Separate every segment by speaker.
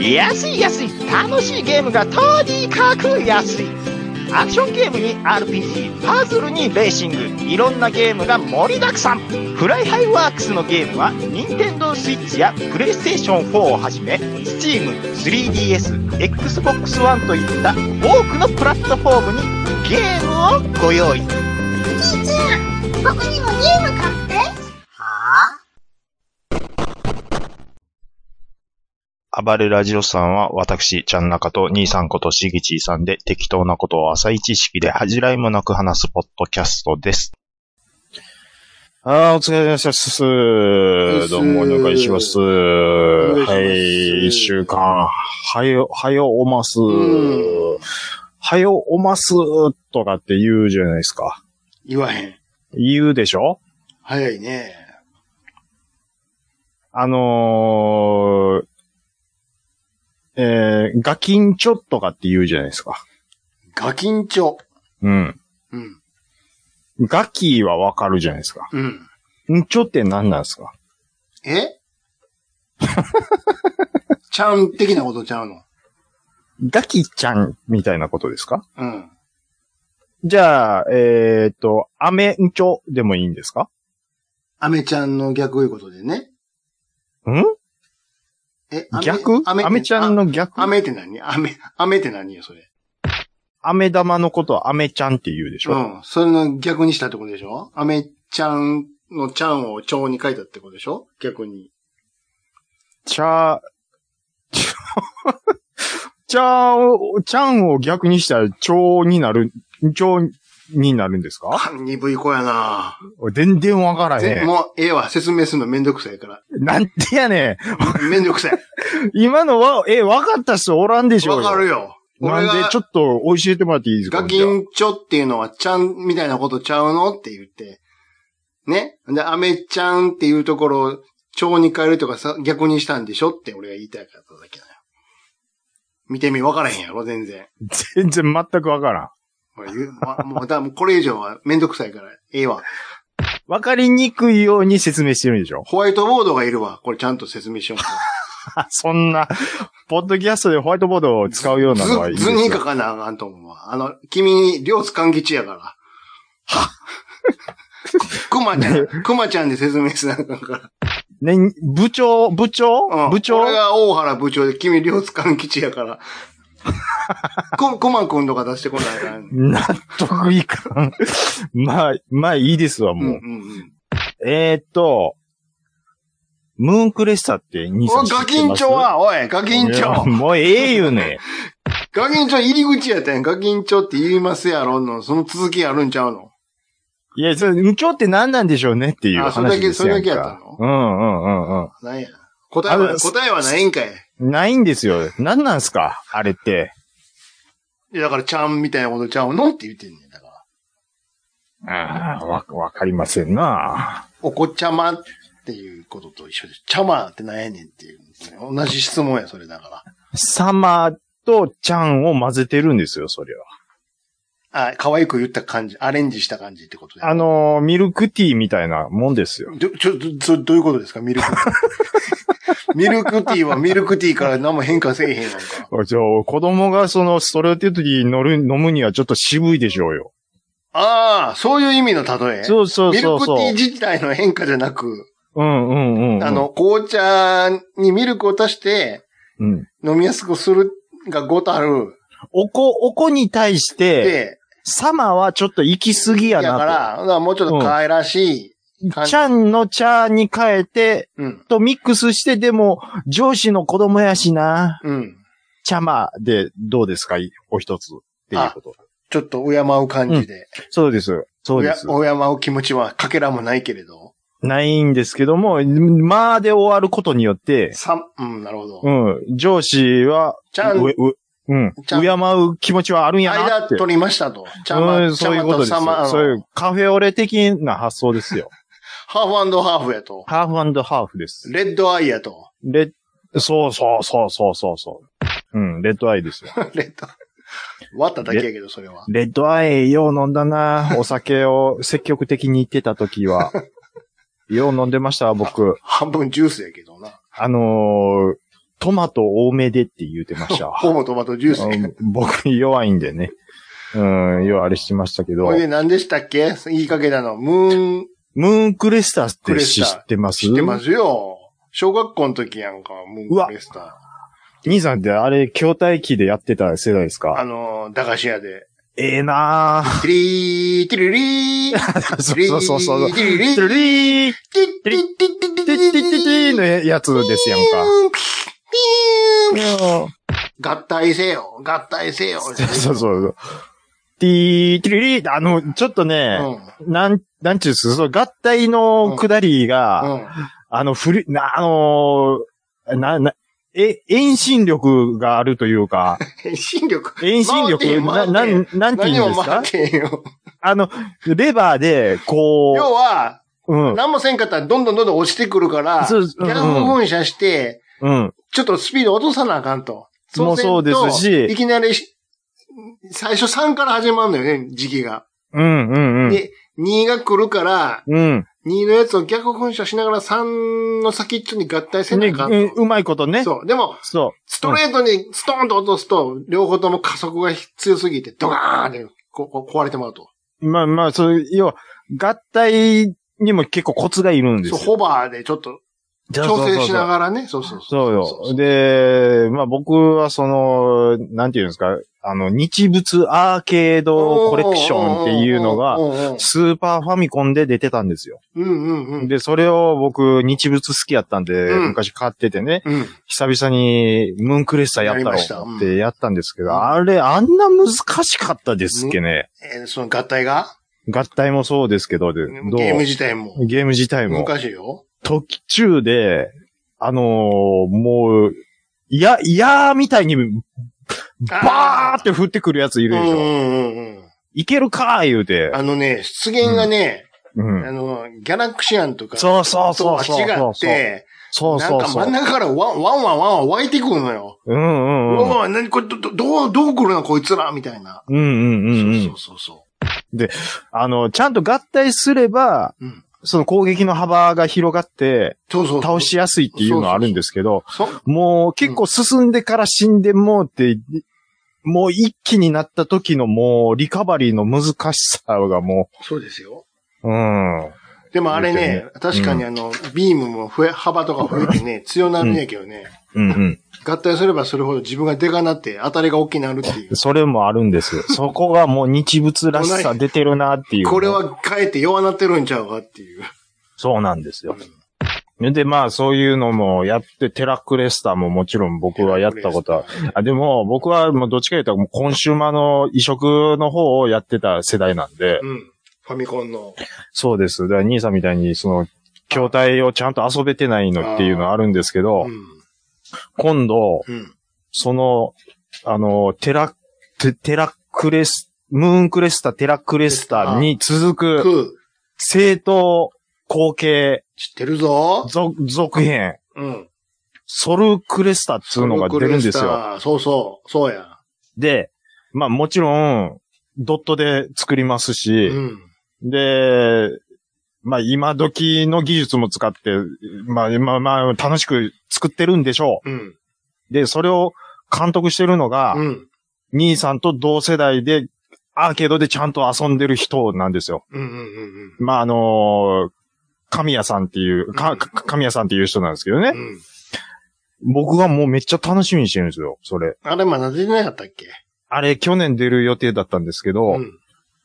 Speaker 1: 安い安い楽しいゲームがとにかく安いアクションゲームに RPG パズルにレーシングいろんなゲームが盛りだくさんフライハイワークスのゲームは NintendoSwitch や PlayStation4 をはじめ Steam3DSXbox One といった多くのプラットフォームにゲームをご用意
Speaker 2: 兄ちゃん、僕にもゲーム買って。
Speaker 1: 暴れラジオさんは、私、ちゃん中と、兄さんことしぎちーさんで、適当なことを浅い知識で恥じらいもなく話すポッドキャストです。
Speaker 3: あーお疲れ様でしたっす。どうも、お願いします。
Speaker 4: 願いします
Speaker 3: はい、一週間、はよ、はよおます。
Speaker 4: うん
Speaker 3: はよおます、とかって言うじゃないですか。
Speaker 4: 言わへん。
Speaker 3: 言うでしょ
Speaker 4: 早いね。
Speaker 3: あのー、えー、ガキンチョとかって言うじゃないですか。
Speaker 4: ガキンチョ。
Speaker 3: うん。
Speaker 4: うん。
Speaker 3: ガキはわかるじゃないですか。
Speaker 4: うん。
Speaker 3: んちょって何なんですか
Speaker 4: え ちゃん的なことちゃうの。
Speaker 3: ガキちゃんみたいなことですか
Speaker 4: うん。
Speaker 3: じゃあ、えーっと、アメンチョでもいいんですか
Speaker 4: アメちゃんの逆いうことでね。
Speaker 3: ん
Speaker 4: え、アメ
Speaker 3: 逆
Speaker 4: アメ
Speaker 3: アメちゃんの逆
Speaker 4: あアメって何アメ、アメって何よ、それ。
Speaker 3: アメ玉のことはアメちゃんって言うでし
Speaker 4: う
Speaker 3: ょ、
Speaker 4: ん。それの逆にしたってことでしょアメちゃんのちゃんをちょうに書いたってことでしょ逆に。
Speaker 3: ちゃちゃ、ちゃを、ちゃんを逆にしたら、ちょうになる、ちょうになるんですか
Speaker 4: あ鈍い子やな
Speaker 3: 全然わからへ
Speaker 4: ぜ
Speaker 3: ん。
Speaker 4: もう、ええわ、説明するのめんどくさ いから。
Speaker 3: なんてやね
Speaker 4: めんどくさい。
Speaker 3: ん。今のは、え、わかった人おらんでしょう
Speaker 4: わかるよ。
Speaker 3: なんで、ちょ
Speaker 4: っ
Speaker 3: っと教えてもらっていいですか
Speaker 4: ガキンチョっていうのはちゃんみたいなことちゃうのって言って。ねで、アメちゃんっていうところをちょうに変えるとかさ、逆にしたんでしょって俺が言いたいかっただけだよ。見てみ、わからへんやろ、全然。
Speaker 3: 全然全くわからん。
Speaker 4: もう言うまもう、だもうこれ以上はめんどくさいから、ええわ。
Speaker 3: わかりにくいように説明してるんでしょ
Speaker 4: ホワイトボードがいるわ。これちゃんと説明しようと。
Speaker 3: あそんな、ポッドキャストでホワイトボードを使うようなのはいいで
Speaker 4: 図
Speaker 3: す
Speaker 4: 図
Speaker 3: よ。
Speaker 4: に書かなあかんと思うわ。あの、君、両津勘吉や から。くまちゃん、くまちゃんで説明しなあかんから。
Speaker 3: ね、部長、部長、
Speaker 4: うん
Speaker 3: 部長
Speaker 4: 俺が大原部長で君、両津勘吉 やから。こ、こまくんとか出してこないから、ね。
Speaker 3: 納得いかん。 まあ、まあいいですわ、
Speaker 4: うん
Speaker 3: もう。
Speaker 4: うんうん。
Speaker 3: えー、っと、ムーンクレッサって兄さ
Speaker 4: お
Speaker 3: ん
Speaker 4: い、
Speaker 3: 知ってます。
Speaker 4: ガキンチョは、おい、ガキンチ
Speaker 3: いや
Speaker 4: ョ。
Speaker 3: もうええよね。
Speaker 4: ガキンチョ入り口やったやん。ガキンチョって言いますやろんの。その続きあるんちゃうの
Speaker 3: いや、それ、無調って何なんでしょうねっていう
Speaker 4: あそれだ
Speaker 3: 話
Speaker 4: け
Speaker 3: ですやんか。
Speaker 4: それだけやったの
Speaker 3: うんうんうんう
Speaker 4: なんや。答えは、
Speaker 3: あの
Speaker 4: 答えはないんかい。
Speaker 3: ん。ないんですよ。何なんすかあれって。
Speaker 4: いや、だから、ちゃんみたいなことちゃうのって言ってんねん。だから。
Speaker 3: ああ、わ、わかりませんな。
Speaker 4: おこちゃまっていうことと一緒です。ちゃまってなんやねんっていう。同じ質問や、それだか
Speaker 3: サマとちゃんを混ぜてるんですよ、それは。
Speaker 4: ら。あ、可愛く言った感じ、アレンジした感じってこと
Speaker 3: あ
Speaker 4: の、
Speaker 3: のー、ミルクティーみたいなもんですよ。
Speaker 4: どちょ、ど、そどういうことですかミルクティ ー。ミルクティーはミルクティーから何も変化せえへんやんか。
Speaker 3: じゃあ、子供がそのストレートティー乗る、飲むにはちょっと渋いでしょうよ。
Speaker 4: ああ、そういう意味の例え。
Speaker 3: そうそう
Speaker 4: ミ
Speaker 3: そ
Speaker 4: ル
Speaker 3: う
Speaker 4: クテ
Speaker 3: そう。
Speaker 4: ィー自体の変化じゃなく、
Speaker 3: うんうんうんうん。
Speaker 4: あ、の、紅茶にミルクを足して
Speaker 3: うん。
Speaker 4: 飲みやすくするが5たる。
Speaker 3: おこ、おこに対して、
Speaker 4: で、
Speaker 3: サマはちょっと行き過ぎや
Speaker 4: だか
Speaker 3: な
Speaker 4: ら、ほなもうちょっと可愛らしい
Speaker 3: と。
Speaker 4: 感じ。
Speaker 3: ちゃんの茶に変えて、
Speaker 4: うん。
Speaker 3: とミックスして、でも、上司の子供やしな、
Speaker 4: うん。
Speaker 3: 茶までどうですかお一つ。っていうこと。
Speaker 4: ちょっと敬う感じで。
Speaker 3: そうです。そうです。
Speaker 4: おや敬う気持ちはかけらもないけれど。
Speaker 3: ないんですけども、まあで終わることによって、
Speaker 4: さん、うん、なるほど。
Speaker 3: うん、上司は、
Speaker 4: ちゃん
Speaker 3: う、う、うん、
Speaker 4: ちゃん
Speaker 3: 敬う気持ちはあるんやな
Speaker 4: 間
Speaker 3: って。
Speaker 4: 取りましたと。ちゃん
Speaker 3: う
Speaker 4: ま、
Speaker 3: ん、
Speaker 4: ち
Speaker 3: そ
Speaker 4: ゃ
Speaker 3: ういう
Speaker 4: ま
Speaker 3: こと
Speaker 4: と
Speaker 3: です
Speaker 4: さま、
Speaker 3: よ。
Speaker 4: あ
Speaker 3: そうい
Speaker 4: の
Speaker 3: うカフェオレ的な発想ですよ。
Speaker 4: ハーフハーフやと。
Speaker 3: ハーフハーフです。
Speaker 4: レッドアイやと。
Speaker 3: レッ、そうそうそうそうそうそう。うん、レッドアイ ですよ。
Speaker 4: レッド。割っただけやけど、それは。
Speaker 3: レッドアイ、よう飲んだな。お酒を積極的に言ってた時 は。よう飲んでました、僕。
Speaker 4: 半分ジュースやけどな。
Speaker 3: あのートマト多めでって言うてま した。
Speaker 4: ほぼトマトジュース
Speaker 3: う
Speaker 4: ね。
Speaker 3: ん僕弱いんでね。うん、要はあれしてましたけど
Speaker 4: これ。で何でしたっけ言いかけたの。ムーン、
Speaker 3: ムーンクレスターっ
Speaker 4: ク
Speaker 3: て
Speaker 4: レス
Speaker 3: 知
Speaker 4: ター
Speaker 3: ってます
Speaker 4: 知ってますよ。小学校の時やんか、ムーンクレスター。
Speaker 3: 兄さんってあれ、筐体機でやってた世代です
Speaker 4: あ
Speaker 3: か
Speaker 4: のー、駄菓子屋で。
Speaker 3: ええなぁ。
Speaker 4: ティリー、ティリリー、
Speaker 3: そうそうそうそう。
Speaker 4: ティリリ
Speaker 3: トゥル
Speaker 4: ー、
Speaker 3: リー
Speaker 4: ティリリー、ティリリ
Speaker 3: テ
Speaker 4: ー、テ
Speaker 3: ィ
Speaker 4: ィ
Speaker 3: ッ
Speaker 4: リ
Speaker 3: ティ
Speaker 4: リ
Speaker 3: ッティッティ
Speaker 4: ー、
Speaker 3: のやつですやんか。
Speaker 4: ピューン、ピューン。
Speaker 3: そう
Speaker 4: 合体せよ、合体せよ。
Speaker 3: そうそう。ティー、ティリリーあの、ちょっと
Speaker 4: う
Speaker 3: ね、
Speaker 4: ん。うん。
Speaker 3: なん、なんちゅうんですか、その合体の下りが、あの、古い、な、あのーな、な、え、遠心力があるというか、
Speaker 4: 遠心力。
Speaker 3: 遠心力、な、
Speaker 4: 回って
Speaker 3: な
Speaker 4: 回って
Speaker 3: ん、なんて
Speaker 4: 何
Speaker 3: 言うんで
Speaker 4: を
Speaker 3: すか
Speaker 4: 待ってんよ。
Speaker 3: あの、レバーで、
Speaker 4: 要
Speaker 3: こ
Speaker 4: は、
Speaker 3: う、うん、
Speaker 4: 何もせんかったらどんどんどんどん落ちてくるから、
Speaker 3: そううん
Speaker 4: 逆噴射して、
Speaker 3: うん、
Speaker 4: ちょっとスピード落とさなあかんと。
Speaker 3: もうそうですし
Speaker 4: せんといきなりし、最初3から始まるのよね、時期が。
Speaker 3: うん、うん、うん。
Speaker 4: で、2が来るから、
Speaker 3: うん。
Speaker 4: 2のやつを逆噴射しながら3の先っちょに合体せなあ
Speaker 3: ね
Speaker 4: かん
Speaker 3: うん
Speaker 4: と。
Speaker 3: うまいことね。そう。
Speaker 4: そう。でも、ストレートにストーンと落とすと、両方とも加速が強すぎて、ドガーンってここ壊れてまうと。
Speaker 3: まあまあ、そう、要は、合体にも結構コツがいるんです
Speaker 4: そう、
Speaker 3: よ。
Speaker 4: ホバーでちょっと調整しながらね。そうそうそう。
Speaker 3: そうよ。で、まあ僕はその、なんていうんですか、あの、日物アーケードコレクションっていうのが
Speaker 4: う、んうん
Speaker 3: スーパーファミコンで出てたんですよ。
Speaker 4: うんうん。
Speaker 3: で、それを僕、日物好きやったんで、
Speaker 4: うん
Speaker 3: 昔買っててね、
Speaker 4: うん。
Speaker 3: 久々にムーンクレッサーやった
Speaker 4: やり
Speaker 3: ろ
Speaker 4: ましたうん
Speaker 3: ってやったんですけど、
Speaker 4: うん
Speaker 3: あれ、あんな難しかったですっけね。
Speaker 4: えーその合体が
Speaker 3: 合体もそうですけど、でどう
Speaker 4: ゲーム自体も。
Speaker 3: ゲーム自体も。
Speaker 4: 難しいよ。
Speaker 3: 途中で、あのーもう、いや、いやーみたいに、バーって降ってくるやついうる
Speaker 4: ん
Speaker 3: でし
Speaker 4: う
Speaker 3: ょ。
Speaker 4: んうんうん。
Speaker 3: いけるかー言うて。
Speaker 4: あのね、出現がね、
Speaker 3: うん
Speaker 4: あ。の、ギャラクシアンとか、
Speaker 3: そうそう
Speaker 4: と
Speaker 3: そう
Speaker 4: は
Speaker 3: そう。
Speaker 4: 違って、
Speaker 3: そう
Speaker 4: なん
Speaker 3: そう
Speaker 4: か
Speaker 3: そ
Speaker 4: 真ん
Speaker 3: う。
Speaker 4: 中からワンワンワンワン湧いてくるのよ。
Speaker 3: うんうん
Speaker 4: う
Speaker 3: うん。
Speaker 4: わ、何これ、ど、どどう、どう来るな、こいつら、みたいな。
Speaker 3: うんうんうんう
Speaker 4: そ
Speaker 3: ん
Speaker 4: う。そうそ
Speaker 3: あの、ちゃんと合体すれば、
Speaker 4: う。うん。
Speaker 3: その攻撃の幅が広がって、
Speaker 4: そうそう。
Speaker 3: 倒しやすいっていうのはあるんですけど、
Speaker 4: そ
Speaker 3: もう結構進んでから死んでもうって、もう一気になった時のもうリカバリーの難しさがも
Speaker 4: そうですよ。
Speaker 3: う、うん。
Speaker 4: でもあれ
Speaker 3: 言う
Speaker 4: ね、確かにあの、ビームも増え、幅とか増えてね、強なるんやけどね、
Speaker 3: うんうん。
Speaker 4: 合体すればそれほど自分がでかなって当たりが大きくなるっていう。
Speaker 3: それもあるんですよ。そこがもう日物らしさ出てるなっていう。
Speaker 4: これ。はかえって弱なってるんちゃうかっていう。
Speaker 3: そうなんですよ。で、まあ、そういうのもやって、テラクレスターももちろん僕はやったことは。あでも、僕はもうどっちか言ったら、もうコンシューマーの移植の方をやってた世代なんで、
Speaker 4: うん。ファミコンの。
Speaker 3: そうです。だから兄さんみたいに、その、筐体をちゃんと遊べてないのっていうのはあるんですけど
Speaker 4: う、ん。
Speaker 3: 今度、
Speaker 4: うん。
Speaker 3: その、あの、テラ、テテラクレス、ムーンクレスタ、テラクレスタに続く、
Speaker 4: く、
Speaker 3: 正当後継
Speaker 4: 知ってるぞ。
Speaker 3: 続続編、
Speaker 4: うん。
Speaker 3: ソルクレスタっつうのが出るんです
Speaker 4: ソルク
Speaker 3: よ。
Speaker 4: レスター。そうそう。そうや。
Speaker 3: で、まあもちろん、ドットで作りますし、
Speaker 4: うん。
Speaker 3: で、まあ今時の技術も使って、まあまあまあ楽しく作ってるんでしょ
Speaker 4: うん。
Speaker 3: う。で、それを監督してるのが、
Speaker 4: うん。
Speaker 3: 兄さんと同世代で、アーケードでちゃんと遊んでる人なんですよ。
Speaker 4: うん。うん。うん。
Speaker 3: まああのー神谷さんっていう、か、か神谷さんっていう人なんですけどね。
Speaker 4: うん。
Speaker 3: 僕がもうめっちゃ楽しみにしてるんですよ、それ。
Speaker 4: あれまだ出てなかったっけ
Speaker 3: あれ、去年出る予定だったんですけど、
Speaker 4: ん。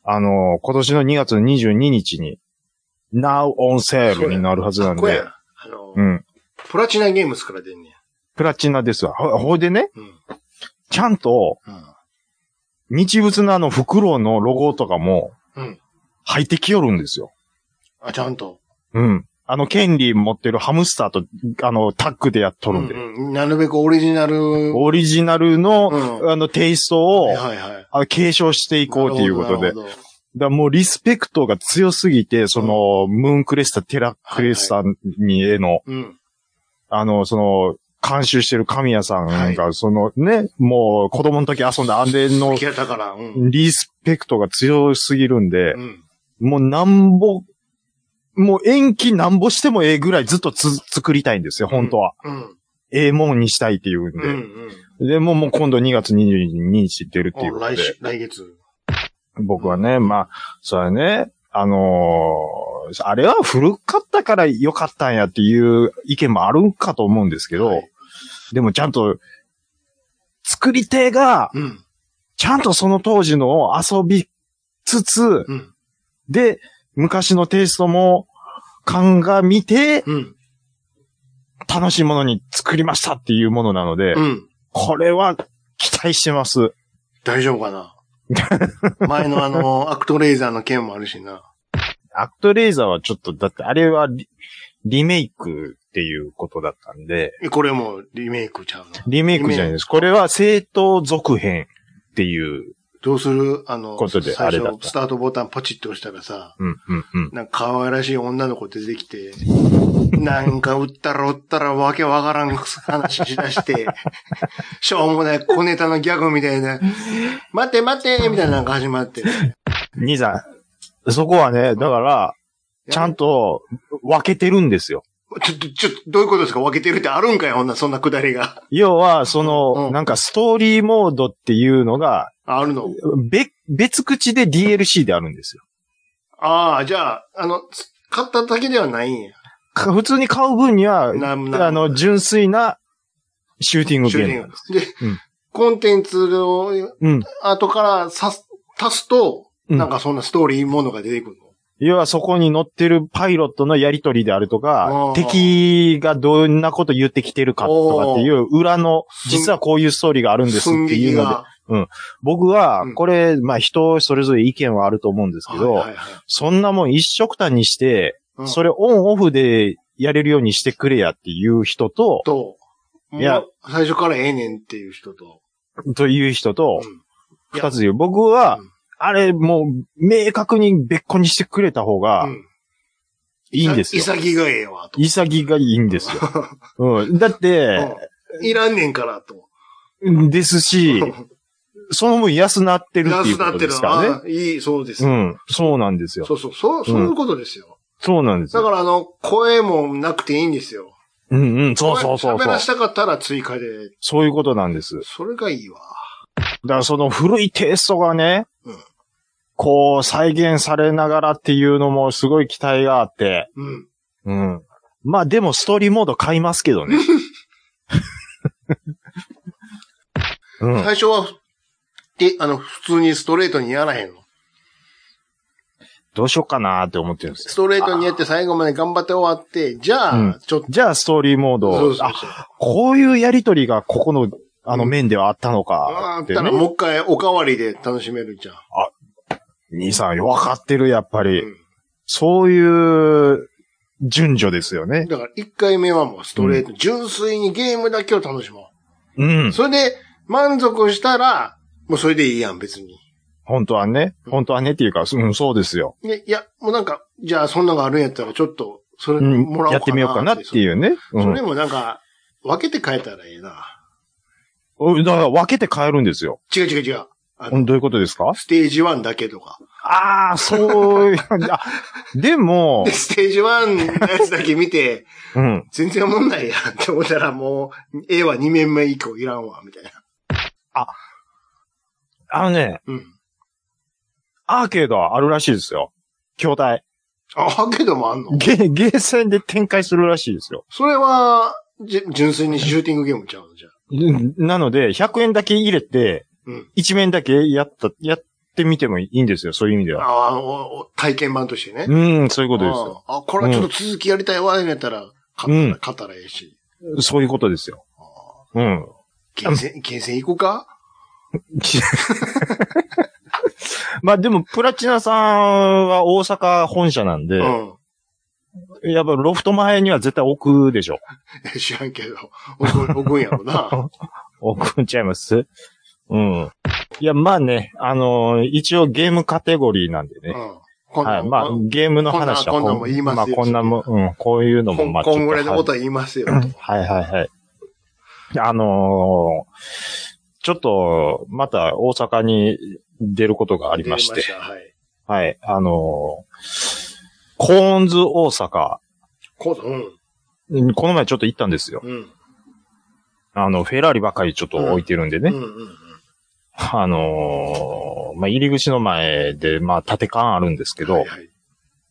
Speaker 3: あの、今年の2月22日に、Now on Sale になるはずなん
Speaker 4: これ
Speaker 3: で、
Speaker 4: や。あの
Speaker 3: う、ん。
Speaker 4: プラチナゲームスから出んねや。
Speaker 3: プラチナですわ。ほほいでね、
Speaker 4: うん。
Speaker 3: ちゃんと、日物のあの、フクロウのロゴとかも
Speaker 4: うん。うん。
Speaker 3: 入ってきよるんですよ。
Speaker 4: あ、ちゃんと。
Speaker 3: うん。あの、権利持ってるハムスターと、あの、タッグでやっとるんで。
Speaker 4: うん。なるべくオリジナル。うん。
Speaker 3: オリジナルの、
Speaker 4: は
Speaker 3: あの、テイスト
Speaker 4: い
Speaker 3: を、
Speaker 4: はいはい。
Speaker 3: あの継承していこうということ
Speaker 4: な
Speaker 3: で
Speaker 4: る。ほど。なるほど
Speaker 3: だからもうリスペクトが強すぎて、その、ムーンクレスタ、テラクレスタにへの、
Speaker 4: うん。
Speaker 3: あの、その、監修してる神谷さんが、
Speaker 4: は
Speaker 3: そのね、もう子供の時遊んだ安全の
Speaker 4: 好きやったから。うん。
Speaker 3: リスペクトが強すぎるんで
Speaker 4: う、ん。
Speaker 3: もうなんぼ、もう延期なんぼしてもええぐらいずっとつ作りたいんですよ、本当は。
Speaker 4: うん。
Speaker 3: ええもんにしたいっていうんで。
Speaker 4: うん
Speaker 3: で、もうもう今度2月22日出るっていう
Speaker 4: うん。
Speaker 3: こ
Speaker 4: あ
Speaker 3: と
Speaker 4: 来
Speaker 3: で。
Speaker 4: 週、来月。
Speaker 3: 僕はね、まあ、それね、あのーあれは古かったから良かったんやっていう意見もあるんかと思うんですけど、
Speaker 4: はい
Speaker 3: でもちゃんと、作り手が、
Speaker 4: うん。
Speaker 3: ちゃんとその当時のを遊びつつ、
Speaker 4: うん。
Speaker 3: で、昔のテイストも鑑みて、
Speaker 4: うん。
Speaker 3: 楽しいものに作りましたっていうものなので、
Speaker 4: うん。
Speaker 3: これは期待してます。
Speaker 4: 大丈夫か な前のあの、アクトレイザーの件もあるしな。
Speaker 3: アクトレイザーはちょっと、だってあれはリリメイクっていうことだったんで、
Speaker 4: えこれもリメイクちゃうの
Speaker 3: リメイクじゃないです。これは正当続編っていう。
Speaker 4: どうするあの、
Speaker 3: ことであ
Speaker 4: 最
Speaker 3: れだっ
Speaker 4: 初、
Speaker 3: た
Speaker 4: スタートボタンポチッと押したらさ、
Speaker 3: うん、うん、うん。
Speaker 4: なんか可愛らしい女の子出て きて、なんか売ったら売ったらわけわからん話しだして、しょうもない小ネタのギャグみたいな、待て待てみたいなのが始まって。
Speaker 3: 兄さん、そこはね、だから、ちゃんと分けてるんですよ。
Speaker 4: ちょ、ちょ、ちょ、どういうことですか分けてるってあるんかいほんな、そんなくだりが。
Speaker 3: 要は、その、
Speaker 4: うん
Speaker 3: なんかストーリーモードっていうのが、
Speaker 4: ああるの。
Speaker 3: べ別口で DLC であるんですよ。
Speaker 4: ああ、じゃあ、あの、つ買っただけではないんや。
Speaker 3: か普通に買う分には、
Speaker 4: なんなん
Speaker 3: あの、純粋なシューティングゲームなんです。
Speaker 4: で、
Speaker 3: うん
Speaker 4: コンテンツを
Speaker 3: うん。
Speaker 4: 後からさす足すと、
Speaker 3: うん
Speaker 4: なんかそんなストーリーものが出てくるの。
Speaker 3: 要はそこに乗ってるパイロットのやりとりであると
Speaker 4: あ
Speaker 3: か
Speaker 4: ー、
Speaker 3: 敵がどんなこと言ってきてるかとかっていう裏の、
Speaker 4: ん
Speaker 3: 実はこういうストーリーがあるんですっていうので、僕は
Speaker 4: うん
Speaker 3: これ、まあ人それぞれ意見はあると思うんですけど、
Speaker 4: はいはいはい
Speaker 3: そんなもん一色単にして、
Speaker 4: うん
Speaker 3: それオンオフでやれるようにしてくれやっていう人と、
Speaker 4: と、
Speaker 3: いや
Speaker 4: もう最初からええねんっていう人と、
Speaker 3: という人と
Speaker 4: うん、いや
Speaker 3: 二つ言う。僕は
Speaker 4: うん、
Speaker 3: あれもう明確に別個にしてくれた方が
Speaker 4: うん
Speaker 3: いいんですよ。
Speaker 4: 潔がええわ、と。
Speaker 3: 潔がいいん ですよ。うん、だって、
Speaker 4: うんいらんねんから、と。
Speaker 3: です し、その分安なってるっていうことですからね。
Speaker 4: ああいい、そうです。
Speaker 3: うん、そうなんですよ。
Speaker 4: そうそう、そう、そういうことですよ。
Speaker 3: そうなんです
Speaker 4: だ
Speaker 3: よ。
Speaker 4: から、あの、声もなくていいんですよ。
Speaker 3: うんうん、そうそうそう
Speaker 4: 声喋
Speaker 3: そう
Speaker 4: らし。たかったら追加で、
Speaker 3: そういうことなんです。だ
Speaker 4: それがいいわ。
Speaker 3: からその古いテイストがね、
Speaker 4: うん
Speaker 3: こう再現されながらっていうのもすごい期待があって、
Speaker 4: うん。
Speaker 3: うん。まあでもストーリーモード買いますけどね。うん。
Speaker 4: 最初は、で、あの、普通にストレートにやらへんの。
Speaker 3: どうしようかなーって思ってるんですよ
Speaker 4: ストレートにやって最後まで頑張って終わって、じゃあ、
Speaker 3: うん
Speaker 4: ちょっと、
Speaker 3: じゃあストーリーモードを
Speaker 4: そうそう
Speaker 3: あ
Speaker 4: そう。
Speaker 3: こういうやりとりがここの、あの
Speaker 4: うん
Speaker 3: 面ではあったのか
Speaker 4: あーあ
Speaker 3: っ
Speaker 4: ってたら
Speaker 3: ね。
Speaker 4: もう一回おかわりで楽しめるじゃん。
Speaker 3: 兄さん、分かってる、やっぱり。
Speaker 4: うん
Speaker 3: そういう順序ですよね。
Speaker 4: だから一回目はもうストレート、純粋にゲームだけを楽しも
Speaker 3: うん
Speaker 4: う。。それで満足したら、もうそれでいいやん、別に。
Speaker 3: 本当はね。
Speaker 4: うん
Speaker 3: 本当はねっていうか、うん、そうですよ。
Speaker 4: ねいや、もうなんか、じゃあそんなのがあるんやったらちょっと、それ
Speaker 3: うん
Speaker 4: もらおうかな、
Speaker 3: やってみようかなって
Speaker 4: う。
Speaker 3: いうね。う
Speaker 4: それ
Speaker 3: ん
Speaker 4: もなんか、分けて変えたらいいな。
Speaker 3: うん。だから分けて変えるんですよ。
Speaker 4: 違う違う違う。あ
Speaker 3: うんどういうことですか
Speaker 4: ステージ1だけとか。
Speaker 3: ああ、そういう、あ、でも
Speaker 4: で、、 ステージ1のやつだけ見て、
Speaker 3: うん。
Speaker 4: 全然おもんないやんって思ったらもう、A は2面目以降いらんわ、みたいな。
Speaker 3: あのね、
Speaker 4: うん。
Speaker 3: アーケードはあるらしいですよ。筐体。
Speaker 4: あ、けどもあんの
Speaker 3: ゲー、ゲーセンで展開するらしいですよ。
Speaker 4: それは、じ純粋にシューティングゲームちゃうのじゃあ。
Speaker 3: うんなので、100円だけ入れて、
Speaker 4: うん。
Speaker 3: 一面だけやった、やってみてもいいんですよ、そういう意味では。
Speaker 4: ああおお体験版としてね。
Speaker 3: うん、そういうことですよ。
Speaker 4: ああ、これはちょっと続きやりたいわ、やったら、勝
Speaker 3: うん
Speaker 4: ったら、勝ったらええし。
Speaker 3: そういうことですよ。うん。
Speaker 4: 厳選、厳選行こうか
Speaker 3: まあでも、プラチナさんは大阪本社なんで
Speaker 4: う、ん。
Speaker 3: やっぱロフト前には絶対置くでしょ。
Speaker 4: 知らんけど、置く、置くんや ろな。
Speaker 3: 置くんちゃいますうん。いや、まあね、あのー一応ゲームカテゴリーなんで
Speaker 4: うん。
Speaker 3: ね。
Speaker 4: 今
Speaker 3: はい。まあ、
Speaker 4: こん
Speaker 3: ゲームの話は
Speaker 4: こんなんこんなんも言いますよ
Speaker 3: まあ、こんなも、うん、こういうのも、まあ、
Speaker 4: こんぐらいのこと
Speaker 3: は
Speaker 4: は言いますよ。
Speaker 3: はいはいはい。あのーちょっと、また大阪に出ることがありまして。
Speaker 4: 出はい。
Speaker 3: はい。あのーコーンズ大阪。
Speaker 4: こう、うん。
Speaker 3: うんこの前ちょっと行ったんですよ。
Speaker 4: うん。
Speaker 3: あの、フェラーリばかりちょっと置いてるんでね。
Speaker 4: うんうんうん。
Speaker 3: あのーまあ、入り口の前で、まあ、縦感あるんですけど、
Speaker 4: はいはい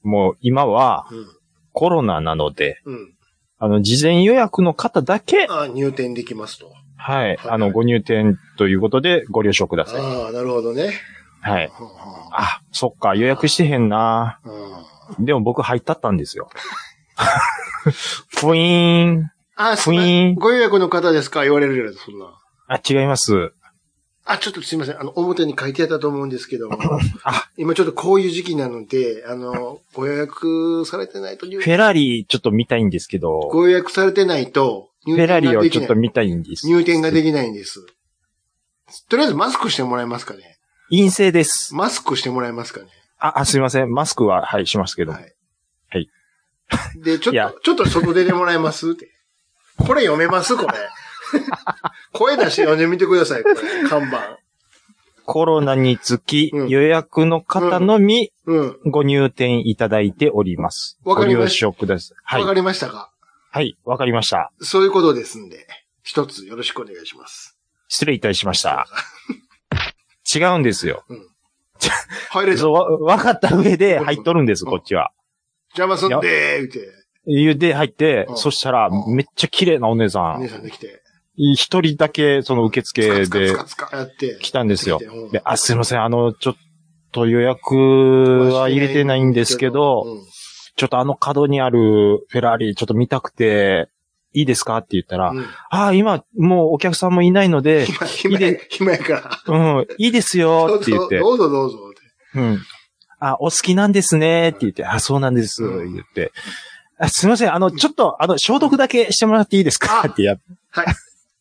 Speaker 3: もう今は
Speaker 4: うん
Speaker 3: コロナなので、
Speaker 4: うん。
Speaker 3: あの、事前予約の方だけ、
Speaker 4: あ入店できますと。
Speaker 3: はい、
Speaker 4: はい
Speaker 3: あの、ご入店ということでご了承ください。
Speaker 4: ああ、なるほどね。
Speaker 3: はい。
Speaker 4: はあは
Speaker 3: あ、そっか、予約してへんな。
Speaker 4: あうん
Speaker 3: でも僕入ったったんですよ。 ふいーん。
Speaker 4: あ、す
Speaker 3: ふいーん
Speaker 4: ご予約の方ですか言われるやつ、そんな。
Speaker 3: あ、違います。
Speaker 4: あ、ちょっとすいません。あの、表に書いてあったと思うんですけども。
Speaker 3: あ
Speaker 4: 今ちょっとこういう時期なので、あの、ご予約されてないと入
Speaker 3: フ、ェラーリちょっと見たいんですけど、
Speaker 4: ご予約されてないと、
Speaker 3: フ
Speaker 4: 入
Speaker 3: ェ
Speaker 4: 店
Speaker 3: ラーリ
Speaker 4: が
Speaker 3: を
Speaker 4: で
Speaker 3: ち
Speaker 4: き
Speaker 3: ょ
Speaker 4: な
Speaker 3: っと
Speaker 4: い。
Speaker 3: 見たいんです。
Speaker 4: 入店ができないんです。とりあえずマスクしてもらえますかね
Speaker 3: 陰性です。
Speaker 4: マスクしてもらえますかね
Speaker 3: あ、あすいません。マスクは、はい、しますけど。
Speaker 4: はい。
Speaker 3: はい。
Speaker 4: で、ち
Speaker 3: い
Speaker 4: ょ
Speaker 3: や
Speaker 4: っと、ちょっと外出てもらえますって。これ読めま すこれ。声出して読んでみてください、これ。看板。
Speaker 3: コロナにつき
Speaker 4: うん
Speaker 3: 予約の方のみ
Speaker 4: うん。
Speaker 3: ご入店いただいております。
Speaker 4: わかり
Speaker 3: ご
Speaker 4: ま
Speaker 3: 了
Speaker 4: し
Speaker 3: 承ください。
Speaker 4: わ、
Speaker 3: は
Speaker 4: か
Speaker 3: い。
Speaker 4: りましたか
Speaker 3: はい。わかりました。
Speaker 4: そういうことですんで、一つよろしくお願いします。
Speaker 3: 失礼いたしま した。違うんですよ。
Speaker 4: 入れぞ。
Speaker 3: そうわ、わかった上で入っとるんです、
Speaker 4: うん
Speaker 3: こっちは。
Speaker 4: 邪魔すんでーって、
Speaker 3: 言うで入って
Speaker 4: う、ん
Speaker 3: そしたら
Speaker 4: う、ん
Speaker 3: めっちゃ綺麗なお姉さ
Speaker 4: お姉
Speaker 3: ん、
Speaker 4: さんできて、
Speaker 3: 一人だけその受付
Speaker 4: つかつ
Speaker 3: で
Speaker 4: かつかつかやって、
Speaker 3: 来たんですよ
Speaker 4: 来て。うん
Speaker 3: で、あ、すいません、あの、ちょっと予約は入れてないんですけど、
Speaker 4: うん
Speaker 3: ちょっとあの角にあるフェラーリ、ちょっと見たくて、いいですかって言ったら、
Speaker 4: うん
Speaker 3: ああ、今、もうお客さんもいないの で、
Speaker 4: 暇、暇や
Speaker 3: いい
Speaker 4: 暇やから。
Speaker 3: うん、いいですよって言って、
Speaker 4: どうぞどうぞどうぞって。
Speaker 3: うん。あ、お好きなんですねって言って、あ、そうなんです、
Speaker 4: うん
Speaker 3: 言って。あすいません、あの、ちょっと、あの、消毒だけしてもらっていいですか
Speaker 4: あ
Speaker 3: ってやっ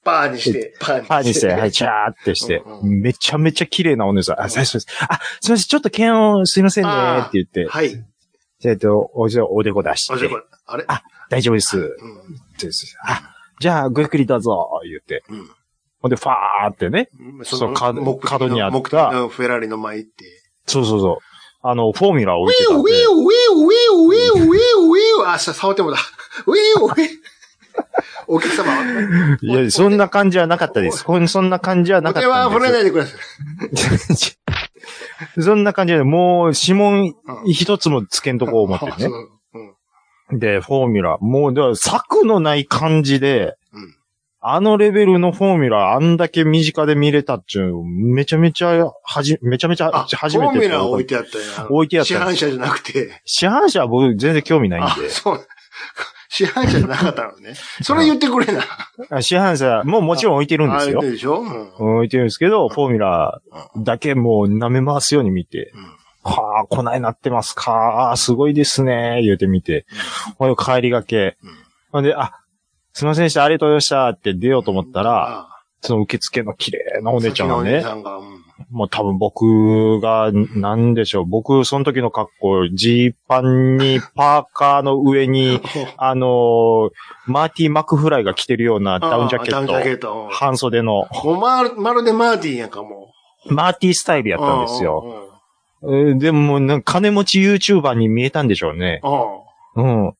Speaker 4: パーにして、パーにして。
Speaker 3: ぱに して、はい、チャーってして
Speaker 4: うん、う
Speaker 3: めちゃめちゃ綺麗なお姉さん。
Speaker 4: うん
Speaker 3: あ、最初です。あ、すいません、ちょっと検温すいませんねって言って、
Speaker 4: はい。
Speaker 3: えっと、おじおでこ出し
Speaker 4: あ、じゃあこ
Speaker 3: て、
Speaker 4: れ、あれ
Speaker 3: あ大丈夫です。
Speaker 4: うん
Speaker 3: です。あ、じゃあ、ごゆっくりどうぞ、言って。
Speaker 4: うん。
Speaker 3: ほんで、ファーってね。そう角
Speaker 4: 目的の
Speaker 3: 角にあった
Speaker 4: 目的のフェラーリの前行って。
Speaker 3: そうそうそう。あの、フォーミュラを
Speaker 4: ウ
Speaker 3: 置
Speaker 4: ィ
Speaker 3: いてた
Speaker 4: ウ
Speaker 3: ん
Speaker 4: ィ
Speaker 3: で。
Speaker 4: ウィウィウィウィウィウあ、さ触ってもだ。ウィウィお客様。
Speaker 3: いや、そんな感じはなかったです。こんそんな感じはな
Speaker 4: お
Speaker 3: かっ
Speaker 4: 手
Speaker 3: た
Speaker 4: は触れ
Speaker 3: で
Speaker 4: ないでください。
Speaker 3: す。 そんな感じで、もう指紋
Speaker 4: うん
Speaker 3: 一つもつけんとこ思って
Speaker 4: そ
Speaker 3: ね。
Speaker 4: ううん
Speaker 3: で、フォーミュラ。もう、だから策のない感じで、
Speaker 4: うん
Speaker 3: あのレベルのフォーミュラ、あんだけ身近で見れたっちゅう、めちゃめちゃ、はじ、めちゃめちゃ、
Speaker 4: あ、
Speaker 3: 初め
Speaker 4: フォーミュ
Speaker 3: て。
Speaker 4: ラー置いてあったよ。
Speaker 3: 置いてあった
Speaker 4: 市販車じゃなくて。
Speaker 3: 市販車は僕全然興味ない
Speaker 4: あ
Speaker 3: んで、。
Speaker 4: そう。市販車じゃなかったのね。それ言ってくれな。
Speaker 3: あ市販車、もうもちろん置いてるんで
Speaker 4: あ
Speaker 3: す
Speaker 4: 言っ
Speaker 3: よ
Speaker 4: て。るでしょうん
Speaker 3: うん置いてるんですけど、フォーミュラだけもう舐め回すように見て、
Speaker 4: うん
Speaker 3: はあ、こないなってますか、あーすごいですね、言うてみて、ほんで帰りがけ
Speaker 4: うん、
Speaker 3: ほんで、あ、すいませんでした、ありがとうございましたって出ようと思ったら、
Speaker 4: あ
Speaker 3: その受付の綺麗なお姉ちゃん
Speaker 4: さっ
Speaker 3: が
Speaker 4: きのお姉
Speaker 3: ね、
Speaker 4: さんが、うん
Speaker 3: もう多分僕が、なんでしょう、僕、その時の格好、ジーパンにパーカーの上 に、あのーマーティー・マクフライが着てるようなダウンジャケ
Speaker 4: ダウンジャケ
Speaker 3: ッ
Speaker 4: ッ
Speaker 3: ト、。
Speaker 4: ト
Speaker 3: 半袖の、
Speaker 4: もうまる、まるでマーティンやんかも
Speaker 3: マーティースタイル
Speaker 4: う。
Speaker 3: やったんですよ。
Speaker 4: うんうんうん。
Speaker 3: えーでも、なんか金持ち YouTuber に見えたんでしょうね。
Speaker 4: うん
Speaker 3: うん。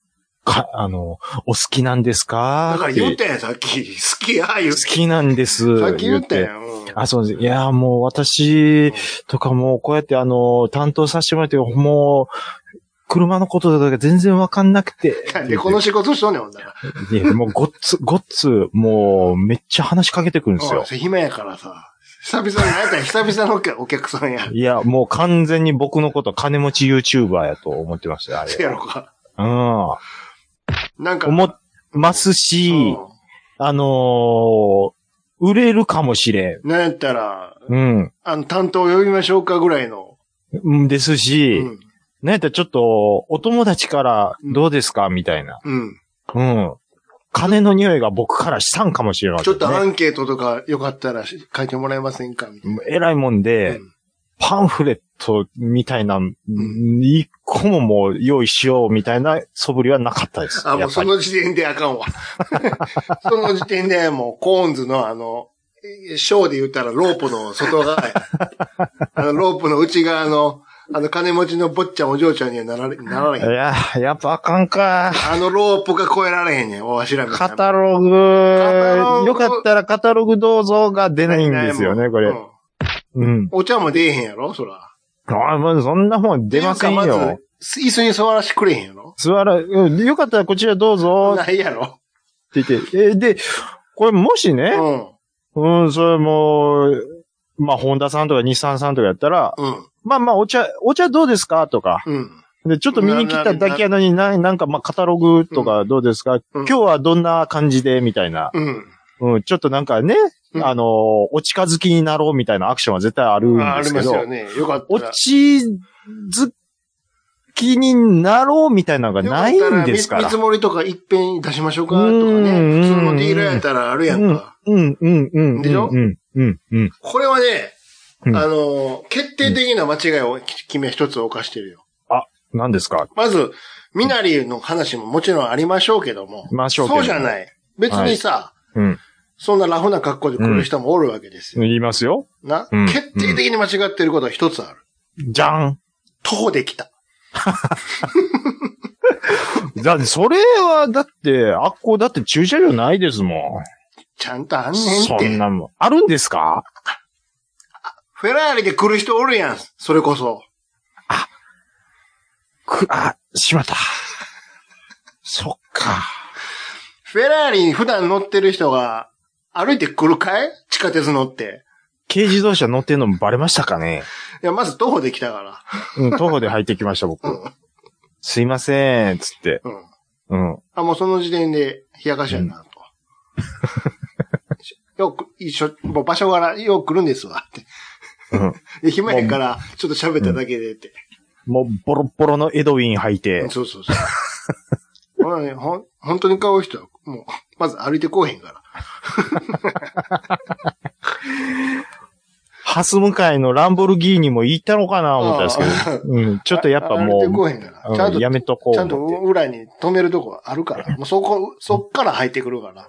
Speaker 3: か、あの、お好きなんですか
Speaker 4: だから言ったやん、さっき。好きや、言う
Speaker 3: 好きなんです。
Speaker 4: さっき言った
Speaker 3: て
Speaker 4: やん。うん
Speaker 3: あ、そうです。いや、もう私とかも、こうやってあの、担当させてもらって、もう、車のことだとか全然わかんなくて。
Speaker 4: なんでこの仕事しとんねん、ほんだら。
Speaker 3: いやもうごっつ、ごっつ、もう、めっちゃ話しかけてくるんです
Speaker 4: う
Speaker 3: よ
Speaker 4: ん。暇やからさ。久々に、あなた久々のお客お客さんや。
Speaker 3: いや、もう完全に僕のこと金持ち YouTuber やと思ってましたよ、あ
Speaker 4: せ
Speaker 3: れ。
Speaker 4: やろか。
Speaker 3: う
Speaker 4: なんか。
Speaker 3: ん。思っますし、
Speaker 4: うん
Speaker 3: あのー売れるかもしれん。
Speaker 4: なんやったら、
Speaker 3: うん。
Speaker 4: あの、担当呼びましょうかぐらいの。
Speaker 3: うんです
Speaker 4: う
Speaker 3: し、
Speaker 4: ん。
Speaker 3: なんやったらちょっと、お友達からどうですかみたいな。
Speaker 4: うん。
Speaker 3: うん。金の匂いが僕からしたんかもしれない、ね。
Speaker 4: ちょっとアンケートとかよかったらし書いてもらえませんかみたいな。
Speaker 3: えらいもんで、
Speaker 4: うん
Speaker 3: パンフレットみたいな、一個ももう用意しようみたいな素振りはなかったです。
Speaker 4: あ、も
Speaker 3: や
Speaker 4: う
Speaker 3: っぱ
Speaker 4: そ
Speaker 3: り
Speaker 4: の時点であかんわ。 その時点でもうコーンズのあの、 ショーで言ったらロープの外側や。あの、ロープの内側の、あの金持ちの坊っちゃんお嬢ちゃんにはなられ、なられ
Speaker 3: い
Speaker 4: へん。
Speaker 3: や、やっぱあかんか。
Speaker 4: あのロープが越えられへんねん、おわしらみたい
Speaker 3: カ
Speaker 4: な
Speaker 3: タログ、
Speaker 4: ログ
Speaker 3: よかったらカタログどうぞが出ないんですよね、こ
Speaker 4: う
Speaker 3: れ。
Speaker 4: ん
Speaker 3: うん。
Speaker 4: お茶も出えへんやろ、そら。
Speaker 3: あもうそんなもん出ません
Speaker 4: っていうかま
Speaker 3: よ。
Speaker 4: ず椅子に座らしてくれへんやろ
Speaker 3: 座ら、うんよかったらこちらどうぞ
Speaker 4: ないやろ。
Speaker 3: って言って、えーで、これもし
Speaker 4: う
Speaker 3: ね、
Speaker 4: ん。
Speaker 3: うん、それもう、まあ、ホンダさんとか日産さんとかやったら、
Speaker 4: うん。
Speaker 3: まあまあ、お茶、お茶どうですかとか。
Speaker 4: うん。
Speaker 3: で、ちょっと見に来ただけやのに、な、なんかまあ、カタログとかどうですか、今日はどんな感じでみたいな。
Speaker 4: うん。
Speaker 3: うん、ちょっとなんかね、
Speaker 4: うん
Speaker 3: あのー、お近づきになろうみたいなアクションは絶対あるん
Speaker 4: ああ
Speaker 3: で
Speaker 4: り
Speaker 3: す
Speaker 4: ま
Speaker 3: け
Speaker 4: す
Speaker 3: ど、
Speaker 4: よね。よかった
Speaker 3: お
Speaker 4: ら。
Speaker 3: 近づきになろうみたいなのがないんですから
Speaker 4: よ。った見見積もりとか一遍出しましょうかとか
Speaker 3: うん
Speaker 4: ね。
Speaker 3: うん
Speaker 4: 普通のディーラーやったらあるやんか。
Speaker 3: うん、うん、うん。
Speaker 4: でしょ
Speaker 3: うん、うん、うん。
Speaker 4: これはね、あ
Speaker 3: うん
Speaker 4: のー、決定的な間違いを君は一つ犯してるよ。
Speaker 3: 何ですか
Speaker 4: まず、ミナリの話ももちろんありましょうけども。
Speaker 3: ましょうけど
Speaker 4: そ
Speaker 3: も
Speaker 4: うじゃない。別にさ、
Speaker 3: うん。
Speaker 4: そんなラフな格好で来る人もおるわけですよ。
Speaker 3: 言いますよ。
Speaker 4: な、
Speaker 3: うん
Speaker 4: 決定的に間違ってることは一つある。
Speaker 3: じゃん。
Speaker 4: 徒歩できた。
Speaker 3: だって、それは、だって、あっこだって駐車場ないですも
Speaker 4: ちゃんとあ
Speaker 3: ん。
Speaker 4: んねんっ
Speaker 3: そん
Speaker 4: て。
Speaker 3: なもん。あるんですか
Speaker 4: フェラーリで来る人おるやん。それこそ。
Speaker 3: く、あ、しまった。そっか。
Speaker 4: フェラーリに普段乗ってる人が歩いて来るかい地下鉄乗って。
Speaker 3: 軽自動車乗ってんのもバレましたかね
Speaker 4: いや、まず徒歩できたか
Speaker 3: うん、徒歩で入ってきました、僕
Speaker 4: ら。う。ん。
Speaker 3: すいません、つって。
Speaker 4: うん。
Speaker 3: うん。
Speaker 4: あ、もうその時点で冷やかしやな、と。 よく、一緒、もう場所からよく来るんですわ、って。
Speaker 3: うん。
Speaker 4: で、暇やから、ちょっと喋っただけでって。
Speaker 3: もう、ボロッボロのエドウィン履いて。
Speaker 4: そうそうそう。 ほらね、ほん、本当に買う人は、もう、まず歩いてこうへんから。
Speaker 3: ハス向かいのランボルギーニも行ったのかな、思ったんです
Speaker 4: けど。
Speaker 3: けど。うん。ちょっとやっぱも
Speaker 4: 歩
Speaker 3: う
Speaker 4: いて、こうへんから。ちゃん
Speaker 3: うん
Speaker 4: と
Speaker 3: やめとこ
Speaker 4: ち
Speaker 3: う
Speaker 4: ゃんと
Speaker 3: 思って。
Speaker 4: 裏に止めるとこある から。もうそこ、そっから入ってくるから。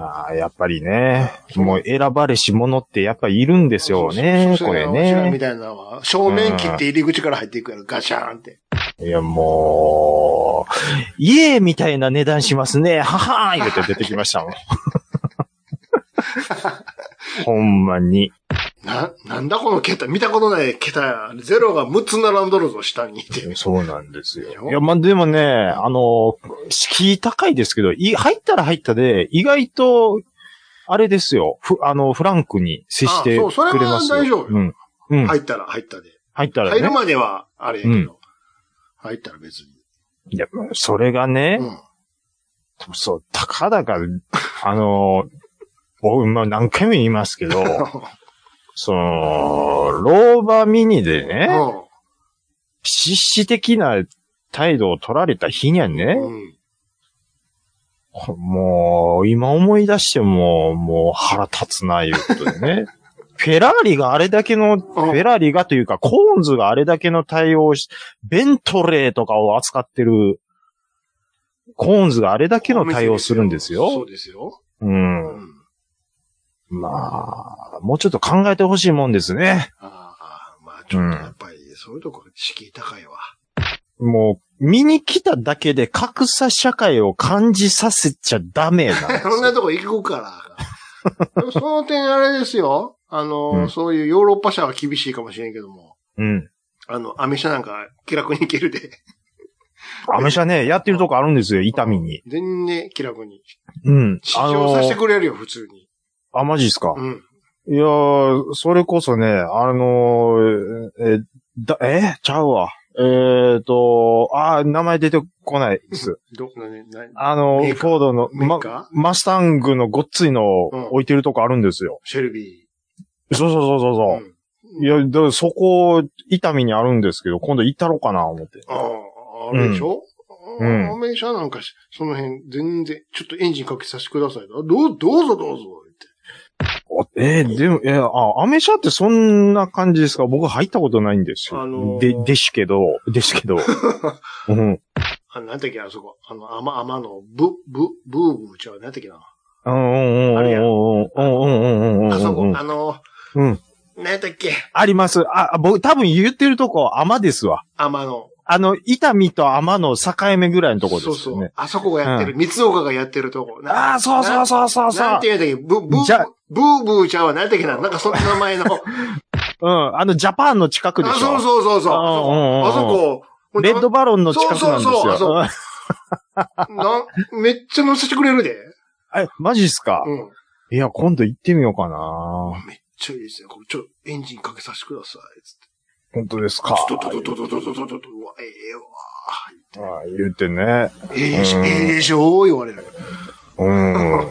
Speaker 3: ああ、やっぱりね。もう選ばれし者ってやっぱいるんですよ
Speaker 4: そう
Speaker 3: ね、
Speaker 4: そう
Speaker 3: これ
Speaker 4: そういうのみ
Speaker 3: ね。
Speaker 4: たいなのは、正面切って入り口から入っていくやろ、ガシャーンって。
Speaker 3: いや、もう、イエーみたいな値段しますね。ははーん言うて出てきま したもん。ほんまに。
Speaker 4: な、なんだこの桁、見たことない桁、ゼロが6つ並んどるぞ、下にって。
Speaker 3: そうなんですよ。
Speaker 4: よ
Speaker 3: いや、まあ、でもね、あの、敷居高いですけど、い、入ったら入ったで、意外と、あれですよ、ふ、あの、フランクに接して
Speaker 4: あ
Speaker 3: くれ
Speaker 4: そ
Speaker 3: ま
Speaker 4: う
Speaker 3: す
Speaker 4: それ
Speaker 3: よ。
Speaker 4: は大丈夫
Speaker 3: うん。うん。
Speaker 4: 入ったら入ったで。
Speaker 3: 入ったら
Speaker 4: 入る
Speaker 3: ね。
Speaker 4: までは、あれやけど。入ったら別に。
Speaker 3: いや、それがね、
Speaker 4: うん。
Speaker 3: そう、たかだか、あの、僕、まあ、何回も言います けど、その、ローバーミニでね、獅子的な態度を取られた日にはね、
Speaker 4: うん。
Speaker 3: もう、今思い出しても、もう腹立つな、いうことでね。 フェラーリがあれだけの、フェラーリがというか、コーンズがあれだけの対応をし、ベントレーとかを扱ってる、コーンズがあれだけの対応するんです
Speaker 4: そ
Speaker 3: よ
Speaker 4: う。ですよ。
Speaker 3: う。
Speaker 4: うんん。
Speaker 3: まあ、もうちょっと考えてほしいもんですね。
Speaker 4: ああ、まあちょっとやっぱり、そういうとこ、敷居高いわ。
Speaker 3: もう、見に来ただけで格差社会を感じさせちゃダメなんですよ
Speaker 4: そ んなとこ行くから。でもその点あれですよ。あの、
Speaker 3: うん
Speaker 4: そういうヨーロッパ社は厳しいかもしれんけども。
Speaker 3: うん。
Speaker 4: あの、アメ車なんか気楽に行けるで。
Speaker 3: アメ車ね、やってるとこあるんですよ、痛みに。
Speaker 4: 全然気楽に。
Speaker 3: うん。
Speaker 4: 試
Speaker 3: あ
Speaker 4: 乗
Speaker 3: の
Speaker 4: させてくれるよ、普通に。
Speaker 3: あ、マジっすか。
Speaker 4: うん。
Speaker 3: いやー、それこそね、あのー、え、だ、えちゃうわ。えーと、あー名前出てこないです。
Speaker 4: ど、なに、なに、
Speaker 3: あの
Speaker 4: メー
Speaker 3: ー、
Speaker 4: カー
Speaker 3: フォードの、
Speaker 4: メー
Speaker 3: ま
Speaker 4: カ、
Speaker 3: マスタングのごっついの
Speaker 4: うん
Speaker 3: 置いてるとこあるんですよ。
Speaker 4: シェルビ
Speaker 3: そうそうそうそう
Speaker 4: ー。
Speaker 3: そうう。
Speaker 4: ん。
Speaker 3: いや、だそこ、痛みにあるんですけど、今度行ったろうかな、思って。
Speaker 4: ああ、あれでしょ、
Speaker 3: う
Speaker 4: うんん、アメ車なんかし、その辺、全然、ちょっとエンジンかけさせてくださいと。どう、どうぞどうぞ。
Speaker 3: おえーでも、えーあ、アメ車ってそんな感じですか僕入ったことないんですよ。
Speaker 4: あのー
Speaker 3: で、ですけど、ですけ ど。うん。
Speaker 4: あ、なんだっけ、あそこ。あの、あま、あまの、ぶ、ぶ、ブーブーちゃう。なんだっけな。
Speaker 3: うんうんうんうんうんうんうんうんうんうんうんうんうん。
Speaker 4: あそこ、あの、
Speaker 3: うん。
Speaker 4: ねやったっけ
Speaker 3: あります。あ、僕、多分言ってるとこ、甘ですわ。
Speaker 4: 天野。
Speaker 3: あの、伊丹と甘の境目ぐらいのとこです
Speaker 4: そ
Speaker 3: よ
Speaker 4: う
Speaker 3: ね。
Speaker 4: そう。あそこがやってる。三岡がやってるとこ。
Speaker 3: ああ、そうそうそうそうそう。
Speaker 4: なんて言うんだっけブ、ブ
Speaker 3: じゃ
Speaker 4: ー、ブーブーちゃんは何やったっけななんかそんな名前の。あ、
Speaker 3: うん。あの、ジャパンの近くでしょ。
Speaker 4: そうそうそうそう。
Speaker 3: あ
Speaker 4: あそこ。
Speaker 3: うレッドバロンの近くなんですよ。
Speaker 4: そうそうそ
Speaker 3: う
Speaker 4: う
Speaker 3: ん
Speaker 4: なんめっちゃ乗せてくれるで。
Speaker 3: え、マジっすか、
Speaker 4: うん。
Speaker 3: いや、今度行ってみようかな
Speaker 4: めっちゃいいですね。これちょ、エンジンかけさせてください。つって。
Speaker 3: 本当ですか
Speaker 4: ちょっと、と、と、と、と、と、と、と、と、うわえ
Speaker 3: ああ言ってね。
Speaker 4: えわ。ええし、
Speaker 3: うん
Speaker 4: ええでしょ言われる。
Speaker 3: うん。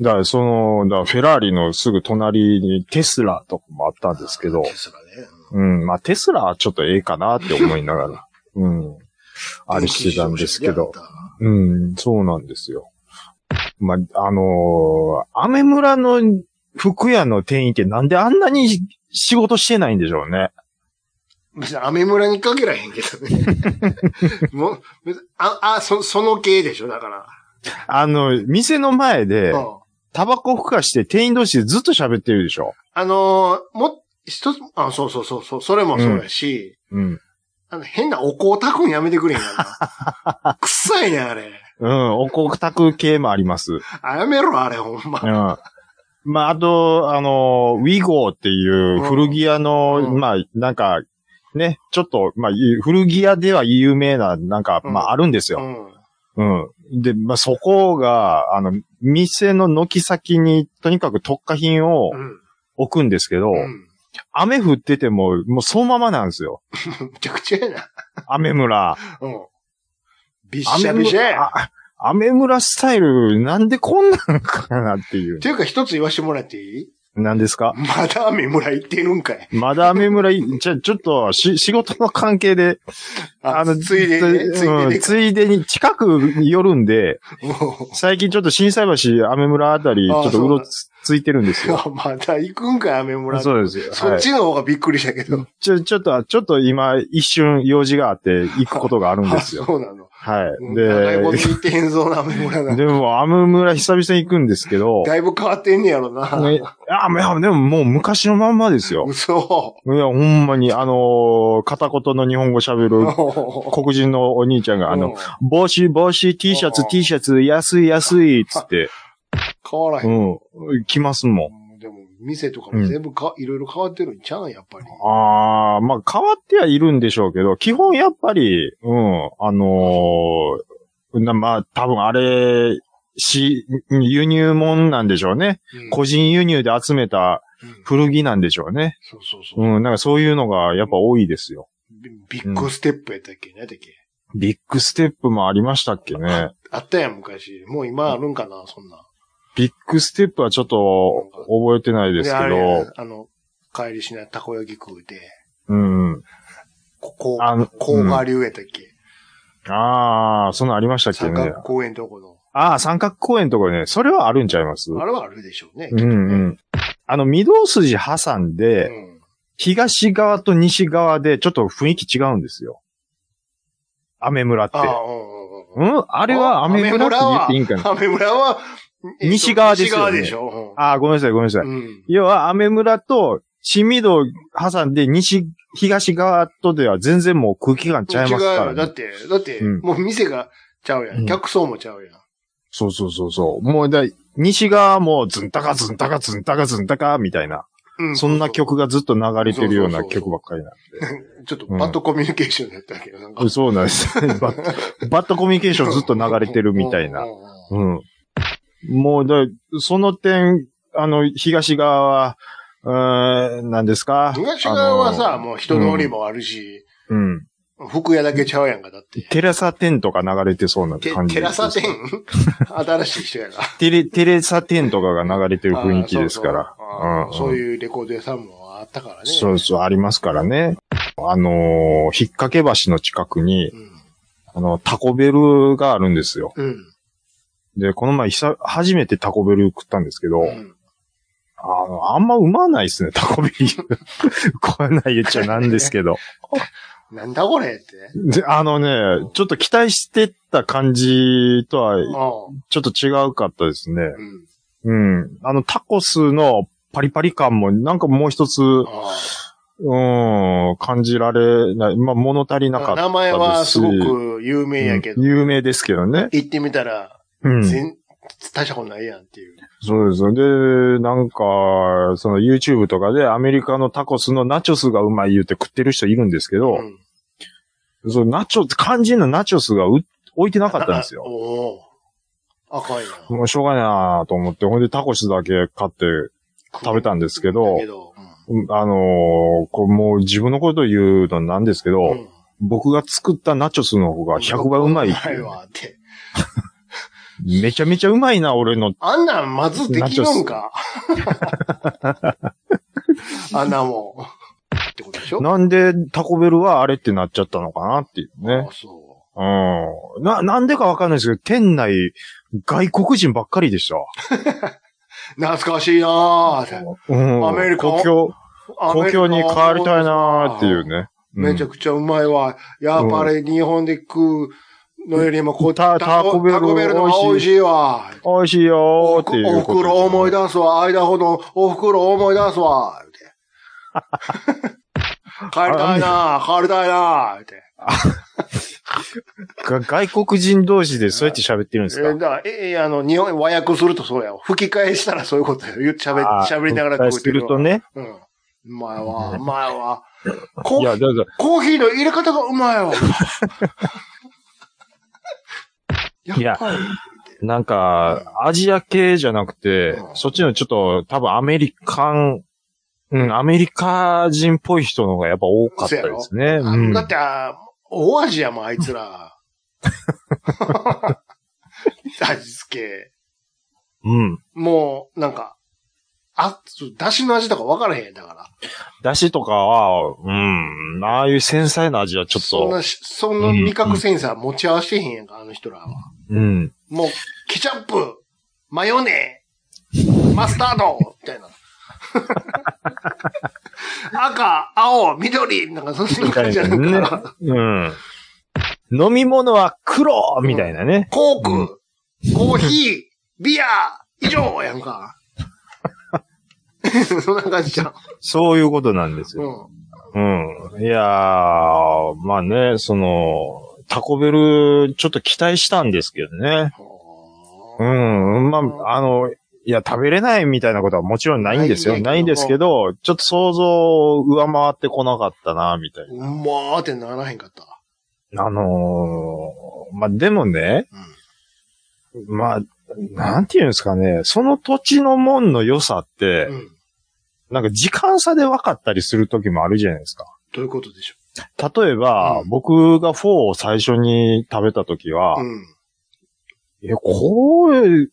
Speaker 3: だから、その、だからフェラーリのすぐ隣にテスラとかもあったんですけど
Speaker 4: テ、スラね。
Speaker 3: うん。まあ、テスラはちょっとええかなって思いなが ら、うん。あれしてたんですけど。うん、そうなんですよ。まあ、あのー、アメ村の服屋の店員ってなんであんなに仕事してないんでしょうね。
Speaker 4: 別にアメ村にかけらへんけどね。 もう、別にあ、あ、そ、その系でしょだから。
Speaker 3: あの、店の前で
Speaker 4: う、ん。
Speaker 3: タバコふかして店員同士でずっと喋ってるでしょ。
Speaker 4: あのーも、一つ、あ、そうそうそう、そうそれもそうやし、
Speaker 3: うん。
Speaker 4: あの、変なお香炊くんやめてくれへんか な。臭いね、あれ。
Speaker 3: うん、おこたく系もあります。うん。
Speaker 4: あ、やめろ、あれ、ほんま。
Speaker 3: まあ、あと、あのー、ウィゴーっていう古着屋の、
Speaker 4: うん
Speaker 3: まあ、なんか、ね、ちょっと、まあ、ゆ古着屋では有名な、なんか、まあ、あるんですよ
Speaker 4: う。ん。
Speaker 3: うん。で、まあ、そこが、あの、店の軒先に、とにかく特化品を
Speaker 4: うん。
Speaker 3: 置くんですけど、
Speaker 4: うん。
Speaker 3: 雨降ってても、もうそのままなんですよ。
Speaker 4: むちゃくちゃやな。
Speaker 3: 雨 村。
Speaker 4: うん。びっし
Speaker 3: 雨
Speaker 4: ゃびしゃ
Speaker 3: 村
Speaker 4: や。
Speaker 3: あ雨村スタイル、なんでこんなんかなっていう
Speaker 4: っ。ていうか、一つ言わしてもらっていい
Speaker 3: なんですか
Speaker 4: まだ雨村行ってるんかい。
Speaker 3: まだ雨村い、 じゃ、ちょっと、し、仕事の関係で、
Speaker 4: あの、ついでにね、つ
Speaker 3: うん
Speaker 4: いで
Speaker 3: ついでに、近くに寄るんで、
Speaker 4: に。も
Speaker 3: 最近ちょっと震災橋、雨村あたり、ち
Speaker 4: あ
Speaker 3: ょっとうろつついてるんですよ。
Speaker 4: う まだ行くんかい、雨村。
Speaker 3: そうですよ。
Speaker 4: そっちの方がびっくりしたけど。
Speaker 3: ちょ、ちょっと、ちょっと今、一瞬用事があって、行くことがあるん
Speaker 4: あ、
Speaker 3: ですよ。
Speaker 4: そうなの。
Speaker 3: はい。
Speaker 4: 長いこと
Speaker 3: で、
Speaker 4: 行ってへんぞな、雨村が。
Speaker 3: でも、アム村久々に行くんですけど、
Speaker 4: だいぶ変わってんねやろな。
Speaker 3: ね、あ、いやでももう昔のまんまですよ。
Speaker 4: 嘘。
Speaker 3: いや、ほんまに、あのー片言の日本語喋る黒人のお兄ちゃんが、あ
Speaker 4: う
Speaker 3: の
Speaker 4: ん、
Speaker 3: 帽子、帽子、T シャツ
Speaker 4: う、ん
Speaker 3: T シャツ、安い、安い、つって、
Speaker 4: 変わらへん。
Speaker 3: うん、来ますもん。
Speaker 4: でも、店とかも全部か、いろいろ変わってるんちゃうん、やっぱり。
Speaker 3: あー、まあ、変わってはいるんでしょうけど、基本やっぱり、うん、あのーな、まあ、多分あれ、し、輸入もんなんでしょうね。
Speaker 4: うん
Speaker 3: 個人輸入で集めた
Speaker 4: うん
Speaker 3: 古着なんでしょうね。
Speaker 4: そうそうそう。
Speaker 3: うん、なんかそういうのがやっぱ多いですよ。
Speaker 4: ビビッグステップやったっけ、何やったっけ
Speaker 3: ビッグステップもありましたっけね。
Speaker 4: あったやん、昔。もう今あるんかな、そんな。
Speaker 3: ビッグステップはちょっと覚えてないですけ
Speaker 4: あれや
Speaker 3: ど
Speaker 4: ん、あの、帰りしないたこ焼き食うて、
Speaker 3: うん。
Speaker 4: ここ
Speaker 3: あの、
Speaker 4: 甲賀流やったっけ、
Speaker 3: ああ、そんなんありましたっけ
Speaker 4: 三
Speaker 3: ね
Speaker 4: 角。公園とこの。
Speaker 3: ああ、三角公園のところね、それはあるんちゃいます
Speaker 4: あれはあるでしょうね。
Speaker 3: うんうん。あの、御堂筋挟ん
Speaker 4: う
Speaker 3: で、
Speaker 4: ん。
Speaker 3: 東側と西側でちょっと雰囲気違うんですよ。雨村って
Speaker 4: あ。あ、うんうんうん。
Speaker 3: うんあれは雨村って言っていいんかな
Speaker 4: 雨村は、えっと
Speaker 3: 西側ですよね
Speaker 4: 西側でしょ。
Speaker 3: ああ、ごめんなさい、ごめんなさい。
Speaker 4: うんうん。
Speaker 3: 要は、雨村と、清水道挟んで、西、東側とでは全然もう空気感ちゃいますか
Speaker 4: 違う
Speaker 3: ら、
Speaker 4: よだ
Speaker 3: ね
Speaker 4: っ。て、だって、
Speaker 3: うん
Speaker 4: もう店がちゃうや
Speaker 3: うん
Speaker 4: ん。客層もちゃうやん。
Speaker 3: そうそうそうそう。もうだ、西側もずんたかずんたかずんたかずんたかみたいな、
Speaker 4: う
Speaker 3: そんな。曲がずっと流れてるような
Speaker 4: そうそうそう
Speaker 3: 曲ばっかりなん
Speaker 4: ちょっとバッドコミュニケーションだったけど、なんか
Speaker 3: で。。そうなんです ね。バッバッドコミュニケーションずっと流れてるみたいな
Speaker 4: うん。うんうんうん
Speaker 3: うん。もうだ、その点、あの、東側は、うーん、何ですか
Speaker 4: 東側は
Speaker 3: あ
Speaker 4: さ、
Speaker 3: の
Speaker 4: もう人通りもあるし、
Speaker 3: うん。
Speaker 4: 服屋だけちゃうやんか、だって。
Speaker 3: テレサテンとか流れてそうな
Speaker 4: て
Speaker 3: 感、じ。
Speaker 4: テラサ店 新しい人やが。
Speaker 3: テレ、テレサテンとかが流れてる雰囲気ですから。
Speaker 4: あーそうそうあーそう
Speaker 3: う。
Speaker 4: いうレコード屋さんもあったからね。
Speaker 3: そうそう、ありますからね。あのー引っ掛け橋の近くに、
Speaker 4: うん。
Speaker 3: あの、タコベルがあるんですよ。
Speaker 4: うん。
Speaker 3: で、この前、久初めてタコベル食ったんですけど、
Speaker 4: うん。
Speaker 3: あの、あんまうまないですね、タコベル。 食わない言っちゃなんですけど。
Speaker 4: なんだこれって。
Speaker 3: で、あのね、ちょっと期待してた感じとは、
Speaker 4: ああ。
Speaker 3: ちょっと違うかったですね。
Speaker 4: うん。
Speaker 3: うん。あの、タコスのパリパリ感も、なんかもう一つ、
Speaker 4: あ
Speaker 3: うん、感じられない。まあ、物足りなか
Speaker 4: あ
Speaker 3: ったですし。
Speaker 4: 名前はすごく有名やけど、
Speaker 3: うん有名ですけどね。
Speaker 4: 行ってみたら、
Speaker 3: うん。
Speaker 4: 全、大したことないやんっていう。
Speaker 3: そうですよ。で、なんか、その YouTube とかでアメリカのタコスのナチョスがうまい言うて食ってる人いるんですけど、
Speaker 4: ん
Speaker 3: そのナチョス、肝心のナチョスがう置いてなかったんです
Speaker 4: あ
Speaker 3: よ。
Speaker 4: おお。赤いな。
Speaker 3: もうしょうがないなと思って、ほんでタコスだけ買って、食べたんですけど
Speaker 4: だけど
Speaker 3: うんあのーこうもう自分のこと言うのなんですけど、
Speaker 4: うんうん
Speaker 3: 僕が作ったナチョスの方が100倍うまい。
Speaker 4: うまいわって。
Speaker 3: めちゃめちゃうまいな、俺の。
Speaker 4: あんなんまずできる んかあんなもん。ってことでしょ
Speaker 3: なんでタコベルはあれってなっちゃったのかなっていうね。
Speaker 4: あそ
Speaker 3: うん。な、なんでかわかんないですけど、店内、外国人ばっかりでした。
Speaker 4: う。懐かしいなぁって。
Speaker 3: うん。
Speaker 4: アメリカ
Speaker 3: 故郷、故郷に帰りたいなーっていう
Speaker 4: ね。
Speaker 3: ね。うん
Speaker 4: めちゃくちゃうまいわ。やっぱり日本で食うのよりもこっち、
Speaker 3: たタコベル
Speaker 4: タコベルの方が美味しいわ。
Speaker 3: 美味しいよーっていう
Speaker 4: お
Speaker 3: ことで。
Speaker 4: 袋思い出すわ。間ほどお袋思い出すわ。って 帰りたいな帰りたいなって。
Speaker 3: が外国人同士でそうやって喋ってるんで
Speaker 4: え
Speaker 3: すか
Speaker 4: ーだから、ええあの、日本、和訳するとそうやわ吹き返したらそういうことよ。言って喋
Speaker 3: あー
Speaker 4: り、喋りながら食う
Speaker 3: するとね。
Speaker 4: うん。うまいわ、うまいわ。
Speaker 3: い
Speaker 4: コー
Speaker 3: や、
Speaker 4: ヒー、
Speaker 3: だから、
Speaker 4: コーヒーの入れ方がうまい わ。やっぱり。
Speaker 3: なんか、アジア系じゃなくて、
Speaker 4: うん
Speaker 3: そっちのちょっと、多分アメリカン、うん、アメリカ人っぽい人の方がやっぱ多かったですね。
Speaker 4: あ
Speaker 3: うん
Speaker 4: だって、あ大味やもん、あい つら。味付け。
Speaker 3: うん。
Speaker 4: もう、なんか、あ、だしの味とか分からへんやんだから。
Speaker 3: だしとかは、うん、ああいう繊細な味はちょっ
Speaker 4: そん
Speaker 3: と、
Speaker 4: なし、そんな味覚センサー持ち合わせてへんやんか、あの人らは。
Speaker 3: うん。
Speaker 4: もう、ケチャップ、マヨネー、マスタード、み たいな。赤、青、緑、なんかそんな感じじゃなく
Speaker 3: ね
Speaker 4: て、
Speaker 3: うん。飲み物は黒みたいなね。
Speaker 4: コーク、コーヒー、ビア、以上やんか。 そんな感じじゃん。
Speaker 3: そういうことなんです
Speaker 4: う
Speaker 3: よ。
Speaker 4: ん。
Speaker 3: うん。いやー、まあね、その、タコベル、ちょっと期待したんですけどね。うん、まあ、あの、いや、食べれないみたいなことはもちろんないんですよ。
Speaker 4: ない
Speaker 3: ないんですけど、ちょっと想像を上回ってこなかったな、みたいな。
Speaker 4: うまーってならへんかった。
Speaker 3: あのーまあ、でもね、まあ、なんていうんですかね、その土地のもんの良さって、
Speaker 4: うん。うん。
Speaker 3: なんか時間差で分かったりする時もあるじゃないですか。
Speaker 4: どういうことでしょ
Speaker 3: 例えば、
Speaker 4: うん
Speaker 3: 僕が4を最初に食べた時は、
Speaker 4: う。うん。
Speaker 3: え、これ、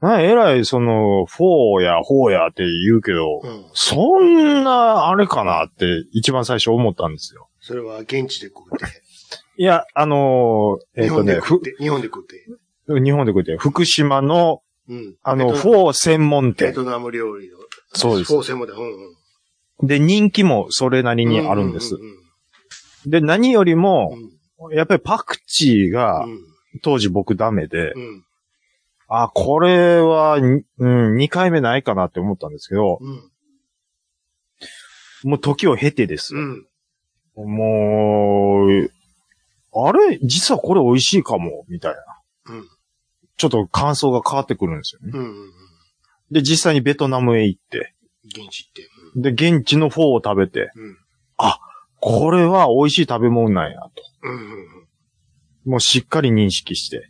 Speaker 3: な、えらい、その、4や、4やって言うけど、
Speaker 4: うん。
Speaker 3: そんな、あれかなって一番最初思ったんですよ。
Speaker 4: それは現地で食うて。
Speaker 3: いや、あのーえ
Speaker 4: 日
Speaker 3: っ、と
Speaker 4: 本で
Speaker 3: ね、
Speaker 4: 食って。日本で食って。
Speaker 3: ふ日本で食って、福島の、
Speaker 4: うん。
Speaker 3: あ
Speaker 4: ベ
Speaker 3: の、
Speaker 4: トナ
Speaker 3: フォー専門
Speaker 4: ベ
Speaker 3: 店。
Speaker 4: トナム料理の。
Speaker 3: そうです
Speaker 4: フォ。ーセモで。うんうん。
Speaker 3: で、人気もそれなりにあるんです
Speaker 4: う。う
Speaker 3: で、何より
Speaker 4: んう
Speaker 3: も、
Speaker 4: んうん。
Speaker 3: やっぱりパクチーが
Speaker 4: うん
Speaker 3: 当時僕ダメで、
Speaker 4: うん。
Speaker 3: あ、これはに、うん、2回目ないかなって思ったんですけど、
Speaker 4: うん。
Speaker 3: もう時を経てです
Speaker 4: う
Speaker 3: よ。
Speaker 4: ん。
Speaker 3: もう、あれ実はこれ美味しいかもみたいな。
Speaker 4: うん
Speaker 3: ちょっと感想が変わってくるんですよね。
Speaker 4: うんうんうん。
Speaker 3: で、実際にベトナムへ行って、
Speaker 4: 現地って。
Speaker 3: で、現地のフォーを食べて、
Speaker 4: うん。
Speaker 3: これは美味しい食べ物なんやと。
Speaker 4: うん。うんうん
Speaker 3: もうしっかり認識して。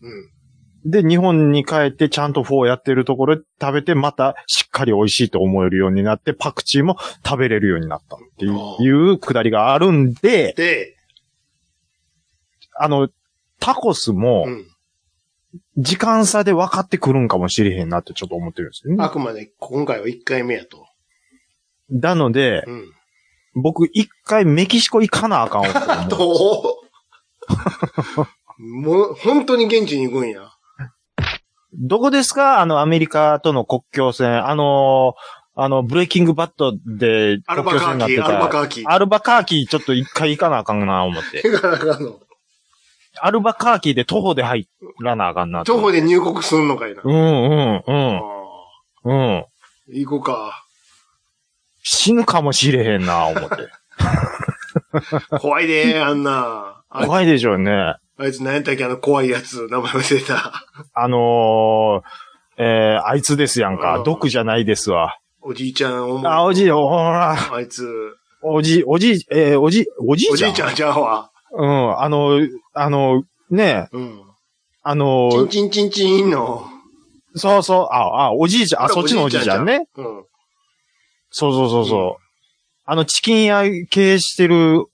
Speaker 4: うん。
Speaker 3: で、日本に帰ってちゃんとフォーやってるところで食べて、またしっかり美味しいと思えるようになって、パクチーも食べれるようになったってい
Speaker 4: あ
Speaker 3: う
Speaker 4: ー
Speaker 3: いうくだりがあるんで、
Speaker 4: で、
Speaker 3: あの、タコスも
Speaker 4: う、ん。
Speaker 3: 時間差で分かってくるんかもしれへんなってちょっと思ってるんですよね
Speaker 4: あ。くまで今回は1回目やと。
Speaker 3: なので、
Speaker 4: うん。
Speaker 3: 僕一回メキシコ行かなあかんわ
Speaker 4: あ
Speaker 3: と思う。
Speaker 4: と、もう、本当に現地に行くんや。
Speaker 3: どこですかあの、アメリカとの国境線。あのーあの、ブレイキングバットで
Speaker 4: アル
Speaker 3: 国境
Speaker 4: バ
Speaker 3: 線
Speaker 4: カ
Speaker 3: にな
Speaker 4: ー
Speaker 3: って
Speaker 4: キ、
Speaker 3: た。
Speaker 4: アルバカーキ。
Speaker 3: アルバカーキーちょっと一回行かなあかんな、思って。
Speaker 4: てか、なんかあの、
Speaker 3: アルバカーキーで徒歩で入らなあかんなと
Speaker 4: 徒
Speaker 3: 思っ
Speaker 4: 歩
Speaker 3: て。
Speaker 4: で入国すんのかいな。
Speaker 3: うんうんうん。
Speaker 4: ああ
Speaker 3: うん。
Speaker 4: 行こうか。
Speaker 3: 死ぬかもしれへんな、思って。
Speaker 4: 怖いで、あんな。あ
Speaker 3: 怖いでしょうね。
Speaker 4: あいつ何やったっけあの怖いやつ。名前忘れた。
Speaker 3: あのー、えー、あいつですやん
Speaker 4: う
Speaker 3: か
Speaker 4: ん。
Speaker 3: 毒じゃないですわ。
Speaker 4: おじいちゃん思う。
Speaker 3: あ、おじい、ほら、
Speaker 4: あいつ。
Speaker 3: おじい、おじい、えー、おじい、おじい
Speaker 4: お
Speaker 3: ち
Speaker 4: じ
Speaker 3: ゃん
Speaker 4: いちゃんちゃうわ。
Speaker 3: うん、あの、あの、ねえ、
Speaker 4: うん。
Speaker 3: あの
Speaker 4: チンチンチンチンの。
Speaker 3: そうそう、あ、あ、おじいちゃん、あ、そっちのおじいちゃんね。
Speaker 4: うん。
Speaker 3: そうそうそうそう。
Speaker 4: うん
Speaker 3: あの、チキン屋経営してる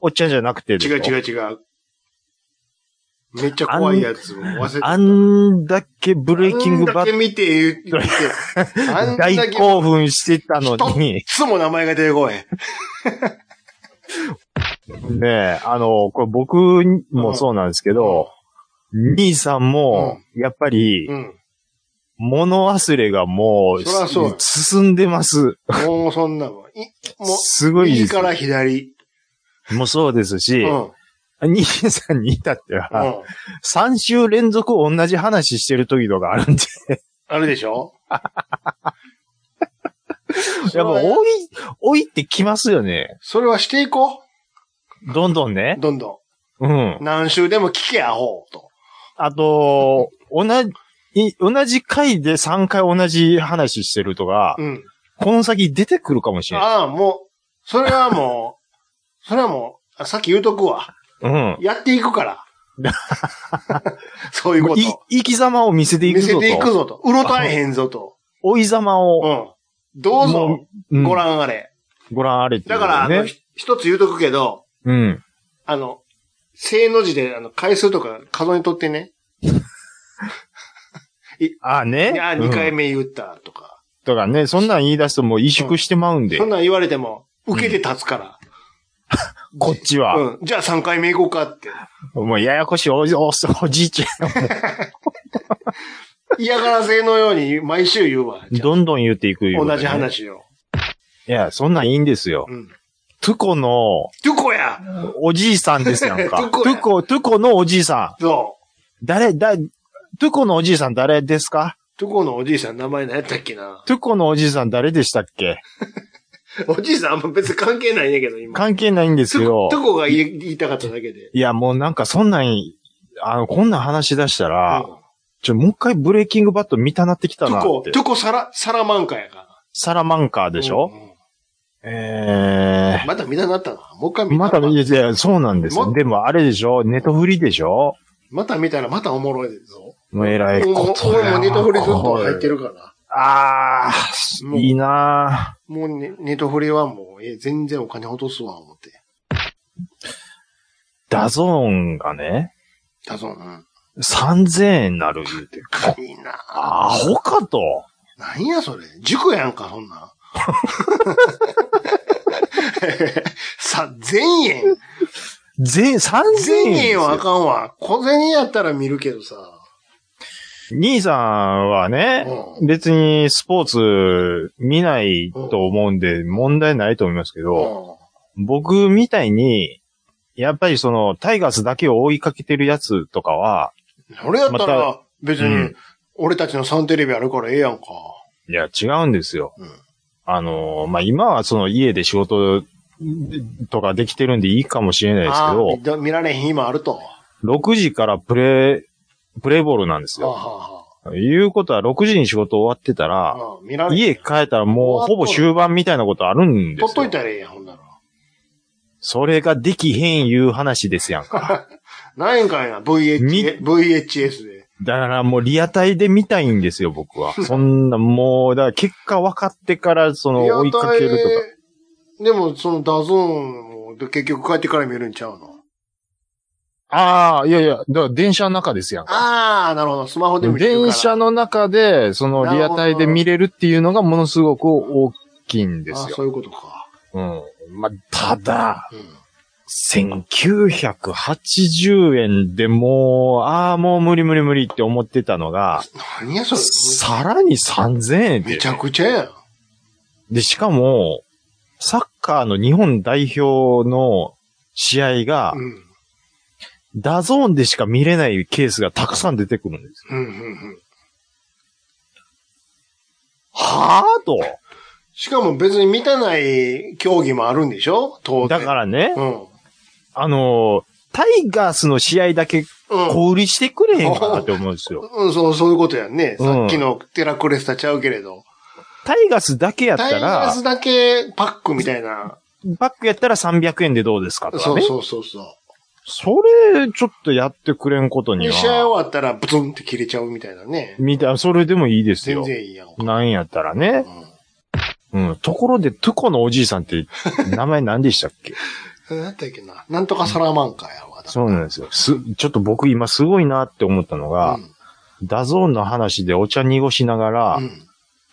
Speaker 3: おっちゃんじゃなくてで
Speaker 4: 違
Speaker 3: しょ
Speaker 4: う違う違う。めっちゃ怖いやつ。忘れた。
Speaker 3: あんだけブレイキング
Speaker 4: あんだ
Speaker 3: バ
Speaker 4: け
Speaker 3: ッ
Speaker 4: 見て言 って。あ
Speaker 3: ド
Speaker 4: んだけ。
Speaker 3: 大
Speaker 4: い
Speaker 3: 興奮してたのに、
Speaker 4: つも名前が出てこへん。
Speaker 3: ねえ、あの、これ僕もそうなんですけど、兄さんも、やっぱり、
Speaker 4: うん。
Speaker 3: 物忘れがもう、
Speaker 4: そらそうよ
Speaker 3: 進んでます。
Speaker 4: もうそんなもん。いも
Speaker 3: す
Speaker 4: う、
Speaker 3: ごい
Speaker 4: 右
Speaker 3: です。
Speaker 4: から左。
Speaker 3: もうそうです
Speaker 4: う
Speaker 3: し
Speaker 4: ん。、うん。
Speaker 3: 兄さんに至っては、3週連続同じ話してる時とかあるんで、
Speaker 4: あるで しょ
Speaker 3: やっぱ、多い、多いってきますよね。
Speaker 4: それはしていこ
Speaker 3: どんどんね
Speaker 4: う。。どんど
Speaker 3: うん
Speaker 4: ん。。何週でも聞け、アホ。と。
Speaker 3: あと、同じ、同じ回で3回同じ話してるとか、
Speaker 4: うん。
Speaker 3: この先出てくるかもしれない。
Speaker 4: ああ、もう、それはもう、 それはもう、あさっき言うとくわ。
Speaker 3: うん。
Speaker 4: やっていく から。そういうこと。
Speaker 3: い生き様を見せていく
Speaker 4: 見
Speaker 3: ぞ
Speaker 4: せ
Speaker 3: と。
Speaker 4: ていくぞと。うろたえへんぞと。
Speaker 3: 追い様
Speaker 4: う
Speaker 3: を、
Speaker 4: ん。どうぞ、
Speaker 3: うん
Speaker 4: ご覧あれ。
Speaker 3: ご覧あれってい
Speaker 4: だ
Speaker 3: う
Speaker 4: か
Speaker 3: こと
Speaker 4: ら、あの、
Speaker 3: ね。
Speaker 4: ひ一つ言うとくけど、
Speaker 3: うん。
Speaker 4: あの、正の字で、あの、回数とか数にとってね。
Speaker 3: ああね。
Speaker 4: いや、2回
Speaker 3: 目。
Speaker 4: 目言ったとか。
Speaker 3: とかね、そんなん言い出すともう萎縮してまうんで
Speaker 4: そん、なん言われても、受けて立つから。
Speaker 3: こっちは。
Speaker 4: うん。じゃあ3回目行こうかって。
Speaker 3: もうややこしいおじおおじいちゃ
Speaker 4: 嫌がらせのように毎週言うわ。
Speaker 3: ん。
Speaker 4: じゃあ
Speaker 3: どんどん言っていくいうことね
Speaker 4: 同じ。話を。
Speaker 3: いや、そんなんいいんですよ。
Speaker 4: うん。
Speaker 3: トゥコの
Speaker 4: トゥコや
Speaker 3: おじいさんですやんか。
Speaker 4: ト
Speaker 3: ト
Speaker 4: ゥコや
Speaker 3: ゥコ、トゥコのおじいさん。
Speaker 4: そう。
Speaker 3: 誰、だ、トゥコのおじいさん誰ですか
Speaker 4: トゥコのおじいさん名前何やったっけな。
Speaker 3: トゥコのおじいさん誰でしたっけ
Speaker 4: おじいさんあんま別に関係ないんやけど、今。
Speaker 3: 関係ないんですけど
Speaker 4: トゥ、コが言い言いたかっただけで。
Speaker 3: いや、もうなんかそんなん、あの、こんなん話し出したら、
Speaker 4: うん
Speaker 3: ちょ、もう一回ブレイキングバット見たなってきた
Speaker 4: ト
Speaker 3: な
Speaker 4: ゥ
Speaker 3: っ
Speaker 4: コ、
Speaker 3: て
Speaker 4: ト。ゥコサラ、サラマンカやから。
Speaker 3: サラマンカーでしょ、
Speaker 4: うんうん
Speaker 3: え
Speaker 4: また見たなったな。もう一回
Speaker 3: ー、
Speaker 4: 見た
Speaker 3: ま
Speaker 4: ら
Speaker 3: だ、いやいや、そうなんですよ。
Speaker 4: も
Speaker 3: でもあれでしょネトフリでしょ
Speaker 4: また見たらまたおもろいぞ。
Speaker 3: もう偉い
Speaker 4: も
Speaker 3: こ
Speaker 4: う
Speaker 3: と
Speaker 4: 俺
Speaker 3: や
Speaker 4: もネトフリずっと入って
Speaker 3: る。
Speaker 4: るから。
Speaker 3: あ
Speaker 4: も
Speaker 3: ー、
Speaker 4: う
Speaker 3: いいな
Speaker 4: もうねネトフリはもう、え、全然お金落とすわ、思って。
Speaker 3: ーダゾーンがね、
Speaker 4: だぞ、うん。
Speaker 3: 3000円になる言うて。
Speaker 4: いいな
Speaker 3: アホかと。
Speaker 4: なんやそれ。塾やんか、そん なん。さ、全円。
Speaker 3: 全、三
Speaker 4: 全
Speaker 3: 千
Speaker 4: 円
Speaker 3: 円
Speaker 4: は
Speaker 3: は
Speaker 4: あかんわ。小銭やったら見るけどさ。
Speaker 3: 兄さんはね、
Speaker 4: うん
Speaker 3: 別にスポーツ見ないと思うんで問題ないと思いますけど、
Speaker 4: う
Speaker 3: 僕みたいに、やっぱりそのタイガースだけを追いかけてるやつとかは、
Speaker 4: ん。それやった
Speaker 3: ま
Speaker 4: ら、別
Speaker 3: う
Speaker 4: に
Speaker 3: ん、
Speaker 4: 俺たちのサンテレビあるからええやんか。
Speaker 3: いや違うんですよ。
Speaker 4: うん
Speaker 3: あのー、まあ、今はその家で仕事とかできてるんでいいかもしれないですけ
Speaker 4: あ
Speaker 3: ど
Speaker 4: ー、見た見られへん今あると。
Speaker 3: 6時からプレイ、プレイボールなんです
Speaker 4: はあ
Speaker 3: よ。
Speaker 4: は
Speaker 3: いうことは6時に仕事終わってた
Speaker 4: あ
Speaker 3: ら、
Speaker 4: はあうん見られへん
Speaker 3: 家帰ったらもうほぼ終盤みたいなことあるんで
Speaker 4: 取っ
Speaker 3: す
Speaker 4: とい
Speaker 3: よ。
Speaker 4: たらええやん、ほんなら。
Speaker 3: それができへんいう話ですやん か。
Speaker 4: 何円かいな、
Speaker 3: み
Speaker 4: VH VHS で。
Speaker 3: だからもうリアタイで見たいんですよ、僕 は。そんなもう、だから結果分かってから、その追いかけるとか。
Speaker 4: とか。でも、そのダゾーンも、で結局帰ってから見るんちゃうの
Speaker 3: ああ、いやいや、だから電車の中ですやんか。
Speaker 4: ああ、なるほど。スマホで見てるから。
Speaker 3: 電車の中で、そのリアタイで見れるっていうのがものすごく大きいんです
Speaker 4: あ
Speaker 3: よ。
Speaker 4: そういうことか。
Speaker 3: うん。まあ、ただ、
Speaker 4: うん。
Speaker 3: 1980円でもう、ああ、もう無理無理無理って思ってたのが、
Speaker 4: 何やそれ。
Speaker 3: さらに3000円
Speaker 4: め
Speaker 3: で
Speaker 4: ち。ゃくちゃやん。
Speaker 3: で、しかも、サッカーの日本代表の試合が、
Speaker 4: うん。
Speaker 3: ダゾーンでしか見れないケースがたくさん出てくるんです。
Speaker 4: うん、うん、うん。
Speaker 3: はぁと。
Speaker 4: しかも別に満たない競技もあるんでしょ当然。
Speaker 3: だからね、
Speaker 4: うん。
Speaker 3: あの、タイガースの試合だけ
Speaker 4: うん。
Speaker 3: 小売りしてくれへんかなって思うんですよ。
Speaker 4: うん、そう、そういうことやんね。
Speaker 3: うん
Speaker 4: さっきのテラクレスタちゃうけれど。
Speaker 3: タイガースだけやっ
Speaker 4: タ
Speaker 3: た
Speaker 4: イガー
Speaker 3: ら
Speaker 4: ス、だけパックみたいな。
Speaker 3: バックやったら300円でどうですかとか
Speaker 4: そう
Speaker 3: ね。
Speaker 4: そうそうそ
Speaker 3: それ、ちょっとやってくれんこと
Speaker 4: う。
Speaker 3: に
Speaker 4: で試合
Speaker 3: は。
Speaker 4: 終わったらブツンって切れちゃうみたいなね。
Speaker 3: みたいな、それでもいいです
Speaker 4: 全
Speaker 3: よ。
Speaker 4: 然いいやん。うん
Speaker 3: なんやったらね。うん。ところで、トゥコのおじいさんって、名前何でしたっ け
Speaker 4: えなんだっけな。なんとかサラマンカやわ。
Speaker 3: そうなんですよ。す、ちょっと僕今すごいなって思ったのが、ダゾーンの話でお茶濁しながら、
Speaker 4: うん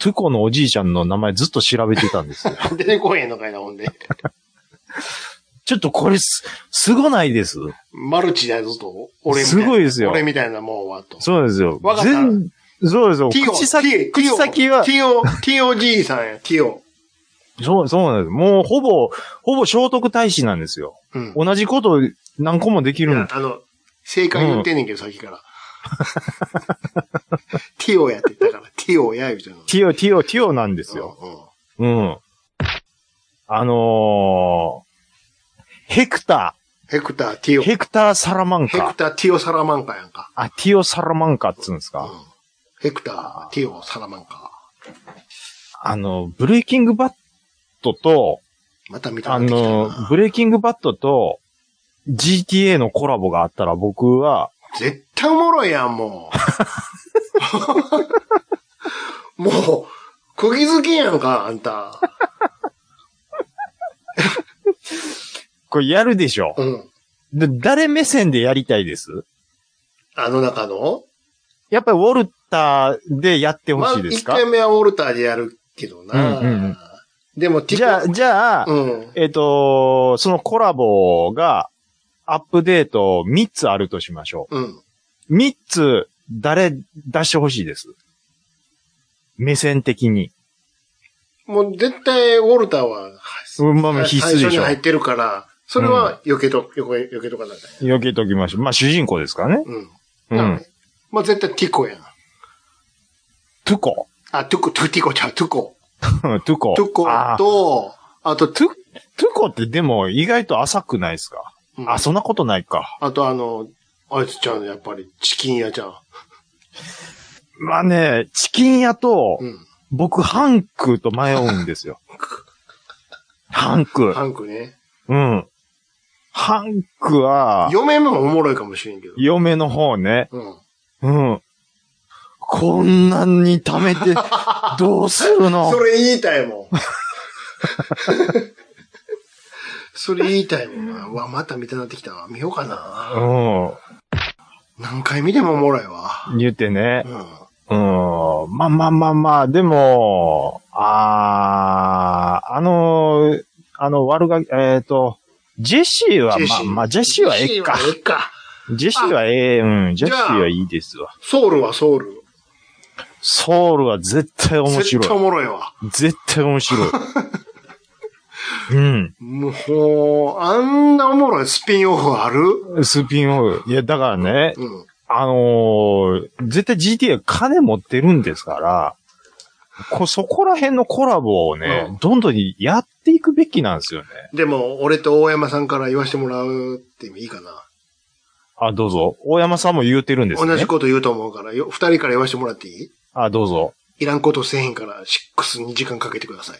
Speaker 3: トゥコのおじいちゃんの名前ずっと調べてたん ですよ。
Speaker 4: うん。出てこへんのかいな、ほんで。
Speaker 3: ちょっとこれす、すごないです。
Speaker 4: マルチだぞと。俺みたいな。
Speaker 3: すごいですよ
Speaker 4: 俺みたいなもんは、と。
Speaker 3: そうですよ。
Speaker 4: わかった
Speaker 3: 全そうですよ。
Speaker 4: ティオ、
Speaker 3: 口先、
Speaker 4: ティ
Speaker 3: 口
Speaker 4: オ
Speaker 3: 先は
Speaker 4: テ、ィオ、ティオじいさんや、ティオ。
Speaker 3: そう、そうなんです。もうほぼ、ほぼ聖徳太子なんですよ。
Speaker 4: うん。
Speaker 3: 同じこと何個もできる
Speaker 4: いや
Speaker 3: ん
Speaker 4: あの、正解言ってんねんけど、さっきから。ティオやって言ったから、ティオや、みたいな。
Speaker 3: ティオ、ティオ、ティオなんですよ。うん。あのー、ヘクタ
Speaker 4: うんヘクター、ティ
Speaker 3: ー、
Speaker 4: オ。ヘ
Speaker 3: ヘクターサラマン
Speaker 4: ク
Speaker 3: カ。
Speaker 4: ター、ティオサラマンカやんか。
Speaker 3: あ、ティオサラマンカっつうんです
Speaker 4: うん
Speaker 3: か。
Speaker 4: ヘクター、ティオサラマンカ。
Speaker 3: あの、ブレイキングバットと、
Speaker 4: また見た
Speaker 3: あ
Speaker 4: くなってきた
Speaker 3: の
Speaker 4: な、
Speaker 3: ブレイキングバットと GTA のコラボがあったら僕は、
Speaker 4: 絶対おもろいやん、も う。もう、釘付けやんか、あんた。
Speaker 3: これやるでしょ。
Speaker 4: うん。
Speaker 3: で誰目線でやりたいです
Speaker 4: あの中の
Speaker 3: やっぱりウォルターでやってほ
Speaker 4: まあ、
Speaker 3: しいです
Speaker 4: 一
Speaker 3: か、
Speaker 4: 回目はウォルターでやるけどな。
Speaker 3: うんうんうん
Speaker 4: でも、ティ
Speaker 3: じゃあ、じゃあ、
Speaker 4: うん。
Speaker 3: えっ、と、そのコラボがアップデート3つあるとしましょ
Speaker 4: うん。
Speaker 3: う。3つ誰出してほしいです目線的に。
Speaker 4: もう絶対、ウォルターは、
Speaker 3: うん、まあまあ
Speaker 4: 最
Speaker 3: 必須で
Speaker 4: 初
Speaker 3: し
Speaker 4: に
Speaker 3: ょ。
Speaker 4: 入ってるから、それは避けと、避け避けとかなんだよ。
Speaker 3: 避けときましょう。まあ主人公ですからね。
Speaker 4: う
Speaker 3: う
Speaker 4: ん。だから
Speaker 3: ん。
Speaker 4: ねまあ絶対ティコやん。
Speaker 3: トゥコ。
Speaker 4: あ、トゥコ、トゥティコちゃう、トゥコ。
Speaker 3: うんトゥコ。
Speaker 4: トゥコ
Speaker 3: あー
Speaker 4: と、あと、
Speaker 3: トゥ、トゥコってでも意外と浅くないですか、
Speaker 4: うん
Speaker 3: あ、そんなことないか。
Speaker 4: あとあの、あいつちゃうの、やっぱり、チキン屋ちゃん。
Speaker 3: まあね、チキン屋と
Speaker 4: う、ん。
Speaker 3: 僕、ハンクと迷うんです よ。ハンク。
Speaker 4: ハンクね。
Speaker 3: うん。ハンクは、
Speaker 4: 嫁もおもろいかもしれんけど。
Speaker 3: 嫁の方ね。
Speaker 4: うん。
Speaker 3: うん。こんなに貯めて、どうするの
Speaker 4: それ言いた いもん。それ言いたいもんな。うわ、また見たなってきたわ。見ようかな。
Speaker 3: う
Speaker 4: 何回見てもおもろいわ。
Speaker 3: ん。言ってね
Speaker 4: う。ん。
Speaker 3: うん。まあまあまあまあ、でも、あー、あのー、あの、悪が、えっ、と、ジェシーは、
Speaker 4: ジ
Speaker 3: ま
Speaker 4: ェシ
Speaker 3: あ
Speaker 4: ー
Speaker 3: まあ、ジェシーはええか
Speaker 4: ジェ。シーはええか。
Speaker 3: ジェシーはええ、うん。ジェシ
Speaker 4: じゃ
Speaker 3: ー
Speaker 4: あ
Speaker 3: はいいですわ。
Speaker 4: ソウルはソウル。
Speaker 3: ソウルは絶対面白
Speaker 4: 絶対お
Speaker 3: い。
Speaker 4: もろいわ。
Speaker 3: 絶対面白い。うん。
Speaker 4: もう、あんなおもろいスピンオフある
Speaker 3: スピンオフ。いや、だからね、
Speaker 4: うん。
Speaker 3: あのー絶対 GTA 金持ってるんですから、こそこら辺のコラボをね、
Speaker 4: うん
Speaker 3: どんどんやっていくべきなんですよね。
Speaker 4: でも、俺と大山さんから言わせてもらうってもいいかな。
Speaker 3: あ、どうぞ。大山さんも言うてるんですね。
Speaker 4: 同じこと言うと思うから、よ二人から言わせてもらっていい
Speaker 3: あ、どうぞ。
Speaker 4: いらんことせえへんから、6に時間かけてください。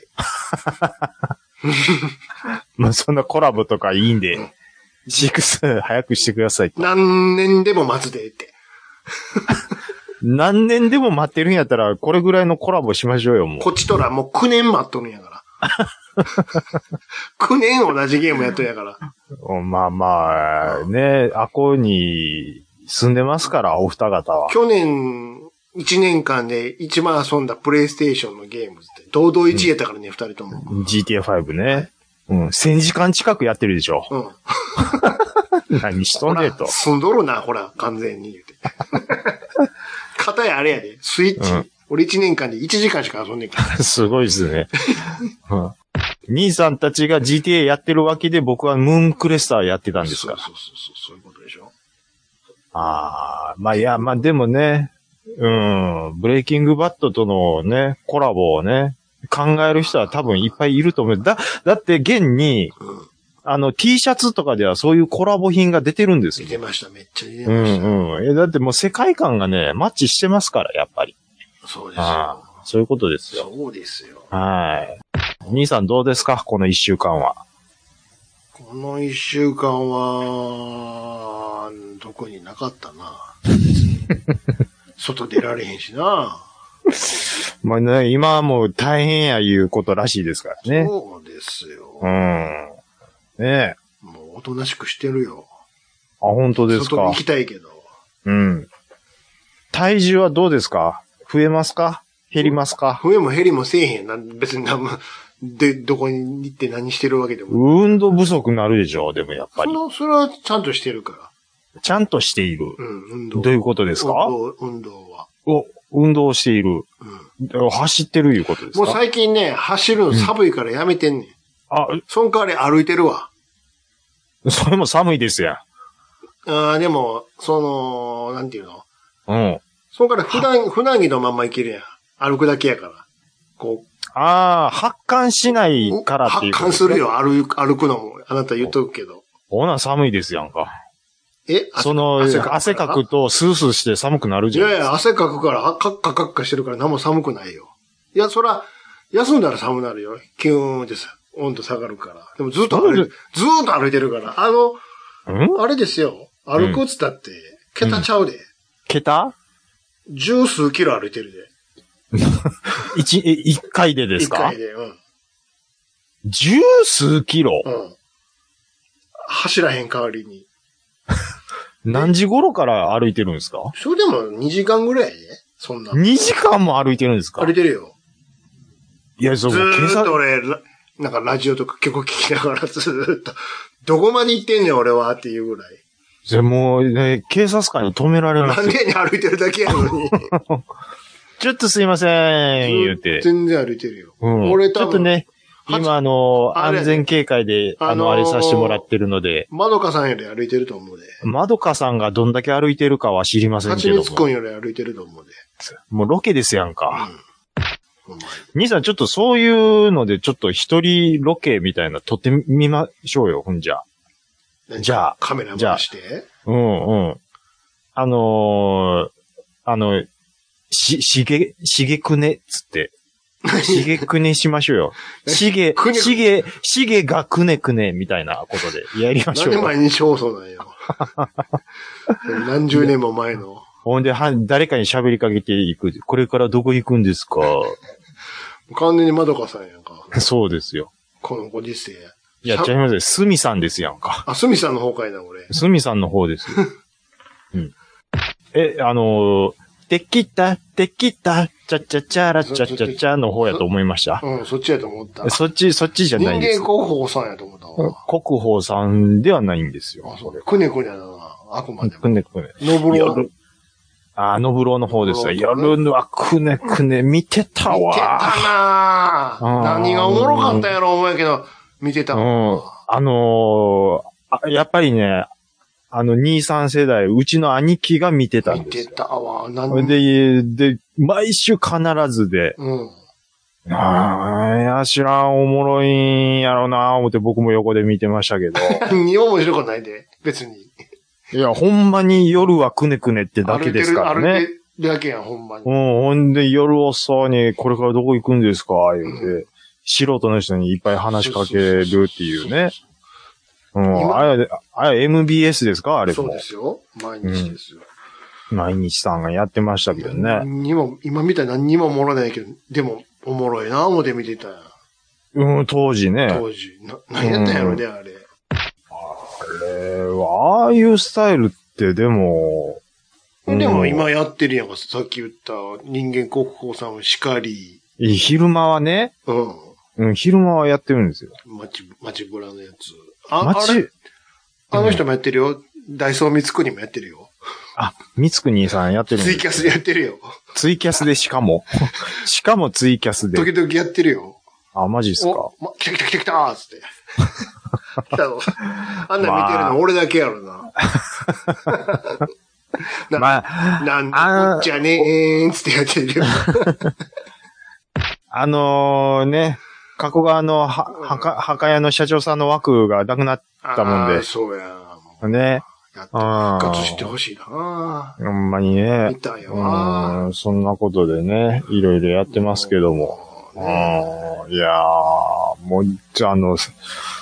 Speaker 3: まあ、そんなコラボとかいいんで
Speaker 4: うん、
Speaker 3: シックス早くしてくださいと。
Speaker 4: 何年でも待つでって。
Speaker 3: 何年でも待ってるんやったら、これぐらいのコラボしましょうよ、もう。
Speaker 4: こっちとらもう9年待っとるんやから。9年同じゲームやっとんやから。
Speaker 3: うんまあまあ、ね、アコに住んでますから、お二方は。
Speaker 4: 去年1年間で一番遊んだプレイステーションのゲームって、堂々1位やったからね、二人とも。
Speaker 3: GTA5 ね。うん、1000時間近くやってるでしょ。
Speaker 4: うん。
Speaker 3: 何しと
Speaker 4: ほ
Speaker 3: んねん
Speaker 4: ら
Speaker 3: と、。
Speaker 4: 住んどるな、ほら、完全に言うて。 片やあれやで、スイッチ。
Speaker 3: うん
Speaker 4: 俺1年間で1時間しか遊んでんから。
Speaker 3: すごいですね。うん兄さんたちが GTA やってるわけで僕はムーンクレスターやってたんです
Speaker 4: そう
Speaker 3: か
Speaker 4: そうそうそう、そういうことでしょ。
Speaker 3: ああ、まあいや、まあでもね、うん、ブレイキングバットとのね、コラボをね、考える人は多分いっぱいいると思う。だ、だって現に、
Speaker 4: うん。
Speaker 3: あの T シャツとかではそういうコラボ品が出てるんです
Speaker 4: 出
Speaker 3: よ。
Speaker 4: てました。めっちゃ出て
Speaker 3: う
Speaker 4: まし
Speaker 3: ん
Speaker 4: た。
Speaker 3: うん。え、だってもう世界観がね、マッチしてますから、やっぱり。
Speaker 4: そうです
Speaker 3: あ
Speaker 4: よ。
Speaker 3: あ、そういうことですよ。
Speaker 4: そうですよ。
Speaker 3: はい。兄さんどうですかこの一週間は。
Speaker 4: この一週間は、特になかった な。外出られへんしな。
Speaker 3: まあね、今はもう大変やいうことらしいですからね。
Speaker 4: そうですよ
Speaker 3: う。ん。ねえ。
Speaker 4: もうおとなしくしてるよ。
Speaker 3: あ、本当です
Speaker 4: 外
Speaker 3: か
Speaker 4: 行。きたいけど。
Speaker 3: うん。体重はどうですか増えますか減りますか
Speaker 4: 冬もヘリもせえへんやん。別に何も、で、どこに行って何してるわけでも。
Speaker 3: 運動不足になるでしょでもやっぱ
Speaker 4: そ
Speaker 3: り。
Speaker 4: の、それはちゃんとしてるか
Speaker 3: ちゃんとしている。
Speaker 4: ら。うん、運動。
Speaker 3: どういうことですか
Speaker 4: 運動運動は。
Speaker 3: お、運動している。
Speaker 4: うん。
Speaker 3: 走ってるいうことです
Speaker 4: もう
Speaker 3: か
Speaker 4: 最近ね、走るの寒いからやめてんねん。
Speaker 3: あ、
Speaker 4: その代わり歩いてるわ。
Speaker 3: それも寒いですや
Speaker 4: ああ、でも、その、なんていうの
Speaker 3: ん。うん。
Speaker 4: そのから普段、普段着のまんま行けるやん。歩くだけやから。こ
Speaker 3: ああ、発汗しな
Speaker 4: う
Speaker 3: い、からっていう
Speaker 4: 発
Speaker 3: こと
Speaker 4: 汗
Speaker 3: ですすね、
Speaker 4: るよ、歩く、歩くのも。あなた言っとくけど。
Speaker 3: ほな、寒いですやんか。
Speaker 4: え
Speaker 3: その、汗か
Speaker 4: 汗かく
Speaker 3: くと、スースーして寒くなる
Speaker 4: い
Speaker 3: じゃん。
Speaker 4: やいや、汗かくから、はカッカカッカしてるから何も寒くないよ。いや、そら、休んだら寒なるよ。キューンってさ、温度下がるから。でもずっと歩い
Speaker 3: なん
Speaker 4: て、ずーっと歩いてるから。あの、
Speaker 3: うん
Speaker 4: あれですよ。歩くっつったって、桁ちゃうで。
Speaker 3: 桁
Speaker 4: 十数キロ歩いてるで。
Speaker 3: 一、え一回でで
Speaker 4: 一
Speaker 3: すか
Speaker 4: 回で。うん。
Speaker 3: 十数キロ
Speaker 4: うん。走らへん代わりに。
Speaker 3: 何時頃から歩いてるんですか
Speaker 4: それでも2時間ぐらいやで。そんな。
Speaker 3: ?2 時間も歩いてるんですか
Speaker 4: 歩いてるよ。
Speaker 3: いや、そう、
Speaker 4: ず
Speaker 3: 警
Speaker 4: ーっと
Speaker 3: 察、
Speaker 4: 俺、ラなんかラジオとか曲聴きながら ずーっと、どこまで行ってんねん俺はっていうぐらい。
Speaker 3: それもう、ね、警察官に止められま
Speaker 4: 何
Speaker 3: すよ。
Speaker 4: 年に歩いてるだけやのに。
Speaker 3: ちょっとすいません、言うて。
Speaker 4: 全然歩いてるよ。
Speaker 3: うん。
Speaker 4: 俺
Speaker 3: ち
Speaker 4: 多
Speaker 3: ょっと
Speaker 4: 分、
Speaker 3: ね、今、あの、
Speaker 4: あれ
Speaker 3: 安全警戒で、あの、
Speaker 4: あ
Speaker 3: あれ
Speaker 4: のー
Speaker 3: させてもらってるので、
Speaker 4: まどかさんより歩いてると思うで。
Speaker 3: まどかさんがどんだけ歩いてるかは知りません
Speaker 4: は
Speaker 3: け
Speaker 4: ち
Speaker 3: ど
Speaker 4: みつく
Speaker 3: も。
Speaker 4: んより歩いてると思うで。
Speaker 3: もうロケですやんか。
Speaker 4: ほんま
Speaker 3: 兄さん、ちょっとそういうので、ちょっと一人ロケみたいな撮ってみましょうよ、ほんじゃ。
Speaker 4: に
Speaker 3: じゃあ
Speaker 4: カメラ回して。
Speaker 3: うんうん。あのー、あの、し、しげ、しげくねっつって。しげくねしましょうよ。しげ
Speaker 4: く、ね
Speaker 3: しげ、しげがくねくねみたいなことで やりまし
Speaker 4: 何
Speaker 3: ょう
Speaker 4: 年
Speaker 3: よ。
Speaker 4: 前に放送なんよ。何十年も前の。
Speaker 3: ほんで、は、誰かに喋りかけていく。これからどこ行くんですか
Speaker 4: 完全にまどかさんやんか。
Speaker 3: そうですよ。
Speaker 4: このご時世。
Speaker 3: いやっちゃいますよ。すみさんですやんか。
Speaker 4: あ、すみさんの方かいな、俺。
Speaker 3: すみさんの方ですよ。うん。え、あのー、てきた、てきた、ちゃちゃちゃらちゃちゃちゃの方やと思いました。
Speaker 4: うん、そっちやと思った。
Speaker 3: そっち、そっちじゃ
Speaker 4: 人
Speaker 3: ない
Speaker 4: 間
Speaker 3: んです
Speaker 4: 広。報さんやと思ったわ。
Speaker 3: 国宝さんではないんですよ。
Speaker 4: あ、そうね。くねくねだな。あくまでも。
Speaker 3: くねくね。
Speaker 4: のぶろう。
Speaker 3: 夜あー、ノブローの方ですよ。
Speaker 4: ノブロー
Speaker 3: 夜のはくねくね見てた
Speaker 4: 見てた
Speaker 3: わ。
Speaker 4: なぁ。
Speaker 3: うん
Speaker 4: 何がおもろかったんやろ思うんやけど、見てた
Speaker 3: う
Speaker 4: わ。
Speaker 3: ん。あのーあやっぱりね、あの、兄さん世代、うちの兄貴が見てたん
Speaker 4: 見
Speaker 3: です
Speaker 4: て
Speaker 3: よ。
Speaker 4: たわ。何
Speaker 3: で、で、毎週必ずで、
Speaker 4: うん。
Speaker 3: あーいや、知らん、おもろいんやろな、思って僕も横で見てましたけ ど。
Speaker 4: 何も面白くないで、別に。
Speaker 3: いや、ほんまに夜はくねくねってだ
Speaker 4: 歩
Speaker 3: け
Speaker 4: いて
Speaker 3: です
Speaker 4: る、
Speaker 3: から
Speaker 4: 歩
Speaker 3: ね。
Speaker 4: いてるだけやん、ほんまに
Speaker 3: うん、。ほんで夜遅いに、これからどこ行くんですか言うて、素人の人にいっぱい話しかけるっていうね。うん、
Speaker 4: 今
Speaker 3: あれ、あれ MBS ですかあれ
Speaker 4: そう
Speaker 3: も
Speaker 4: で。すよ。毎日ですよ。
Speaker 3: 毎日さんがやってましたけどね。
Speaker 4: 何にも、今みたいに何にもおもろないけど、でも、おもろいな思って見てたやん。
Speaker 3: うん、当時ね。
Speaker 4: 当時。な、何やったんやろね、あれ。
Speaker 3: あれはああいうスタイルってでも、
Speaker 4: で
Speaker 3: う
Speaker 4: も
Speaker 3: ん
Speaker 4: 今やってるやんか、さっき言った人間国宝さんをしかり、
Speaker 3: 昼間はね、
Speaker 4: うん。
Speaker 3: うん、昼間はやってるんですよ。
Speaker 4: 街、街ブラのやつ。あ、あれ
Speaker 3: 街、
Speaker 4: あの人もやってるよ。ダイソー三つくにもやってるよ。
Speaker 3: あ、三つくにさんやってるん
Speaker 4: ツ
Speaker 3: で
Speaker 4: イ
Speaker 3: す
Speaker 4: キャスでやってるよ。
Speaker 3: ツイキャスでしか も。しかもツイキャスで。
Speaker 4: 時々やってるよ。
Speaker 3: あ、マジっすか
Speaker 4: お、ま、来た来た来た来たーっつって。来た ぞ。あんなん見てる
Speaker 3: まあ
Speaker 4: の俺だけやろな。な
Speaker 3: まあ、
Speaker 4: なん
Speaker 3: あー
Speaker 4: だこっちゃねーんっつってやってるよ。
Speaker 3: あのーね、加古川のは、はか、はかやの社長さんの枠がなくなっ
Speaker 4: あ
Speaker 3: たもんで
Speaker 4: ーそうや。も
Speaker 3: たね。
Speaker 4: うやって
Speaker 3: うん。
Speaker 4: 復活してほしいな。
Speaker 3: ほんまにね
Speaker 4: み。たいよな。
Speaker 3: うん、そんなことでね、いろいろやってますけども。
Speaker 4: うん。ね
Speaker 3: うんいやー、もう、じゃあ、あの、さ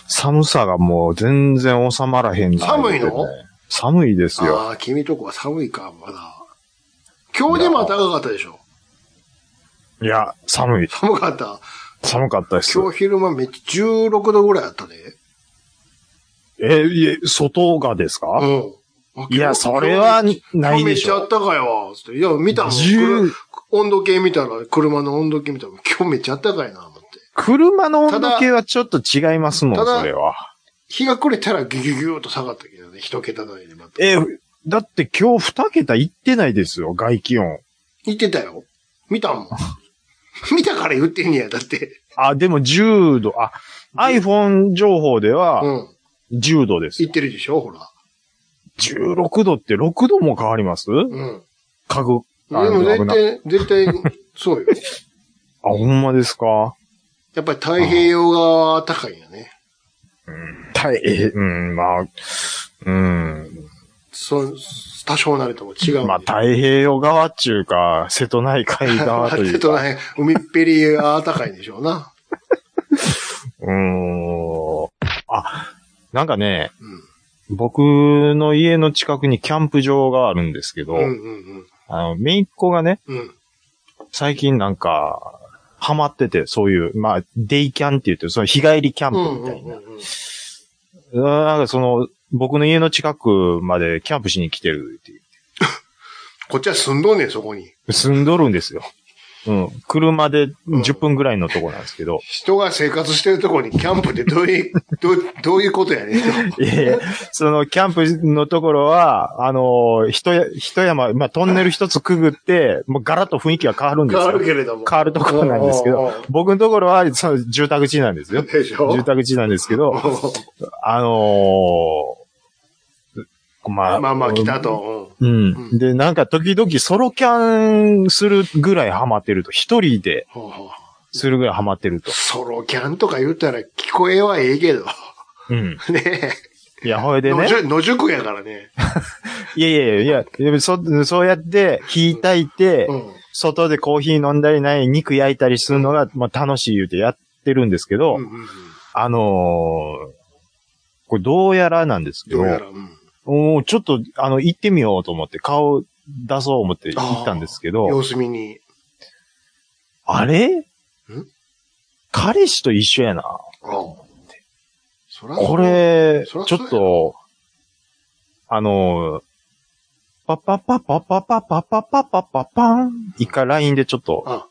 Speaker 3: 寒さがもう全然収まらへんな
Speaker 4: 寒いの
Speaker 3: ってね寒いですよ。
Speaker 4: ああ、君とこは寒いか、まだ。今日でも暖かかったでしょ。
Speaker 3: いや、寒い。
Speaker 4: 寒かった。
Speaker 3: 寒かったです。
Speaker 4: 今日昼間めっちゃ16度ぐらいあったで。
Speaker 3: え、いえ、外がですか、
Speaker 4: うん。
Speaker 3: いや、それはないでし
Speaker 4: 今日めっちゃあ
Speaker 3: ょ
Speaker 4: っ。たかいわ。つっていや、見たもん。
Speaker 3: 10
Speaker 4: 温度計見たら、車の温度計見たら、今日めっちゃあったかいな、思って。
Speaker 3: 車の温度計はちょっと違いますもん、
Speaker 4: ただ
Speaker 3: それは。
Speaker 4: 日が暮れたらギュギュギューっと下がったけどね、一桁台にまた。
Speaker 3: え、だって今日2桁行ってないですよ、外気温。
Speaker 4: 言ってたよ。見たも ん。見たから言ってんねや、だって。
Speaker 3: あ、でも10度。あ、iPhone 情報で
Speaker 4: う
Speaker 3: は
Speaker 4: ん。
Speaker 3: 10度です
Speaker 4: 言
Speaker 3: よ。
Speaker 4: ってるでしょ、ほら。
Speaker 3: 16度って6度も変わります
Speaker 4: うん。
Speaker 3: 家具。
Speaker 4: で
Speaker 3: あ
Speaker 4: も
Speaker 3: 危
Speaker 4: 絶
Speaker 3: ない
Speaker 4: 対、絶対、そう よ。
Speaker 3: あ、ほんまですか
Speaker 4: やっぱり太平洋側は高いんやね。
Speaker 3: たい、え、うん、まあ、うん。
Speaker 4: そう、多少なりとも違うんで。
Speaker 3: まあ、太平洋側っちゅうか、瀬戸内海側とい
Speaker 4: 瀬
Speaker 3: う
Speaker 4: 戸
Speaker 3: か。
Speaker 4: 内海っぺりは高いんでしょうな。
Speaker 3: うーん。あ、なんかね、
Speaker 4: うん。
Speaker 3: 僕の家の近くにキャンプ場があるんですけど、
Speaker 4: うんうん
Speaker 3: あの、めいっ子がね、
Speaker 4: うん。うん。
Speaker 3: 最近なんか、ハマってて、そういう、まあ、デイキャンって言って、その日帰りキャン
Speaker 4: う
Speaker 3: プ
Speaker 4: ん
Speaker 3: みた
Speaker 4: うん
Speaker 3: いな。
Speaker 4: うんうん。
Speaker 3: うんなんかその、僕の家の近くまでキャンプしに来てるっていう。
Speaker 4: こっちは住んどんねん、そこに。
Speaker 3: 住んどるんですよ。うん。車で10分ぐらいのとこなんですけど。
Speaker 4: 人が生活してるとこにキャンプってどういう、 どう、どういうことやねんと。
Speaker 3: いやいやそのキャンプのところは、あのひとや、ひと山、まあ、トンネル一つくぐって、もうガラッと雰囲気が変わるんで
Speaker 4: 変
Speaker 3: す
Speaker 4: わ
Speaker 3: よ
Speaker 4: る。けれども。
Speaker 3: 変わるところなんですけ
Speaker 4: うん
Speaker 3: ど、僕のところは、その住宅地なんですよ。
Speaker 4: でしょ
Speaker 3: 住宅地なんですけど、あのーま
Speaker 4: まあまあ来た。と。
Speaker 3: う。
Speaker 4: うんん
Speaker 3: で、なんか時々ソロキャンするぐらいハマってると、一人で
Speaker 4: うんほうほう
Speaker 3: するぐらいハマってると。
Speaker 4: ソロキャンとか言ったら聞こえはええけど。
Speaker 3: うん。
Speaker 4: ね
Speaker 3: い
Speaker 4: え。
Speaker 3: や、ほいでね
Speaker 4: 野。宿野宿やからね。
Speaker 3: いやいやいや、いやそそうやって、引いたいて、
Speaker 4: うん。
Speaker 3: 外でコーヒー飲んだりない、肉焼いたりするのが、まあ、楽しい言うてやってるんですけど、
Speaker 4: うんうんうん
Speaker 3: あのーこれどうやらなんですけ
Speaker 4: ど
Speaker 3: ど
Speaker 4: う、やら、うん。
Speaker 3: もうちょっと、あの、行ってみようと思って、顔出そう思って行ったんですけど、
Speaker 4: 様子見に。
Speaker 3: あれ彼氏と一緒やな。
Speaker 4: ああそらそう
Speaker 3: こ、れ、ちょ
Speaker 4: そら
Speaker 3: っ
Speaker 4: そうや
Speaker 3: と、あのー、パパパパパパパパパパパパン。一回 LINE でちょっと、
Speaker 4: あ、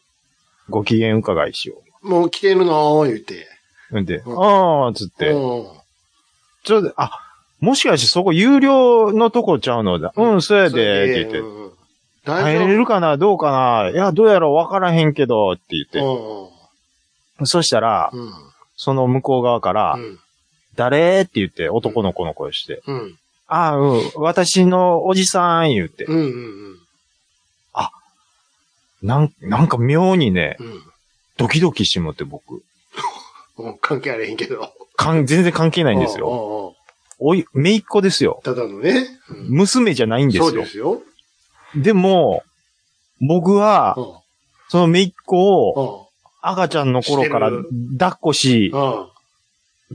Speaker 3: ご機嫌伺いしよ
Speaker 4: もう来てるの言うて。
Speaker 3: う。んで、
Speaker 4: うん
Speaker 3: あー、つって、
Speaker 4: うん。
Speaker 3: ちょっと、あ、もしかしてそこ有料のとこちゃうのだ。うん、そうやで、って言って。
Speaker 4: うん
Speaker 3: 入
Speaker 4: 大丈夫
Speaker 3: れるかなどうかないや、どうやろうわからへんけど、って言って。そしたら、
Speaker 4: うんうん
Speaker 3: その向こう側から
Speaker 4: う、ん
Speaker 3: 誰って言って、男の子の声して。
Speaker 4: うん
Speaker 3: ああ、うん、私のおじさん、言って。
Speaker 4: うんうん
Speaker 3: なん、なんか妙にね、
Speaker 4: うん
Speaker 3: ドキドキしてもって僕。
Speaker 4: うん関係あれへんけど。
Speaker 3: かん、全然関係ないんですよ。
Speaker 4: よ。
Speaker 3: おい、めいっ子ですよ。
Speaker 4: ただのね。うん
Speaker 3: 娘じゃないんです
Speaker 4: そう
Speaker 3: よ
Speaker 4: で。すよ。
Speaker 3: でも、僕は
Speaker 4: う、ん
Speaker 3: そのめいっ子を、
Speaker 4: う
Speaker 3: 赤ちゃんの頃から
Speaker 4: して
Speaker 3: 抱
Speaker 4: る
Speaker 3: っこし、
Speaker 4: んうん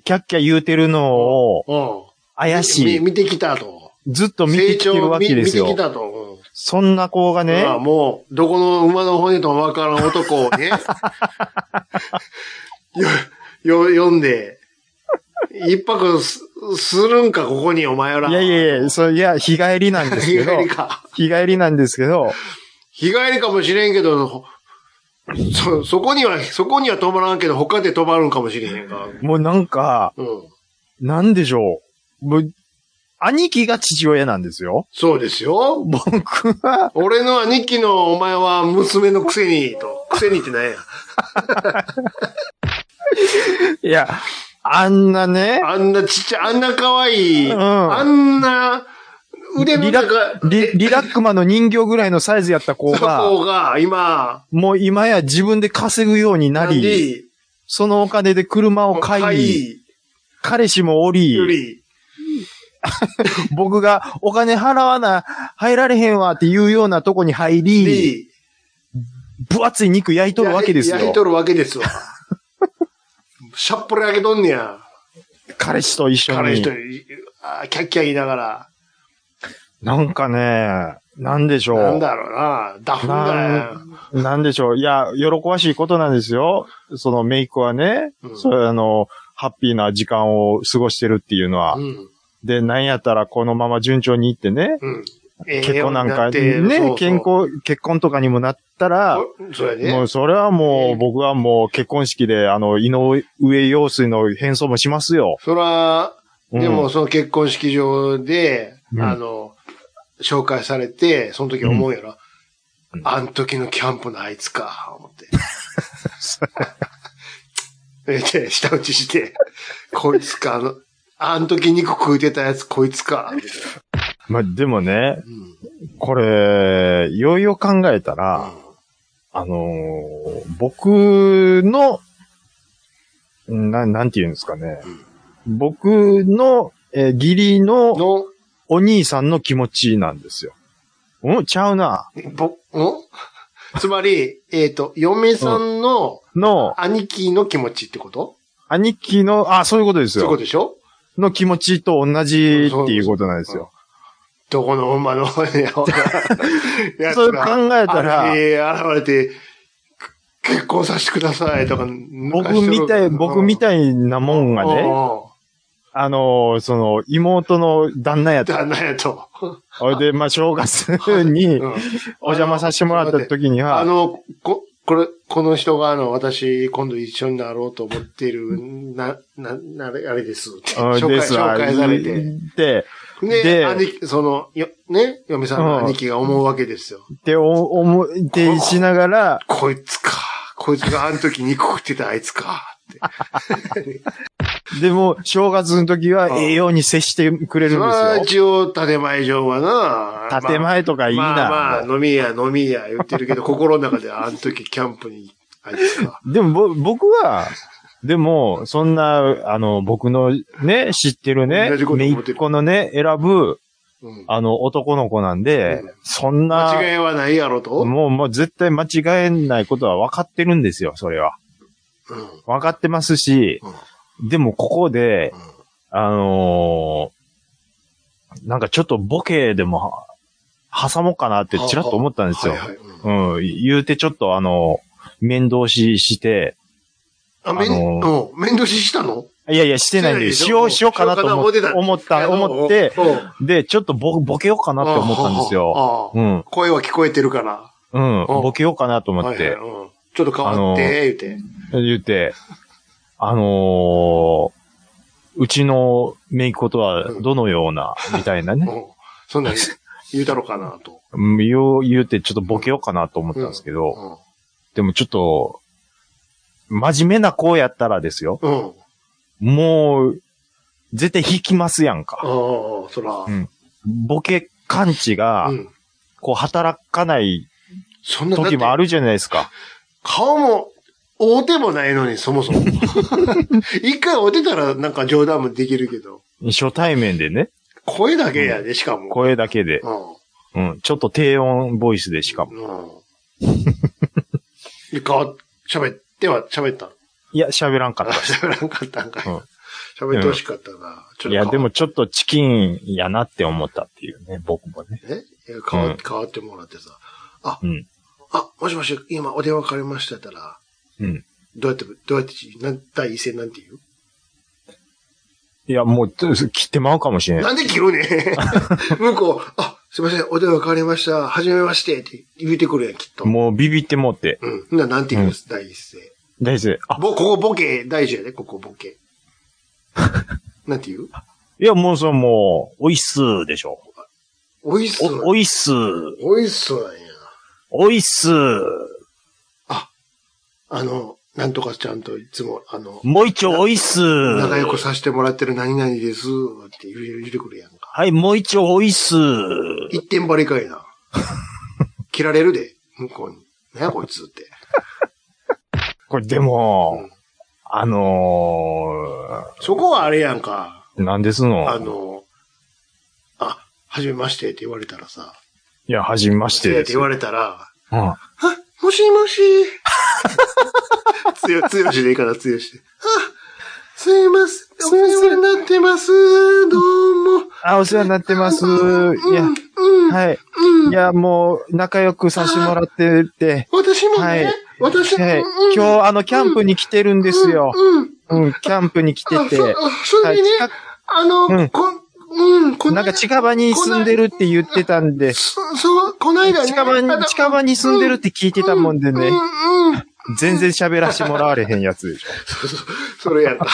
Speaker 3: キャッキャ言うてるのを
Speaker 4: うん
Speaker 3: 怪し
Speaker 4: み
Speaker 3: い、
Speaker 4: 見てきたと。
Speaker 3: ずっと見
Speaker 4: 成
Speaker 3: てきて
Speaker 4: 長
Speaker 3: る
Speaker 4: を
Speaker 3: わ
Speaker 4: 見
Speaker 3: けで
Speaker 4: 見
Speaker 3: す
Speaker 4: てき
Speaker 3: よ。
Speaker 4: たと。うん
Speaker 3: そんな子がね
Speaker 4: ま、あもう、どこの馬の骨ともわからん男をね、 よ、よ、読んで、一泊す、するんか、ここにお前ら。
Speaker 3: いやいやいや、そういや、日帰りなんですけ
Speaker 4: 日
Speaker 3: ど
Speaker 4: 帰、りか。
Speaker 3: 日帰りなんですけど、
Speaker 4: 日帰りかもしれんけど、そ、そこには、そこには泊まらんけど、他で泊まるんかもしれへんが。
Speaker 3: もうなんか、
Speaker 4: うん。
Speaker 3: なんでしょう。もう兄貴が父親なんですよ。
Speaker 4: そうですよ。
Speaker 3: 僕は、
Speaker 4: 俺の兄貴のお前は娘のくせに、と。くせにってなんや。
Speaker 3: いや、あんなね、
Speaker 4: あんなちっちゃい、あんな可愛い、
Speaker 3: うん
Speaker 4: あんな、腕ぶらが、
Speaker 3: リリラックマの人形ぐらいのサイズやった子
Speaker 4: そ
Speaker 3: が、
Speaker 4: こが、今、
Speaker 3: もう今や自分で稼ぐようにな
Speaker 4: な
Speaker 3: り、
Speaker 4: り、
Speaker 3: そのお金で車を買い、彼氏もお
Speaker 4: よ
Speaker 3: り、
Speaker 4: り、
Speaker 3: 僕がお金払わな、入られへんわっていうようなとこに入り、
Speaker 4: り、
Speaker 3: 分厚い肉焼いとるわけですよ
Speaker 4: や。りとるわけですわ。しゃっぽりあげとんねや。
Speaker 3: 彼氏と一緒
Speaker 4: 彼一
Speaker 3: に
Speaker 4: 人。、あーキャッキャ言いながら。
Speaker 3: なんかね、なんでしょう。
Speaker 4: なんだろうな。ダフンだよ。
Speaker 3: なんでしょう。いや、喜ばしいことなんですよ。そのメイクはね、
Speaker 4: うん
Speaker 3: それあの、ハッピーな時間を過ごしてるっていうのは。
Speaker 4: うん。
Speaker 3: で、なんやったらこのまま順調にいってね、
Speaker 4: うん。ええ
Speaker 3: 結婚なん
Speaker 4: だ
Speaker 3: か、
Speaker 4: って
Speaker 3: ね、
Speaker 4: そうそう
Speaker 3: 健康、結婚とかにもなったら、
Speaker 4: おそれね。
Speaker 3: もうそれはもう
Speaker 4: ええ
Speaker 3: 僕はもう結婚式であの、井上陽水の変装もしますよ。
Speaker 4: そら、で
Speaker 3: う
Speaker 4: も
Speaker 3: ん、
Speaker 4: その結婚式場で、
Speaker 3: うん
Speaker 4: あの、紹介されて、その時思うやろ。
Speaker 3: うん
Speaker 4: あん時のキャンプのあいつか、思って。 で、下打ちして、こいつか、あの、あん時肉食うてたやつこいつか、みたい
Speaker 3: まあでもね、
Speaker 4: な。うん
Speaker 3: これ、いよいよ考えたら、あのー僕の、な、なんて言うんですかね。僕の、えー義理
Speaker 4: うん
Speaker 3: の
Speaker 4: の、
Speaker 3: お兄さんの気持ちなんですよ。うんちゃうな。
Speaker 4: ぼ、んつまり、えっ、と、嫁さんの
Speaker 3: の、
Speaker 4: 兄貴の気持ちってこと、
Speaker 3: 兄貴の、あ、そういうことです
Speaker 4: そういうこ
Speaker 3: よ。
Speaker 4: とでしょ
Speaker 3: の気持ちと同じっていうことなんですよ。
Speaker 4: どこの馬の やほらやつ
Speaker 3: そう
Speaker 4: が
Speaker 3: 考えたら
Speaker 4: あれ現れて、く結婚させてくださいとか、
Speaker 3: 僕みたい、僕み
Speaker 4: い
Speaker 3: たいなもんがね、あのーその、妹の旦那や った。
Speaker 4: 旦那やと。
Speaker 3: それで、まあ、正 月に
Speaker 4: うん
Speaker 3: お邪魔させてもらった時に
Speaker 4: あ
Speaker 3: は、
Speaker 4: の、こ、これ、この人が、あの、私、今度一緒になろうと思ってる、な、な、なれ、あれですって。
Speaker 3: うん
Speaker 4: 紹介、
Speaker 3: ですわ
Speaker 4: 紹介されて。
Speaker 3: で、で
Speaker 4: ね、兄貴、その、よ、ね、嫁さんの
Speaker 3: うん
Speaker 4: 兄貴が思うわけですよ。
Speaker 3: ってお思ってしながら、
Speaker 4: こいつか。こいつがあの時肉食ってたあいつか。
Speaker 3: でも、正月の時は
Speaker 4: うん
Speaker 3: 栄養に接してくれる
Speaker 4: それは
Speaker 3: んです
Speaker 4: 一応、建前上はな。
Speaker 3: よ。建前とかいいな。
Speaker 4: まあまあ、飲みや飲みや言ってるけど、心の中であの時キャンプに、あいつか。
Speaker 3: でも、ぼ僕は、でも、そんな、あの、僕のね、知ってるね
Speaker 4: 同じ、こと
Speaker 3: め
Speaker 4: 思
Speaker 3: い
Speaker 4: ってる
Speaker 3: っ子のね、選ぶ、
Speaker 4: うん
Speaker 3: あの、男の子なんで、
Speaker 4: うん
Speaker 3: そんな、
Speaker 4: 間違いはないやろと。
Speaker 3: もう、もう絶対間違えないことは分かってるんですよ、それは。
Speaker 4: うん
Speaker 3: 分かってますし、でもここで、あのーなんかちょっとボケでもは挟もうかなってちらっと思ったんですよ
Speaker 4: はい。はいうん
Speaker 3: うん、言うてちょっとあの、面倒しして、
Speaker 4: あ、めん、
Speaker 3: あの
Speaker 4: うん。面倒ししたの
Speaker 3: いやいや、してないんで、
Speaker 4: し
Speaker 3: し
Speaker 4: てないでし
Speaker 3: よ
Speaker 4: ょ
Speaker 3: う、しようかなと思っ
Speaker 4: しようかな
Speaker 3: 思った、思って、、で、ちょっとボボケようかなって思ったんですよ。
Speaker 4: よ。ああ
Speaker 3: うん、
Speaker 4: 声は聞こえてるから。
Speaker 3: うん、
Speaker 4: うん
Speaker 3: ボケようかなと思っ
Speaker 4: はいはい
Speaker 3: て
Speaker 4: う、んちょっと変わって、言うて。
Speaker 3: 言って、あのーうちのメイクとはどのような、みたいなね。
Speaker 4: うんそんなん言うたろかなと。
Speaker 3: うん言おう、言うてちょっとボケようかなと思ったんですけど、でもちょっと、真面目な子やったらですよ。
Speaker 4: うん。うん。
Speaker 3: もう、絶対引きますやん
Speaker 4: あ
Speaker 3: か。
Speaker 4: あ、そら。
Speaker 3: ボケ感知が
Speaker 4: う、ん。
Speaker 3: こう働かない
Speaker 4: そんな
Speaker 3: 時もあ
Speaker 4: る。
Speaker 3: るじゃないですか。
Speaker 4: 顔も、大手もないのに、そ もそも。一回大手たらなんか冗談もできるけど、
Speaker 3: 初対面でね、
Speaker 4: 声だけやで、しかも。
Speaker 3: 声だけで、
Speaker 4: うん。
Speaker 3: うん、ちょっと低音ボイスでしかも。
Speaker 4: うん。で、変わっ、喋っては、喋ったの。
Speaker 3: いや、喋らんかっ
Speaker 4: 喋らんかったんかい
Speaker 3: うん。
Speaker 4: 喋ってほしかったな。ち
Speaker 3: た。
Speaker 4: ょっと変わ
Speaker 3: いや、でも、ちょっとチキンやなって思ったっていうね、僕もね。
Speaker 4: え変わ
Speaker 3: うん
Speaker 4: 変わってもらってさ。あ
Speaker 3: うん、
Speaker 4: あ、もしもし、今お電話かかりましたったら、
Speaker 3: うん。
Speaker 4: どうやって、どうやって、なん第一声なんて言う
Speaker 3: いや、もう、と切ってまうかもしれない。
Speaker 4: なんで切るね ん向こう、あ、すいません、お電話変わりました。はじめましてって言うてくるやん、きっと。
Speaker 3: もうビビってもって。
Speaker 4: うん。ほんな、なんて言うんです、第一声。
Speaker 3: 大事で。あ、
Speaker 4: ぼ、ここボケ、大事やで、ここボ ケ。なんて言う
Speaker 3: いや、もうそれもう、おいっすーでしょ。
Speaker 4: おいしそう
Speaker 3: お、おいっすー。
Speaker 4: おいしそうなんや。
Speaker 3: おいっすー。
Speaker 4: あの、なんとかちゃんといつも、あの、
Speaker 3: もう一丁おいっすー。
Speaker 4: 仲良くさせてもらってる何々ですって言う言うてくるやんか。
Speaker 3: はい、もう一丁多いっす。
Speaker 4: 一点張りか いな。切られるで、向こうに。なんやこいつって。
Speaker 3: これでも、
Speaker 4: うん
Speaker 3: あの
Speaker 4: そこはあれやんか。
Speaker 3: ー、なんですの
Speaker 4: あの、あ、はじめましてって言われたらさ。
Speaker 3: いや、はじめまして
Speaker 4: っ
Speaker 3: で
Speaker 4: て
Speaker 3: す。
Speaker 4: 言われたら、
Speaker 3: うん
Speaker 4: もしもし。 つよ、つよしでいいから、つよしで。あ、すいません。お世話になってます。どうも。
Speaker 3: あ、お世話になってます。いや
Speaker 4: うん、、うん、
Speaker 3: はい。
Speaker 4: うん
Speaker 3: い。や、もう、仲良くさせてもらってて、
Speaker 4: 私もね、
Speaker 3: はい
Speaker 4: 私、
Speaker 3: はい
Speaker 4: うん、
Speaker 3: 今日、あの、キャンプに来てるんですよ。
Speaker 4: うん。
Speaker 3: うん、キャンプに来て
Speaker 4: あ、
Speaker 3: て
Speaker 4: そ、あそ
Speaker 3: は
Speaker 4: れ
Speaker 3: い
Speaker 4: でね、
Speaker 3: 近
Speaker 4: あの、
Speaker 3: うん
Speaker 4: こん、うん、こ
Speaker 3: なんか近場に住んでるって言ってたんで、
Speaker 4: そそう、こないだね。
Speaker 3: 近場
Speaker 4: あの
Speaker 3: に、近場に住んでるって聞いてたもんでね
Speaker 4: う、ん、うん。
Speaker 3: 全然喋らせてもらわれへんやつでしょ。
Speaker 4: そうそう、 それ やんか。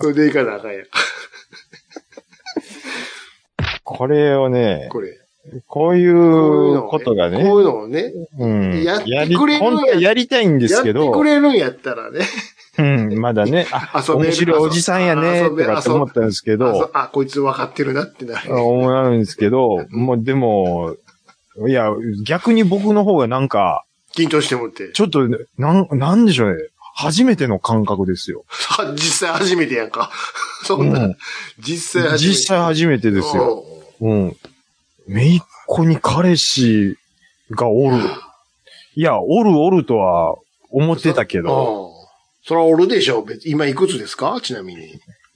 Speaker 4: それでいかなあかんやんか。
Speaker 3: これをね、
Speaker 4: これ。
Speaker 3: こうい
Speaker 4: こういう
Speaker 3: う
Speaker 4: のを
Speaker 3: ことがね、
Speaker 4: こういうのをね、
Speaker 3: うん。
Speaker 4: やって
Speaker 3: やり、
Speaker 4: くれる
Speaker 3: 本当はやりたいんですけ
Speaker 4: やって
Speaker 3: ど
Speaker 4: く、れるんやったらね。
Speaker 3: うん、まだね、あ、
Speaker 4: 遊べる
Speaker 3: 面白いおじさんやね、
Speaker 4: 遊べ
Speaker 3: とかって思ったんですけ
Speaker 4: あ
Speaker 3: ど
Speaker 4: そ、あ、こいつ分かってるなってなる。
Speaker 3: 思うんですけど、もうでも、いや、逆に僕の方がなんか、
Speaker 4: 緊張してもって。
Speaker 3: ちょっと、なん、なんでしょうね。初めての感覚ですよ。
Speaker 4: は実際初めてやんか。 そんな、
Speaker 3: うん
Speaker 4: 実際初めて。
Speaker 3: 実際初めてですよ。
Speaker 4: おう。
Speaker 3: うん。めいっ子に彼氏がおる。いや、おるおるとは思ってたけど、
Speaker 4: おうそらおるでしょ。別今いくつですかちなみに。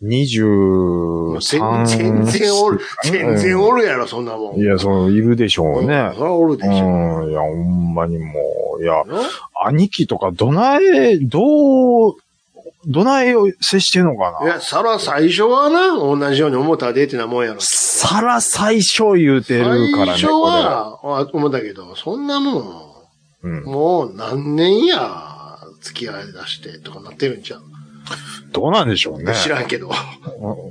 Speaker 4: もう全
Speaker 3: 23。
Speaker 4: 全然おる。全然おるやろ、そんなもん。
Speaker 3: いや、その、いるでしょうね
Speaker 4: うん。そらおるで
Speaker 3: う
Speaker 4: しょ。
Speaker 3: ん。いや、ほんまにもう、いや、
Speaker 4: な
Speaker 3: 兄貴とかどない、どう、どないを接してんのか
Speaker 4: い
Speaker 3: な
Speaker 4: や、さら最初はな、同じように思ったでってなもんやろ。
Speaker 3: さら最初言うてるからね。
Speaker 4: 最初は、あ思ったけど、そんなもん。
Speaker 3: これうん、
Speaker 4: もう何年や、付き合い出してとかなってるんじゃん。
Speaker 3: どうなんでしょうね。
Speaker 4: 知らんけど。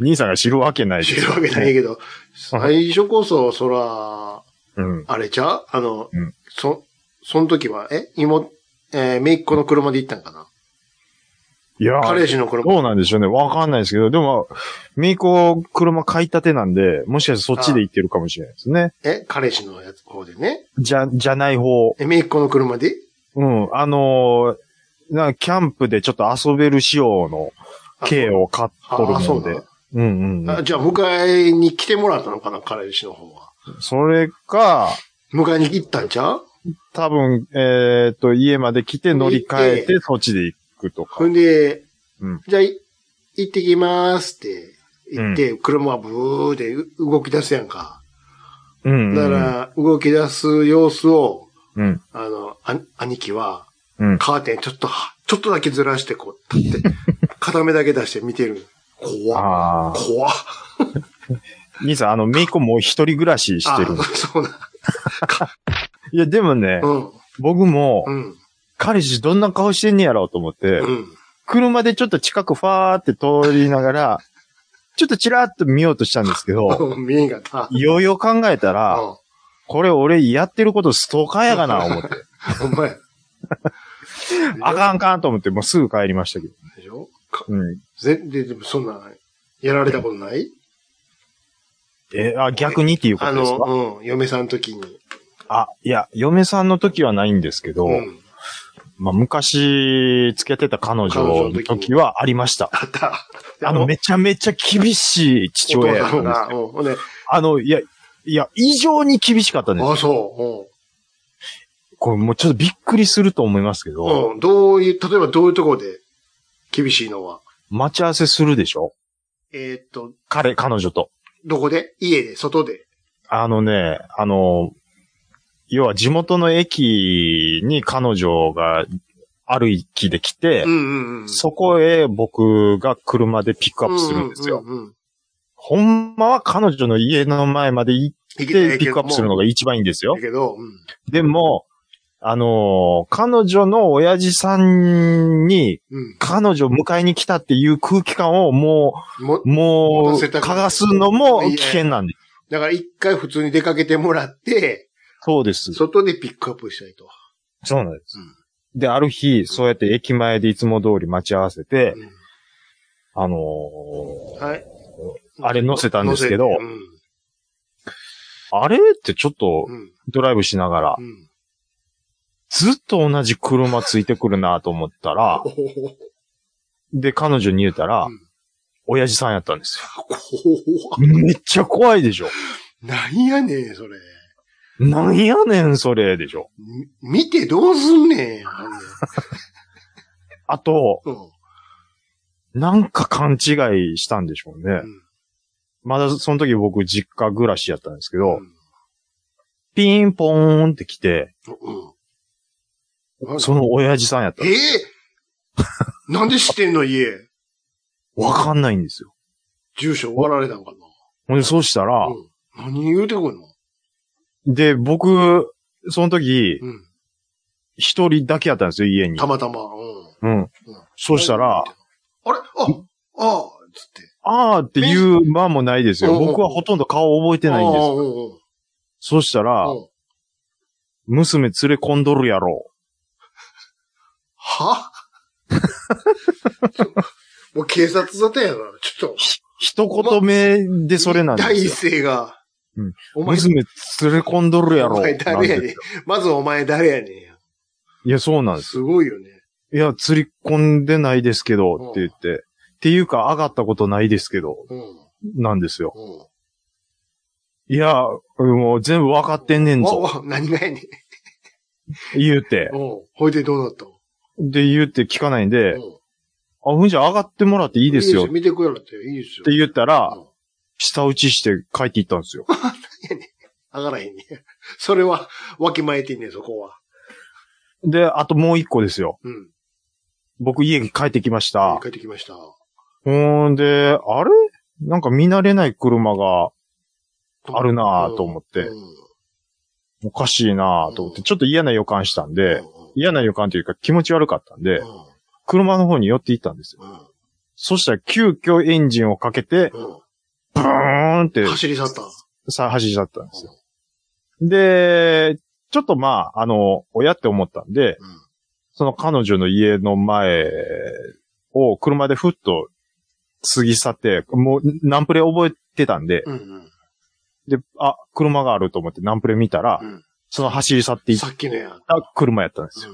Speaker 3: 兄さんが知るわけない
Speaker 4: 知
Speaker 3: です
Speaker 4: る
Speaker 3: よ
Speaker 4: わけないけど、最初こそ、そら、
Speaker 3: うん。
Speaker 4: あれちゃうあの、
Speaker 3: うん
Speaker 4: そ、その時は、え妹、えー、めいっ子の車で行ったんかない
Speaker 3: や、
Speaker 4: 彼氏の車。
Speaker 3: どうなんでしょうね。わかんないですけど、でも、メイコ車買い立てなんで、もしかしてそっちで行ってるかもしれないですね。
Speaker 4: え彼氏のやつ、方でね。
Speaker 3: じゃ、じゃない方。
Speaker 4: え、めいっ子の車で
Speaker 3: うん。あのーなんかキャンプでちょっと遊べる仕様の
Speaker 4: あ
Speaker 3: 軽を買っ
Speaker 4: あ
Speaker 3: とる
Speaker 4: あ、そ
Speaker 3: の
Speaker 4: う
Speaker 3: で。
Speaker 4: だ。
Speaker 3: うんうんう
Speaker 4: あ
Speaker 3: ん。
Speaker 4: じゃあ、迎えに来てもらったのかな彼氏の方は。
Speaker 3: それか、
Speaker 4: 迎えに行ったんちゃう
Speaker 3: 多分、えっ、と、家まで来て乗り換え
Speaker 4: 行
Speaker 3: て、そっちで行くとか。
Speaker 4: ほんで、
Speaker 3: うん
Speaker 4: じゃあ、い行ってきますって言って、車はブーで動き出すやんか。
Speaker 3: うん、うん。
Speaker 4: だか、ら、動き出す様子を、
Speaker 3: うん。
Speaker 4: あの、あ兄貴は、
Speaker 3: うん。
Speaker 4: カーテンちょっとは、ちょっとだけずらして、こう、立 って、片目だけ出して見てる。怖っ
Speaker 3: ああ。
Speaker 4: 怖っ
Speaker 3: 兄さん、あの、メイコもう一人暮らししてる
Speaker 4: あ。そうなん。
Speaker 3: いや、でもね
Speaker 4: う、ん。
Speaker 3: 僕も
Speaker 4: う、ん。
Speaker 3: 彼氏どんな顔してんねやろうと思って
Speaker 4: う、ん。
Speaker 3: 車でちょっと近くファーって通りながら、ちょっとチラッと見ようとしたんですけど、
Speaker 4: うん見えんかった。
Speaker 3: よよ考えたら、
Speaker 4: うん
Speaker 3: これ俺やってることストーカーやかな、思って。
Speaker 4: ほんまや。
Speaker 3: あかんあかんと思って、もうすぐ帰りましたけど。
Speaker 4: でしょか
Speaker 3: うん。
Speaker 4: ぜで、でもそんな、やられたことない
Speaker 3: え、あ、逆にっていうこ
Speaker 4: あ
Speaker 3: とですか
Speaker 4: の、うん、嫁さんの時に。
Speaker 3: あ、いや、嫁さんの時はないんですけど、
Speaker 4: うん。
Speaker 3: まあ、昔、付き合ってた彼女の時はありました。
Speaker 4: あった。
Speaker 3: あの、めちゃめちゃ厳しい父親
Speaker 4: お
Speaker 3: や
Speaker 4: 父さ
Speaker 3: っ
Speaker 4: ん
Speaker 3: たん
Speaker 4: が
Speaker 3: です
Speaker 4: う
Speaker 3: よ
Speaker 4: んほんで、
Speaker 3: あの、いや、いや、異常に厳しかったんですよ
Speaker 4: あ、そ
Speaker 3: これもうちょっとびっくりすると思いますけ
Speaker 4: う。
Speaker 3: ど、
Speaker 4: うん。うん。どういう、例えばどういうところで厳しいのは。
Speaker 3: 待ち合わせするでしょ
Speaker 4: えーっと、
Speaker 3: 彼、彼女と。
Speaker 4: どこで家で、外で。
Speaker 3: あのね、あの、要は地元の駅に彼女が歩きで来て、
Speaker 4: うんうんうん。
Speaker 3: そこへ僕が車でピックアップするんですよ。
Speaker 4: ううんうん。
Speaker 3: ほんまは彼女の家の前まで行っ
Speaker 4: 行け
Speaker 3: てピックアップするの
Speaker 4: が
Speaker 3: が一番いいんですよ
Speaker 4: だ。けど、うん。
Speaker 3: でも、あの彼女の親父さんに、
Speaker 4: うん。
Speaker 3: 彼女迎えに来たっていう空気感をも
Speaker 4: も
Speaker 3: う、、も
Speaker 4: 持
Speaker 3: う、
Speaker 4: たせたく
Speaker 3: 嗅がすのも危険なんです。
Speaker 4: だから一回普通に出かけてもらって、
Speaker 3: そうです。
Speaker 4: 外でピックアップしたいと。
Speaker 3: そうなんです。
Speaker 4: うん
Speaker 3: で、ある日、そうやって駅前でいつも通り待ち合わせて、
Speaker 4: うん
Speaker 3: あの
Speaker 4: はい。
Speaker 3: ーあれ載せたんですけど
Speaker 4: 載せてうん
Speaker 3: あれってちょっと
Speaker 4: うん
Speaker 3: ドライブしながら
Speaker 4: う、ん
Speaker 3: ずっと同じ車ついてくるなと思ったら
Speaker 4: お、ほほほ
Speaker 3: で、彼女に言うたら
Speaker 4: うん、
Speaker 3: 親父さんやったんです
Speaker 4: 怖
Speaker 3: よ。めっちゃ怖いでしょ。
Speaker 4: なんやねん、それ。
Speaker 3: なんやねん、それ、でしょ。
Speaker 4: み見てどうすんねん。あんな
Speaker 3: あと、
Speaker 4: うん
Speaker 3: なんか勘違いしたんでしょうね。
Speaker 4: うん
Speaker 3: まだその時僕実家暮らしやったんですけ
Speaker 4: う
Speaker 3: ど、
Speaker 4: ん
Speaker 3: ピンポーンって来て、
Speaker 4: うん。
Speaker 3: その親父さんやった
Speaker 4: え。えなんで知ってんの、家。
Speaker 3: わかんないんですよ。
Speaker 4: 住所終わられたんか
Speaker 3: ほんで、そうしたら
Speaker 4: な。、うん何言うてくんの
Speaker 3: で、僕、その時、
Speaker 4: うん。
Speaker 3: 一人だけやったんですよ、家に
Speaker 4: た。またま。うん。
Speaker 3: うん。そうしたら、
Speaker 4: あれあ、ああ、つって。
Speaker 3: あーっていう間もないですよ。
Speaker 4: うん
Speaker 3: 僕はほとんど顔覚えてないんです。
Speaker 4: で
Speaker 3: そうしたら、娘連れ込んどるやろ。
Speaker 4: は ちょもう警察沙汰やな。ちょっと。
Speaker 3: 一言目でそれなんです
Speaker 4: 第
Speaker 3: よ
Speaker 4: 一。声が。
Speaker 3: うん
Speaker 4: お前、
Speaker 3: 娘連れ込んどるやろ。
Speaker 4: お前誰や
Speaker 3: なん
Speaker 4: ねん
Speaker 3: て。
Speaker 4: まずお前誰やね
Speaker 3: いや、そうなん
Speaker 4: ん。
Speaker 3: です。
Speaker 4: すごいよね。
Speaker 3: いや、釣り込んでないですけど、って言って。っていうか、上がったことないですけど、
Speaker 4: うん。
Speaker 3: なんですよ。
Speaker 4: うん。
Speaker 3: いや、もう全部わかってんねん
Speaker 4: わ
Speaker 3: ぞ、
Speaker 4: わ、何がやねん。
Speaker 3: 言うて。
Speaker 4: うん。ほいでどうなったの
Speaker 3: で、言うて聞かないんで、
Speaker 4: うん
Speaker 3: あ、ふんじゃ上がってもらっていいですよ、っ
Speaker 4: 見てくれって、いいですよ。
Speaker 3: て言ったら
Speaker 4: うん、
Speaker 3: 下打ちして帰っていったんですよ。
Speaker 4: 上がらへんねん。 それは、わきまえてんねん、そこは。
Speaker 3: で、あともう一個ですよ。
Speaker 4: うん。
Speaker 3: 僕家に帰ってきました。
Speaker 4: 帰ってきました。
Speaker 3: ほんで、あれなんか見慣れない車があるなぁと思って、
Speaker 4: うん。
Speaker 3: おかしいなぁと思っ
Speaker 4: う
Speaker 3: て、
Speaker 4: ん
Speaker 3: ちょっと嫌な予感したん
Speaker 4: うん
Speaker 3: で、嫌な予感というか気持ち悪かったんで
Speaker 4: う、ん
Speaker 3: 車の方に寄っていったんですよ。
Speaker 4: うん
Speaker 3: そしたら急遽エンジンをかけて、
Speaker 4: うん
Speaker 3: ブーンって
Speaker 4: 走り去った。
Speaker 3: さ、走り去ったんですよ。で、ちょっとまあ、あの、親って思ったんで、
Speaker 4: うん
Speaker 3: その彼女の家の前を車でふっと過ぎ去って、もうナンプレ覚えてたんで、
Speaker 4: うんうん
Speaker 3: で、あ、車があると思ってナンプレ見たら、
Speaker 4: うん
Speaker 3: その走り去っていっ
Speaker 4: さっきのや。うん
Speaker 3: た車やったんですよ。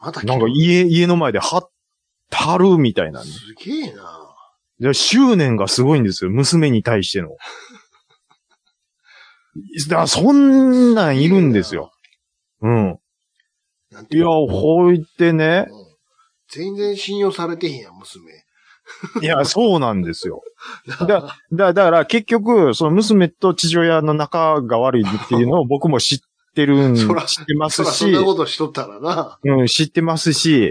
Speaker 4: また来た
Speaker 3: なんか家、家の前では、たるみたいなね。
Speaker 4: すげえな
Speaker 3: で、執念がすごいんですよ。娘に対しての。 だから、そんなんいるんですよ。。うん。
Speaker 4: なんて
Speaker 3: い
Speaker 4: いう
Speaker 3: や、
Speaker 4: の
Speaker 3: ほいってね。
Speaker 4: うん全然信用されてへんやん、娘。
Speaker 3: いや、そうなんです よ。だ、だ、だから、結局、その娘と父親の仲が悪いっていうのを僕も知ってるん、知
Speaker 4: そら
Speaker 3: ってます
Speaker 4: そらそん
Speaker 3: し
Speaker 4: な、ことしとったらな。
Speaker 3: うん、知ってますし、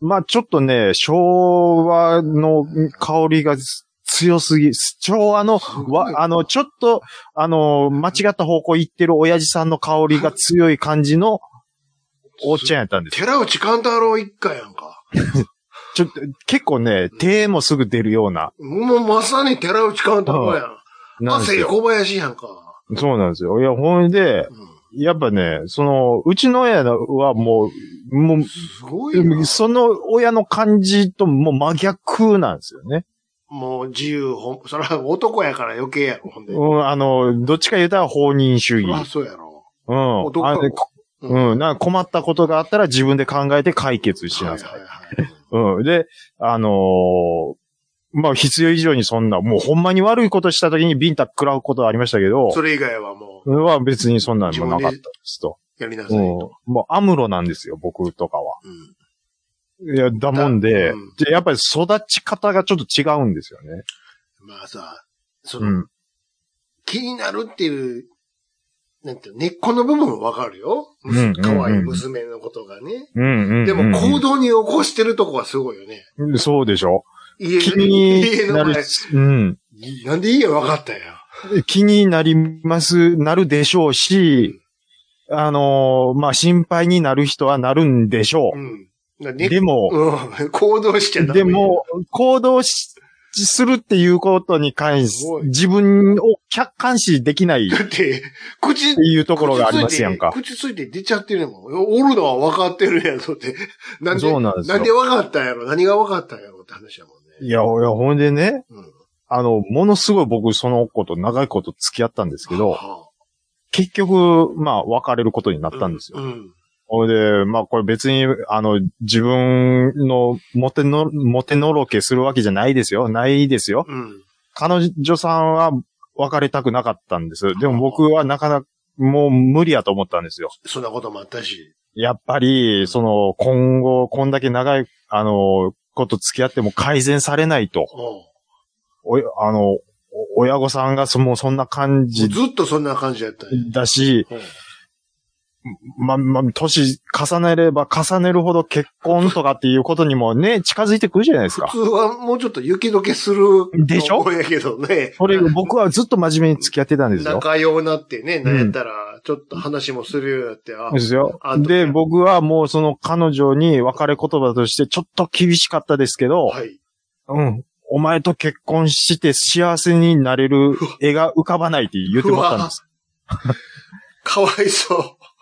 Speaker 4: うん
Speaker 3: まあちょっとね、昭和の香りが強すぎ、昭和の、
Speaker 4: い
Speaker 3: わ、あの、ちょっと、あの、間違った方向行ってる親父さんの香りが強い感じの、おっちゃんやったんです。
Speaker 4: 寺内勘太郎一家やんか。
Speaker 3: ちょっと、結構ね、手もすぐ出るような、
Speaker 4: もうまさに寺内勘太郎やん。
Speaker 3: なん
Speaker 4: 亜
Speaker 3: です
Speaker 4: 生
Speaker 3: よ。
Speaker 4: 小林やんか。
Speaker 3: そうなんですよ。いや、ほんで、
Speaker 4: うん
Speaker 3: やっぱね、その、うちの親はもう、も
Speaker 4: すごいな
Speaker 3: う、。その親の感じともう真逆なんですよね。
Speaker 4: もう自由、ほん、そら男やから余計やろ、ほんで。
Speaker 3: うん、あの、どっちか言うたら放任主義。
Speaker 4: あ、そうやろ。
Speaker 3: うん。
Speaker 4: 男
Speaker 3: あのこ
Speaker 4: は
Speaker 3: うん。なんか困ったことがあったら自分で考えて解決し
Speaker 4: いは
Speaker 3: ないさい。
Speaker 4: はい。
Speaker 3: うん。で、あのーまあ、必要以上にそんな、もうほんまに悪いことした時にビンタ食らうことはありましたけど、
Speaker 4: それ以外はも
Speaker 3: は別にそんなのもなかったですと。
Speaker 4: う、やりな
Speaker 3: う
Speaker 4: さい
Speaker 3: ん
Speaker 4: と。。
Speaker 3: もうアムロなんですよ、僕とかは。
Speaker 4: うん
Speaker 3: いや、だもんで、
Speaker 4: だうん
Speaker 3: でやっぱり育ち方がちょっと違うんですよね。
Speaker 4: まあさ、そうの、
Speaker 3: ん。
Speaker 4: 気になるっていう、なんていうの、根っこの部分はわかるよ。
Speaker 3: うんうんうん
Speaker 4: 可愛い娘のことがね。
Speaker 3: うんうん、うん。
Speaker 4: でも行動に起こしてるとこはすごいよね。
Speaker 3: うんそうでしょ。
Speaker 4: 家
Speaker 3: 気
Speaker 4: の、家
Speaker 3: に
Speaker 4: の
Speaker 3: なる
Speaker 4: 前、、
Speaker 3: うん。
Speaker 4: なんで家分かったんや。
Speaker 3: 気になります、なるでしょうし、あのーまあ、心配になる人はなるんでしょ
Speaker 4: う
Speaker 3: う。
Speaker 4: ん。だね
Speaker 3: でも、
Speaker 4: うん、行動しちゃダ
Speaker 3: で、
Speaker 4: メ。
Speaker 3: も、行動し、するっていうことに関し
Speaker 4: すごい、
Speaker 3: 自分を客観視できないっ
Speaker 4: だって、口
Speaker 3: て、いうところがありますやんか。
Speaker 4: 口ついて口ついて出ちゃってるもん。おるのは分かってるや ぞって。なんで、
Speaker 3: そうなんですよ
Speaker 4: んで分かったんやろ何が分かったんやろって話やもんね。
Speaker 3: いや、いや、ほんでね、
Speaker 4: うん。
Speaker 3: あの、ものすごい僕その子と長いこと付き合ったんですけど、
Speaker 4: は
Speaker 3: 結局、まあ別れることにな
Speaker 4: あ
Speaker 3: ったんですよ。
Speaker 4: うん。
Speaker 3: ほいで、まあこれ別に、あの、自分のモテの、モテのろけするわけじゃないですよ。ないですよ。
Speaker 4: うん。
Speaker 3: 彼女さんは別れたくなかったんです。でも僕はなかなか、もう無理やと思ったんですよ。
Speaker 4: そんなこともあったし。
Speaker 3: やっぱり、その、今後、こんだけ長い、あの、こと付き合っても改善されないと。
Speaker 4: おう
Speaker 3: おい、あの、お親御さんがそもうそんな感
Speaker 4: ず
Speaker 3: じ
Speaker 4: っとそんな感じやったんや。
Speaker 3: だし、
Speaker 4: うん
Speaker 3: ま、ま、年重ねれば重ねるほど結婚とかっていうことにもね、近づいてくるじゃないですか
Speaker 4: 普。通はもうちょっと雪解けする。
Speaker 3: でしょ
Speaker 4: やけどね。
Speaker 3: それ、僕はずっと真面目に付き合ってたんですよ。
Speaker 4: 仲良くなってね、
Speaker 3: ん
Speaker 4: なんやったら、ちょっと話もするようになって、あ
Speaker 3: で、すよ
Speaker 4: あ。と
Speaker 3: で、僕はもうその彼女に別れ言葉としてちょっと厳しかったですけど、
Speaker 4: はい。
Speaker 3: うん。お前と結婚して幸せになれる絵が浮かばないって言ってもらったんです。
Speaker 4: かわいそ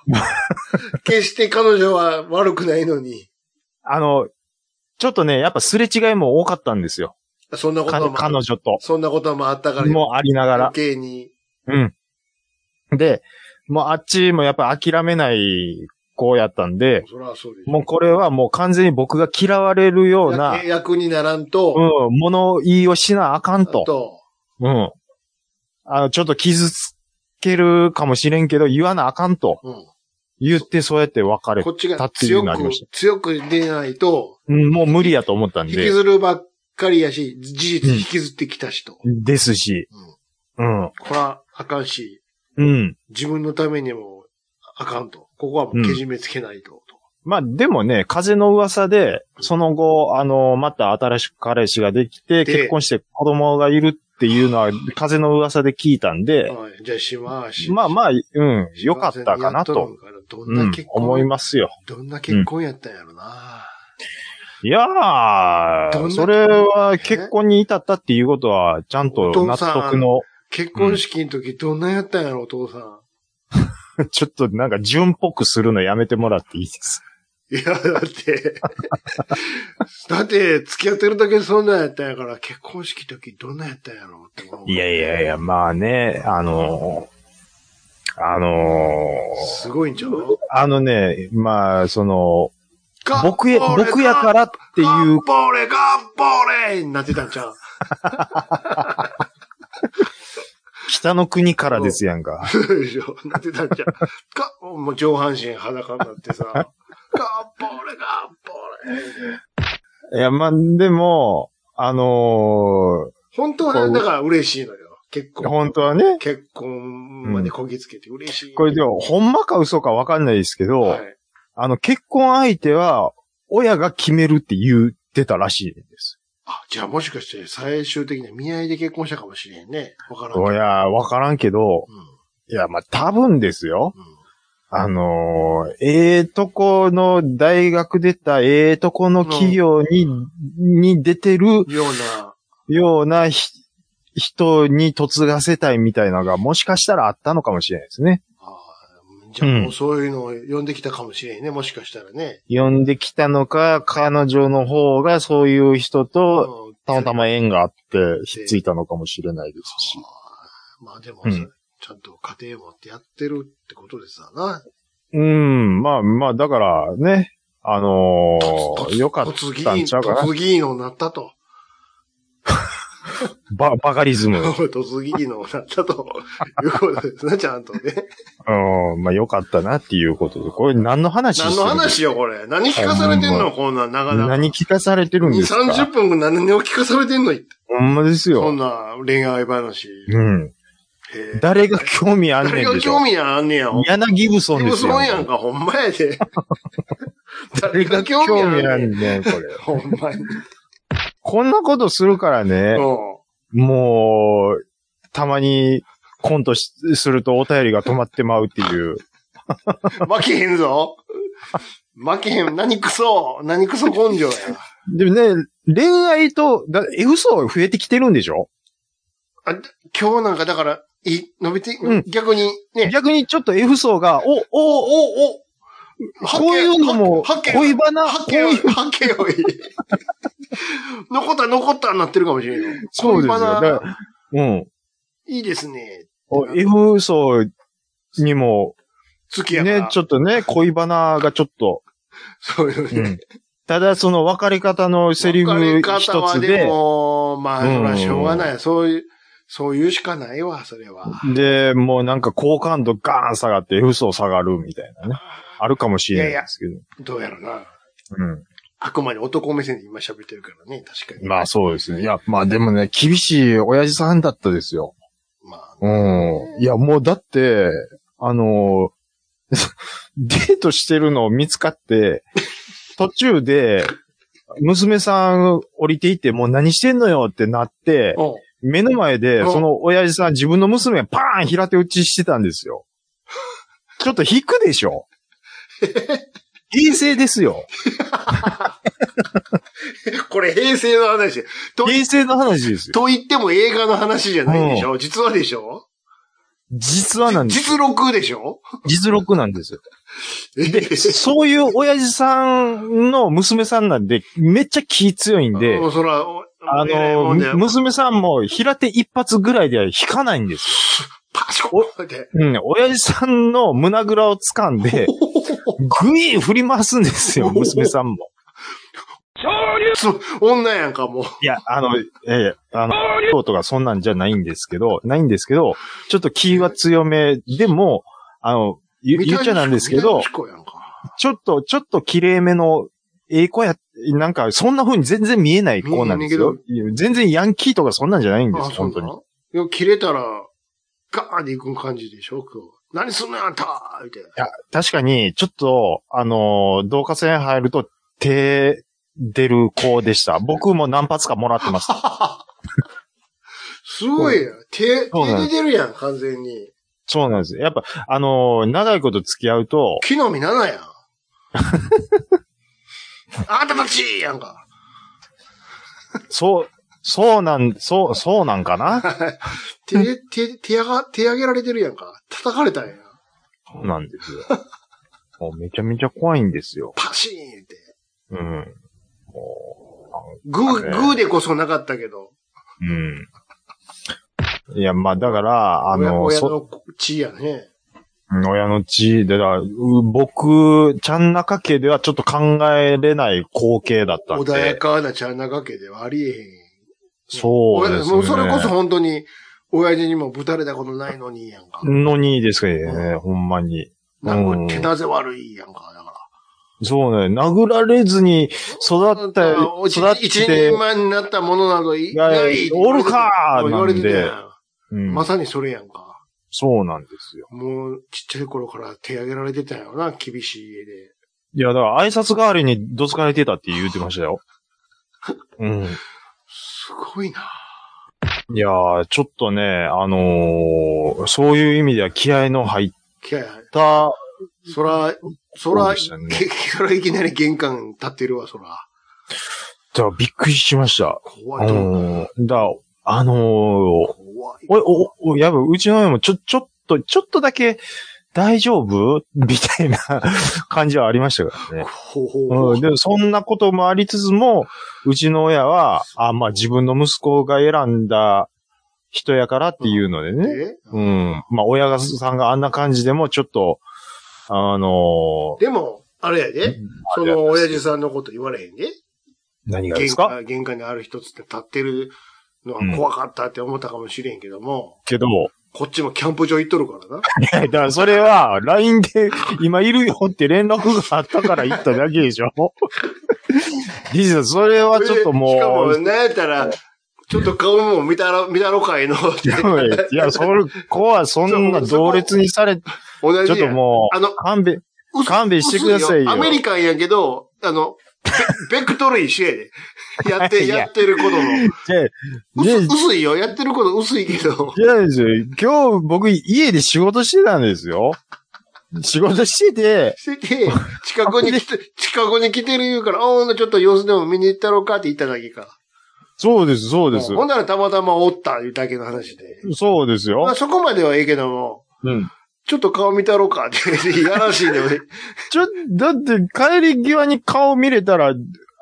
Speaker 4: う。 決して彼女は悪くないのに、
Speaker 3: あの、ちょっとね、やっぱすれ違いも多かったんですよ。
Speaker 4: そんなこ
Speaker 3: か
Speaker 4: とも、
Speaker 3: 彼女と。
Speaker 4: そんなこともあったから、
Speaker 3: もうありながら
Speaker 4: 余。計に。
Speaker 3: うん。で、もうあっちもやっぱ諦めない子やったんで、
Speaker 4: そらそうでしょ
Speaker 3: もうこれはもう完全に僕が嫌われるような
Speaker 4: 契、約にならんと、
Speaker 3: うん、物言いをしなあかんと。
Speaker 4: と、
Speaker 3: うん。あの、ちょっと傷つけるかもしれんけど、言わなあかんと
Speaker 4: うん
Speaker 3: 言って、そうやって別れ
Speaker 4: こっち
Speaker 3: た
Speaker 4: が
Speaker 3: っていう
Speaker 4: 強
Speaker 3: のあり
Speaker 4: く
Speaker 3: まし、
Speaker 4: 強く出ないと、
Speaker 3: うんもう無理やと思ったん
Speaker 4: 引き
Speaker 3: で、
Speaker 4: ずるばっかりやし、事実引きずってきたしと。
Speaker 3: ですし、うん、
Speaker 4: これはあかんし、
Speaker 3: うん。
Speaker 4: 自分のためにもあかんと。ここはもうけじめつけないと。
Speaker 3: まあでもね、風の噂で、その後、あの、また新しく彼氏ができて、
Speaker 4: で
Speaker 3: 結婚して子供がいるっていうのは、風の噂で聞いたんで、
Speaker 4: はい、じゃあ、しまし。
Speaker 3: まあまあ、うん、良かったかな
Speaker 4: やっ
Speaker 3: と、
Speaker 4: るんかなどん
Speaker 3: う
Speaker 4: なん結、婚、
Speaker 3: 思いますよ。
Speaker 4: どんな結婚やったんやろな。
Speaker 3: いや
Speaker 4: どん
Speaker 3: ー、
Speaker 4: な
Speaker 3: それは結婚に至ったっていうことは、ちゃんと納得の、
Speaker 4: 結婚式の時どんなんやったんやろ、お父さん。
Speaker 3: ちょっとなんか順っぽくするのやめてもらっていいです。
Speaker 4: いや、だ って、だって、付き合ってるだけでそんなんやったんやから、結婚式の時どんなんやったんやろって思う。
Speaker 3: いやいやいや、まあね、あのー、あの
Speaker 4: す
Speaker 3: ー、
Speaker 4: ごいんちゃう
Speaker 3: あのね、まあ、その、
Speaker 4: ガッ
Speaker 3: 僕や、
Speaker 4: ポーレ
Speaker 3: 僕やからってい
Speaker 4: ガッ
Speaker 3: う、
Speaker 4: ポーレ、ガッポーレになってたんちゃう
Speaker 3: 北の国からですやん か。
Speaker 4: そうでしょなってたんちゃうか、もう上半身裸になっ てさ、ガッポーレ、ガッポーレ。
Speaker 3: いや、まあ、でも、あの
Speaker 4: 本当はね、だから嬉しいのよ。結
Speaker 3: ー、
Speaker 4: 婚。
Speaker 3: 本当はね、
Speaker 4: 結婚までこぎつけて嬉しい。
Speaker 3: これでも、ほんまか嘘かわかんないですけど、
Speaker 4: はい。
Speaker 3: あの、結婚相手は、親が決めるって言ってたらしいんです。
Speaker 4: あ、じゃあもしかして最終的には見合いで結婚したかもしれんね。わからんけど。
Speaker 3: いや、わからんけど、
Speaker 4: う
Speaker 3: いや、まあ、多分ですよ。
Speaker 4: ん。うん。
Speaker 3: あのーええとこの大学出た、ええとこの企業に、に出てる
Speaker 4: ような、
Speaker 3: ようなひ人に嫁がせたいみたいなのが、もしかしたらあったのかもしれないですね。
Speaker 4: あーじゃあもうんうそういうのを呼んできたかもしれんね、もしかしたらね。
Speaker 3: 呼んできたのか、彼女の方がそういう人と、
Speaker 4: うん
Speaker 3: たまたま縁があって、ひっついたのかもしれないですし。
Speaker 4: まあでも、
Speaker 3: うん
Speaker 4: ちゃんと家庭持ってやってるってことですわな。
Speaker 3: うん、まあまあ、だからね、あのー、よかったんちゃうかな。
Speaker 4: 突撃のになった と。
Speaker 3: バ、バカリズム。
Speaker 4: 突撃のになったということですな、ちゃんとね。
Speaker 3: うん、まあよかったなっていうことで。これ何の話してる
Speaker 4: 何の話よ、これ。何聞かされてんの、こんなん、なかなか。
Speaker 3: 何聞かされてるん
Speaker 4: 2、
Speaker 3: ですか
Speaker 4: 30分何を聞かされてんの
Speaker 3: ほんまです
Speaker 4: そ
Speaker 3: よ。
Speaker 4: んな恋愛話。
Speaker 3: うん。
Speaker 4: へえ
Speaker 3: 誰が興味あんね
Speaker 4: 誰
Speaker 3: ん
Speaker 4: が
Speaker 3: でしょ
Speaker 4: 興。味あんねや、ほんま
Speaker 3: 柳ギブソンですよ。
Speaker 4: そうやんか、ほんま やで。
Speaker 3: 誰
Speaker 4: 誰
Speaker 3: が
Speaker 4: が
Speaker 3: 興
Speaker 4: 興味あ
Speaker 3: 味あ
Speaker 4: る
Speaker 3: んねん、これ。
Speaker 4: ほんまに。
Speaker 3: こんなことするからね、
Speaker 4: う
Speaker 3: もう、たまにコントしするとお便りが止まってまうっていう。
Speaker 4: ん。負けへんぞ。負けへん。何クソ。何クソ根性や。
Speaker 3: でもね、恋愛と、だ、え、嘘増えてきてるんでしょ
Speaker 4: 今日なんかだから、い、伸びて、
Speaker 3: うん
Speaker 4: 逆に、ね。
Speaker 3: 逆にちょっと F 層が、お、
Speaker 4: お
Speaker 3: お、お、
Speaker 4: おお
Speaker 3: こういうのも、
Speaker 4: はっけ
Speaker 3: 恋バナ、
Speaker 4: はっけよ
Speaker 3: 恋
Speaker 4: い。はっけよい。 残った、残ったなってるかもしれんよ。
Speaker 3: そうですよ。
Speaker 4: コンパ
Speaker 3: だ
Speaker 4: ナ
Speaker 3: からうん。
Speaker 4: いいですね。
Speaker 3: お F 嘘にも、
Speaker 4: 月やから。
Speaker 3: ね、ちょっとね、恋バナがちょっと、
Speaker 4: そういう
Speaker 3: う
Speaker 4: ね。
Speaker 3: ん。ただ、その別れ方のセリフ一
Speaker 4: 別れ方は
Speaker 3: つ
Speaker 4: で
Speaker 3: で、
Speaker 4: も、まあ、そらしょうがな
Speaker 3: う
Speaker 4: い。そういう、そういうしかないわ、それは。
Speaker 3: で、もうなんか好感度ガーン下がって、嘘下がるみたいなね。あるかもしれないですけど。
Speaker 4: どうやろな。あくまで男目線で今喋ってるからね、確
Speaker 3: う
Speaker 4: かに。
Speaker 3: ん。まあそうですね。いや、まあでもね、厳しい親父さんだったですよ。
Speaker 4: まあ、
Speaker 3: うん。いや、もうだって、あの、デー トしてるの見つかって、途中で、娘さん降りていって、もう何してんのよってなって、
Speaker 4: おう
Speaker 3: 目の前で、
Speaker 4: うん
Speaker 3: その親父さん自分の娘がパーン平手打ちしてたんです よ。ちょっと引くでしょ平成ですよ。
Speaker 4: これ平成の話。と
Speaker 3: 平成の話ですよ。
Speaker 4: と言っても映画の話じゃないでしょ実はでしょ
Speaker 3: 実話なんです。
Speaker 4: 実録でしょ
Speaker 3: 実録なんですよ。
Speaker 4: で
Speaker 3: そういう親父さんの娘さんなんで、めっちゃ気強いんで、
Speaker 4: もうそら、お
Speaker 3: あ
Speaker 4: 偉いも
Speaker 3: の、
Speaker 4: んだよ
Speaker 3: む娘さんも平手一発ぐらいでは引かないんです
Speaker 4: パシコって。
Speaker 3: よ。うん、親父さんの胸ぐらを掴んで、ぐい振り回すんですよ、娘さんも。
Speaker 4: そう女やんか、もう。
Speaker 3: いや、あの、ええ、あの、京都がそんなんじゃないんですけど、ないんですけど、ちょっと気は強めでも、あの、言言っちゃなんですけど
Speaker 4: 三、谷幸喜やんか
Speaker 3: ちょっと、ちょっと綺麗めの、ええ子や、なんか、そんな風に全然見えない子なんですよ。全然ヤンキーとかそんなんじゃないんで
Speaker 4: あ、
Speaker 3: すよ、
Speaker 4: そう
Speaker 3: 本当
Speaker 4: な
Speaker 3: に。
Speaker 4: のいや切れたら、ガーンって行く感じでしょ今日。何すんのやあんたみたいな。
Speaker 3: いや、確かに、ちょっと、あのー、導火線入ると、手、出る子でした。僕も何発かもらってます。
Speaker 4: すごいやん。手、
Speaker 3: そうな
Speaker 4: 手
Speaker 3: ん
Speaker 4: で出るやん、完全に。
Speaker 3: そうなんです。やっぱ、あのー、長いこと付き合うと、
Speaker 4: 木の実な なやん。あんたたちやんか。
Speaker 3: そう、そうなん、そう、そうなんかな
Speaker 4: 手で、手、手やが、手上げられてるやんか。叩かれたんやん。
Speaker 3: そうなんですよ。もうめちゃめちゃ怖いんですよ。
Speaker 4: パシーンって。
Speaker 3: うん。も
Speaker 4: グ
Speaker 3: ね
Speaker 4: ー、グーでこそなかったけど。
Speaker 3: う、うん。いや、まあ、だから、あ
Speaker 4: 親
Speaker 3: の、
Speaker 4: 親
Speaker 3: そ
Speaker 4: の血やね。
Speaker 3: うん親の血で、だからう僕、ちゃん中家ではちょっと考えれない光景だったんで。
Speaker 4: 穏やかな茶中家ではありえへん。
Speaker 3: そうですね。
Speaker 4: もうそれこそ本当に、親父にもぶたれたことないのにやんか。
Speaker 3: のにですけどね、ほんまに。
Speaker 4: なんか手なぜ悪いやんか。だから。
Speaker 3: そうね、殴られずに育った、
Speaker 4: おち
Speaker 3: 育っ
Speaker 4: 一
Speaker 3: て
Speaker 4: 人、前になったものなどい
Speaker 3: いや
Speaker 4: ない。
Speaker 3: おるかー
Speaker 4: 言われてたや。
Speaker 3: なんうん
Speaker 4: まさにそれやんか。
Speaker 3: そうなんですよ。
Speaker 4: もう、ちっちゃい頃から手上げられてたんやろな、厳しい家で。
Speaker 3: いや、だから挨拶代わりにどつかれてたって言ってましたよ。うん。
Speaker 4: すごいな。
Speaker 3: いやー、ちょっとね、あのーそういう意味では気合の入っ
Speaker 4: いやいや、
Speaker 3: た、
Speaker 4: そら、
Speaker 3: そ
Speaker 4: そ
Speaker 3: う
Speaker 4: ら、
Speaker 3: でしたね
Speaker 4: けそらいきなり玄関立ってるわ、そら。
Speaker 3: だからびっくりしました。
Speaker 4: 怖いと思う。
Speaker 3: うん。だからあのー、
Speaker 4: 怖い。
Speaker 3: おい、お、お、やばい、うちの親もちょ、ちょっと、ちょっとだけ大丈夫みたいな 感じはありましたからね。
Speaker 4: ほほほ
Speaker 3: うん、でもそんなこともありつつも、うちの親は、あ、まあ自分の息子が選んだ人やからっていうのでね。
Speaker 4: で
Speaker 3: うん。まあ親がさんがあんな感じでもちょっと、あの
Speaker 4: でも、あれや
Speaker 3: ー
Speaker 4: で、その親父さんのこと言われへんで。
Speaker 3: 何がで
Speaker 4: 玄
Speaker 3: すか
Speaker 4: 関、玄関にある一つって立ってるのは怖かったって思ったかもしれんけども、
Speaker 3: けど も。
Speaker 4: こっちもキャンプ場行っとるからな。
Speaker 3: いやだからそれは、LINE で今いるよって連絡があったから行っただけでしょ リジさん、それはちょっともう。
Speaker 4: しかも、なんやったら、ちょっと顔も見たろ、見たろ かいの。
Speaker 3: いや、それ、子はそんな同列にされ、ち
Speaker 4: 同
Speaker 3: ょ
Speaker 4: じ
Speaker 3: っと
Speaker 4: やん。
Speaker 3: も
Speaker 4: あの
Speaker 3: う、、勘弁、
Speaker 4: 嘘
Speaker 3: 勘弁してくださいよ
Speaker 4: 嘘アメリカンやけど、あの、 ベベクトル一緒やで。やって、
Speaker 3: いや
Speaker 4: やってることも。
Speaker 3: で、
Speaker 4: 薄
Speaker 3: で、
Speaker 4: 薄いよ。やってること薄いけど。
Speaker 3: いやですよ。今日僕家で仕事してたんですよ。仕事してて、
Speaker 4: してて、近くに来て、近くに来てる言うから、あほんなちょっと様子でも見に行ったろうかって言っただけか。
Speaker 3: そうです、そうです。
Speaker 4: ほんならたまたまおったいうだけの話で。
Speaker 3: そうです
Speaker 4: まあ、
Speaker 3: よ。
Speaker 4: そこまではええけども、
Speaker 3: うん。
Speaker 4: ちょっと顔見たろうかって、いやらしいね、俺。
Speaker 3: ちょ、だって帰り際に顔見れたら、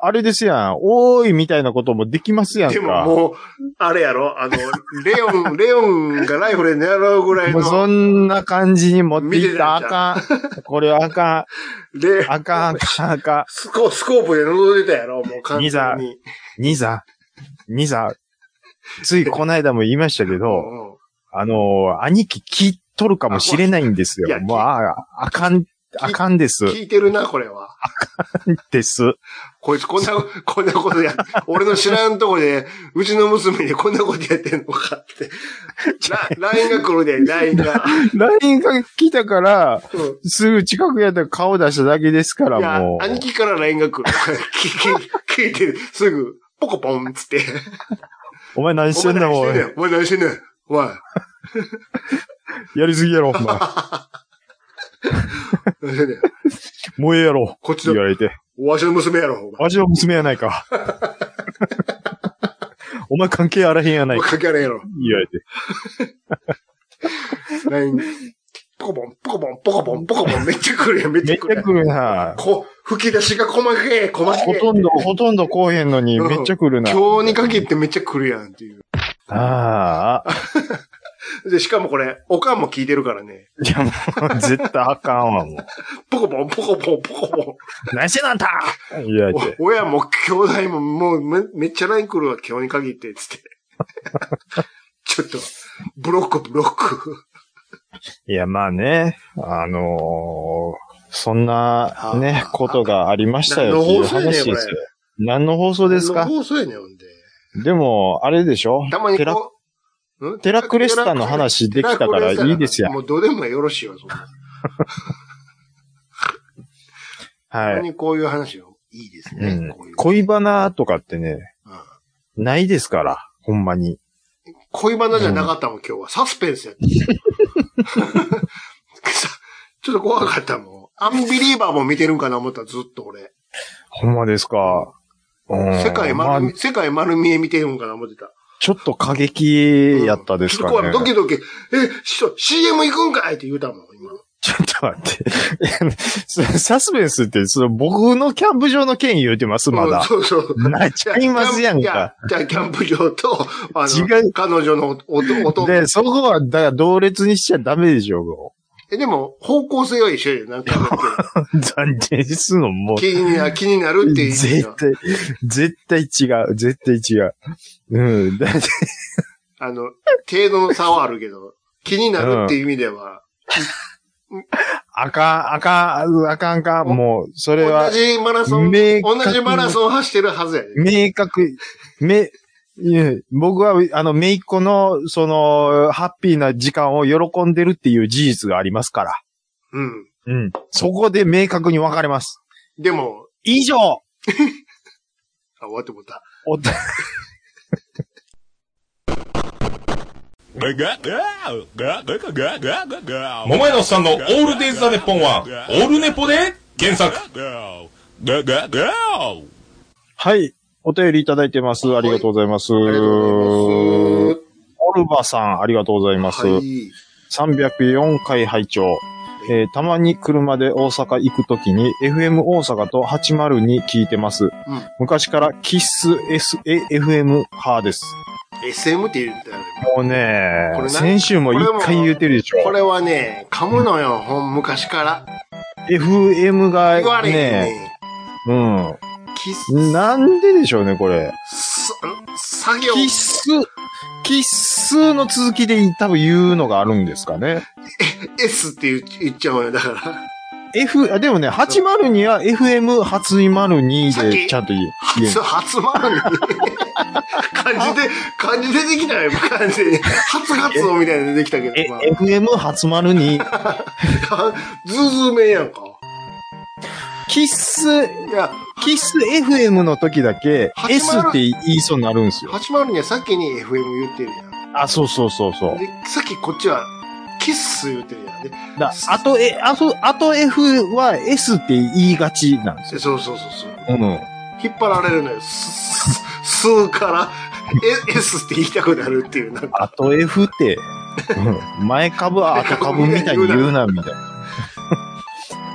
Speaker 3: あれですやん、おーいみたいなこともできますやんか。
Speaker 4: でももう、あれやろあの、レ オン、レオンがライフルで狙うぐらい
Speaker 3: もうそ
Speaker 4: の、
Speaker 3: んな感じに持ってい
Speaker 4: 見て
Speaker 3: ったた
Speaker 4: やんじゃ
Speaker 3: らあかん。これあか
Speaker 4: レ
Speaker 3: ん。あかん、あかん、あか
Speaker 4: スコスコープで覗いてたやろもう完全に。
Speaker 3: ん。ニザ、ニザ、ついこの間も言いましたけど、
Speaker 4: うんうん
Speaker 3: あのー、兄貴聞いとるかもしれないんです
Speaker 4: いや
Speaker 3: よ。もう、あ、あかん、あかんです。
Speaker 4: 聞いてるな、これは。
Speaker 3: です。
Speaker 4: こいつこんな、 こんなことや、俺の知らんとこで、うちの娘にこんなことやってんのかって。 ラ LINE が来るで、LINE が。
Speaker 3: LINE が来たから、
Speaker 4: うん
Speaker 3: すぐ近くやったら顔出しただけですか
Speaker 4: いや
Speaker 3: ら、も、う。
Speaker 4: 兄貴から LINE が来る。 聞聞聞いてる。すぐ、ポコポンっつって。
Speaker 3: お前何してんだ、
Speaker 4: お
Speaker 3: おい
Speaker 4: 前何してん。ねんお前何してんねん。おい。
Speaker 3: やりすぎやろ、お 前。
Speaker 4: 何してんねん。
Speaker 3: もうええやろ。
Speaker 4: こっち
Speaker 3: 言
Speaker 4: だ
Speaker 3: わ。れて。
Speaker 4: わしの娘やろ、お前。
Speaker 3: わしの娘やない か。お前関係あらへんやないか。
Speaker 4: かけられんやろ。
Speaker 3: 言われて。
Speaker 4: LINE。ポコポン、ポコポン、ポコポン、ポコポン。めっちゃ来るやん、めっち
Speaker 3: め
Speaker 4: ゃ
Speaker 3: っ
Speaker 4: 来
Speaker 3: ちゃ
Speaker 4: るやん
Speaker 3: 来。るな。
Speaker 4: こ、吹き出しが細けえ、細け
Speaker 3: ほ
Speaker 4: え。
Speaker 3: とんど、ほとんど来おへんのに、
Speaker 4: うん
Speaker 3: めっちゃ来るな。
Speaker 4: 今日に限ってめっちゃ来るやんっていう。
Speaker 3: ああ。
Speaker 4: で、しかもこれ、おかんも聞いてるからね。
Speaker 3: いや、もう、絶対あかんわ、も う。
Speaker 4: ポコポン、ポコポン、ポコ ポ
Speaker 3: 何してなんだ言われて。
Speaker 4: ン。お親も兄弟ももうめめっちゃ LINE 来るわ、今日に限って、つって。 ちょっと、ブロック、ブロック。
Speaker 3: いや、まあね、あのーそんな
Speaker 4: あ
Speaker 3: ね
Speaker 4: あ、
Speaker 3: ことがありましたよ
Speaker 4: 何
Speaker 3: って
Speaker 4: の
Speaker 3: いう
Speaker 4: 放送やねん
Speaker 3: 話ですよ。何の放送
Speaker 4: そう
Speaker 3: ですか
Speaker 4: 放送やねん、ほんで。
Speaker 3: でも、あれでしょ
Speaker 4: たまに
Speaker 3: テラ
Speaker 4: こう、ん
Speaker 3: テラクレスタの話できたからいいですやん
Speaker 4: もうどうでもよろしいわ、そんな。た
Speaker 3: は
Speaker 4: ま
Speaker 3: い。
Speaker 4: にこういう話を。いいです
Speaker 3: う
Speaker 4: ね。
Speaker 3: ん
Speaker 4: こういう。
Speaker 3: 恋バナとかってね、
Speaker 4: うん
Speaker 3: ないですから、ほんまに。
Speaker 4: 恋バナじゃなかったもん、今日は。サスペンスやった。 さちょっと怖かったもん。アンビリーバーも見てるんかな思った、ずっと俺。
Speaker 3: ほんまですか。うん
Speaker 4: 世界
Speaker 3: まあ
Speaker 4: 丸見、世界丸見え見てるんかな思ってた。
Speaker 3: ちょっと過激やったですか
Speaker 4: ちょっと
Speaker 3: ね。
Speaker 4: 怖いドキドキ、え、師匠 CM 行くんかいって言うたもん、今。
Speaker 3: ちょっと待って。 そサスペンスって、その僕のキャンプ場の件言うてます、ま
Speaker 4: うん
Speaker 3: だ。
Speaker 4: そうそう。
Speaker 3: なっちゃいますやん
Speaker 4: い
Speaker 3: か。。
Speaker 4: じゃあ、キャンプ場と、あ
Speaker 3: 違
Speaker 4: の、
Speaker 3: う
Speaker 4: 彼女のおおと
Speaker 3: で、そこは、だから同列にしちゃダメでしょ、
Speaker 4: え、でも、方向性は一緒やなんか
Speaker 3: もう断定するのもう。
Speaker 4: 気にな、気になるっていう意味で
Speaker 3: 絶
Speaker 4: は。
Speaker 3: 対、絶対違う、絶対違う。うん、だって、
Speaker 4: あの、程度の差はあるけど、気になるっていう意味では、
Speaker 3: あかん、あかん、あかんかん、もう、それ
Speaker 4: 同
Speaker 3: は、
Speaker 4: じマラソン、
Speaker 3: 明確
Speaker 4: 同
Speaker 3: に
Speaker 4: じマラソン走ってるはずやで。
Speaker 3: 明確、め、いえ僕は、あの、めいっ子の、その、ハッピーな時間を喜んでるっていう事実がありますから。
Speaker 4: うん。
Speaker 3: うん。そこで明確に分かれます。
Speaker 4: でも、
Speaker 3: 以上
Speaker 4: あ、終わってもうた。
Speaker 3: おた
Speaker 5: Go,
Speaker 6: 桃屋のおっさんのオールデイズ・ザ・ネッポンは、オールネポで原作
Speaker 5: go, go, go.
Speaker 3: はい。お便りいただいてます。ありがとうございます。
Speaker 4: ありがとうござい
Speaker 3: オルバさん、ありがとうございま
Speaker 4: ます。
Speaker 3: す。
Speaker 4: はい。
Speaker 3: 304回拝聴。えーたまに車で大阪行くときに FM 大阪と802聞いてます。昔からキッス SAFM 派です。
Speaker 4: SM って言うみたいな。
Speaker 3: もうね
Speaker 4: これ、な
Speaker 3: 先週も一回言うてるでし
Speaker 4: こ
Speaker 3: ょ。
Speaker 4: れはね、噛むのよ、ほん、昔から。
Speaker 3: FM
Speaker 4: 言わ
Speaker 3: が
Speaker 4: れへん
Speaker 3: ね、
Speaker 4: ね。
Speaker 3: うん。
Speaker 4: キス、
Speaker 3: なんででしょうね、これ。
Speaker 4: 作業。
Speaker 3: キッス、キッスの続きで多分言うのがあるんですかね。
Speaker 4: S って言っ言っちゃうよ、だから。
Speaker 3: F、あでもね、802は FM 初202でちゃんと言う。言え
Speaker 4: 初、初丸 に。漢字で、漢字出てきたよ、漢字で。初ガツオみたいなの出てきたけ
Speaker 3: え
Speaker 4: ど、まあ、
Speaker 3: FM 初丸 に、
Speaker 4: か ズーズー名やんか。
Speaker 3: キッス、
Speaker 4: いや、
Speaker 3: キッス FM の時だけ、
Speaker 4: 80
Speaker 3: S って言いそうになるんですよ。
Speaker 4: 802は先に FM 言ってるやん。
Speaker 3: あ、そうそうそうそう。
Speaker 4: で、さっきこっちは、キッス言うてるやん。で、
Speaker 3: だあと、え、あと、あと F は S って言いがちなんです
Speaker 4: そう
Speaker 3: よ。
Speaker 4: そうそうそう。
Speaker 3: うん。
Speaker 4: 引っ張られるのよ。す、す、すから、え、S って言いたくなるっていう、なんか。
Speaker 3: あと F って、うん前株は後株みたいに言うな、みたいな。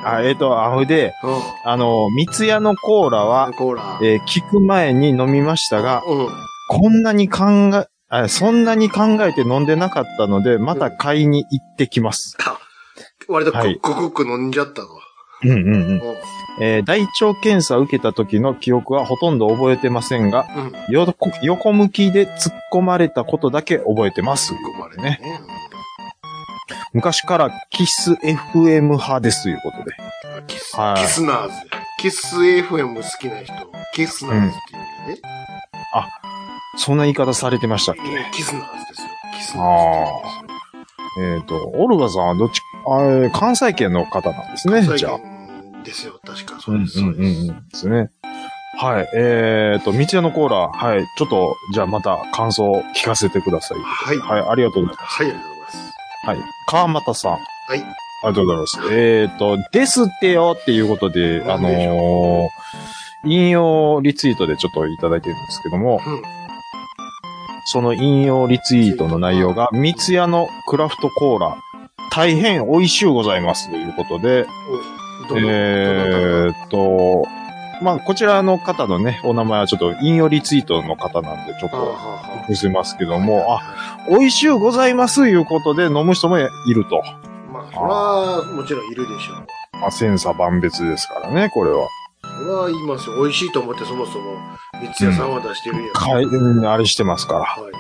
Speaker 3: あ、えっ、と、アホで、
Speaker 4: うん。
Speaker 3: あの、三ツ矢のコーラは、
Speaker 4: コーラ。
Speaker 3: えー聞く前に飲みましたが、
Speaker 4: うん。
Speaker 3: こんなに考え、あそんなに考えて飲んでなかったので、また買いに行ってきます。
Speaker 4: 割とク
Speaker 3: はい
Speaker 4: ッククック飲んじゃったの。
Speaker 3: うんうんうん。
Speaker 4: うん。
Speaker 3: えー大腸検査受けた時の記憶はほとんど覚えてませんが、
Speaker 4: うん。突っ
Speaker 3: よこ横向きで突っ込まれたことだけ覚えてます。
Speaker 4: 込まれてね。
Speaker 3: 昔からキス FM 派ですということで。
Speaker 4: うんキス、
Speaker 3: はい
Speaker 4: キスナーズ。キス FM 好きな人、キスナーズっていうんだよ
Speaker 3: そんな言い方されてましたっけ
Speaker 4: ね。キスナーズですよ。キスナーズって
Speaker 3: えっ、と、オルガさんはどっち、あえー関西圏の方なんですね
Speaker 4: 言うん、です
Speaker 3: じゃ
Speaker 4: よ。
Speaker 3: あ。
Speaker 4: 最近ですよ、確か。
Speaker 3: う
Speaker 4: そ
Speaker 3: んう
Speaker 4: うんです、そう
Speaker 3: うんう
Speaker 4: です。
Speaker 3: ん。ですね。はい。えっ、と、道屋のコーラ、はい。ちょっと、じゃあまた感想を聞かせてください。
Speaker 4: はい。はい、
Speaker 3: はい、ありがとうございま
Speaker 4: ありがとうございます。
Speaker 3: す。はい。川俣さん。
Speaker 4: はい。
Speaker 3: ありがとうございます。えっ、と、ですってよっていうことで、あ
Speaker 4: なんでし
Speaker 3: のー引用リツイートでちょっといただいてるんですけども、
Speaker 4: うん
Speaker 3: その引用リツイートの内容が、三ツ矢のクラフトコーラ、大変美味しゅうございますということで、
Speaker 4: おどうも
Speaker 3: えーっと、まあ、こちらの方のね、お名前はちょっと引用リツイートの方なんで、ちょっ
Speaker 4: ああは
Speaker 3: と
Speaker 4: あはあ
Speaker 3: 伏せますけども、あ、美味しゅうございますということで飲む人もいると。
Speaker 4: まあ、それは、もちろんいるでしょう。
Speaker 3: まあ、千差万別ですからね、これは。
Speaker 4: それは言いますよ。美味しいと思ってそもそも、三ツ矢さんは出してるやん。
Speaker 3: かい、うんあれしてますから。
Speaker 4: はい。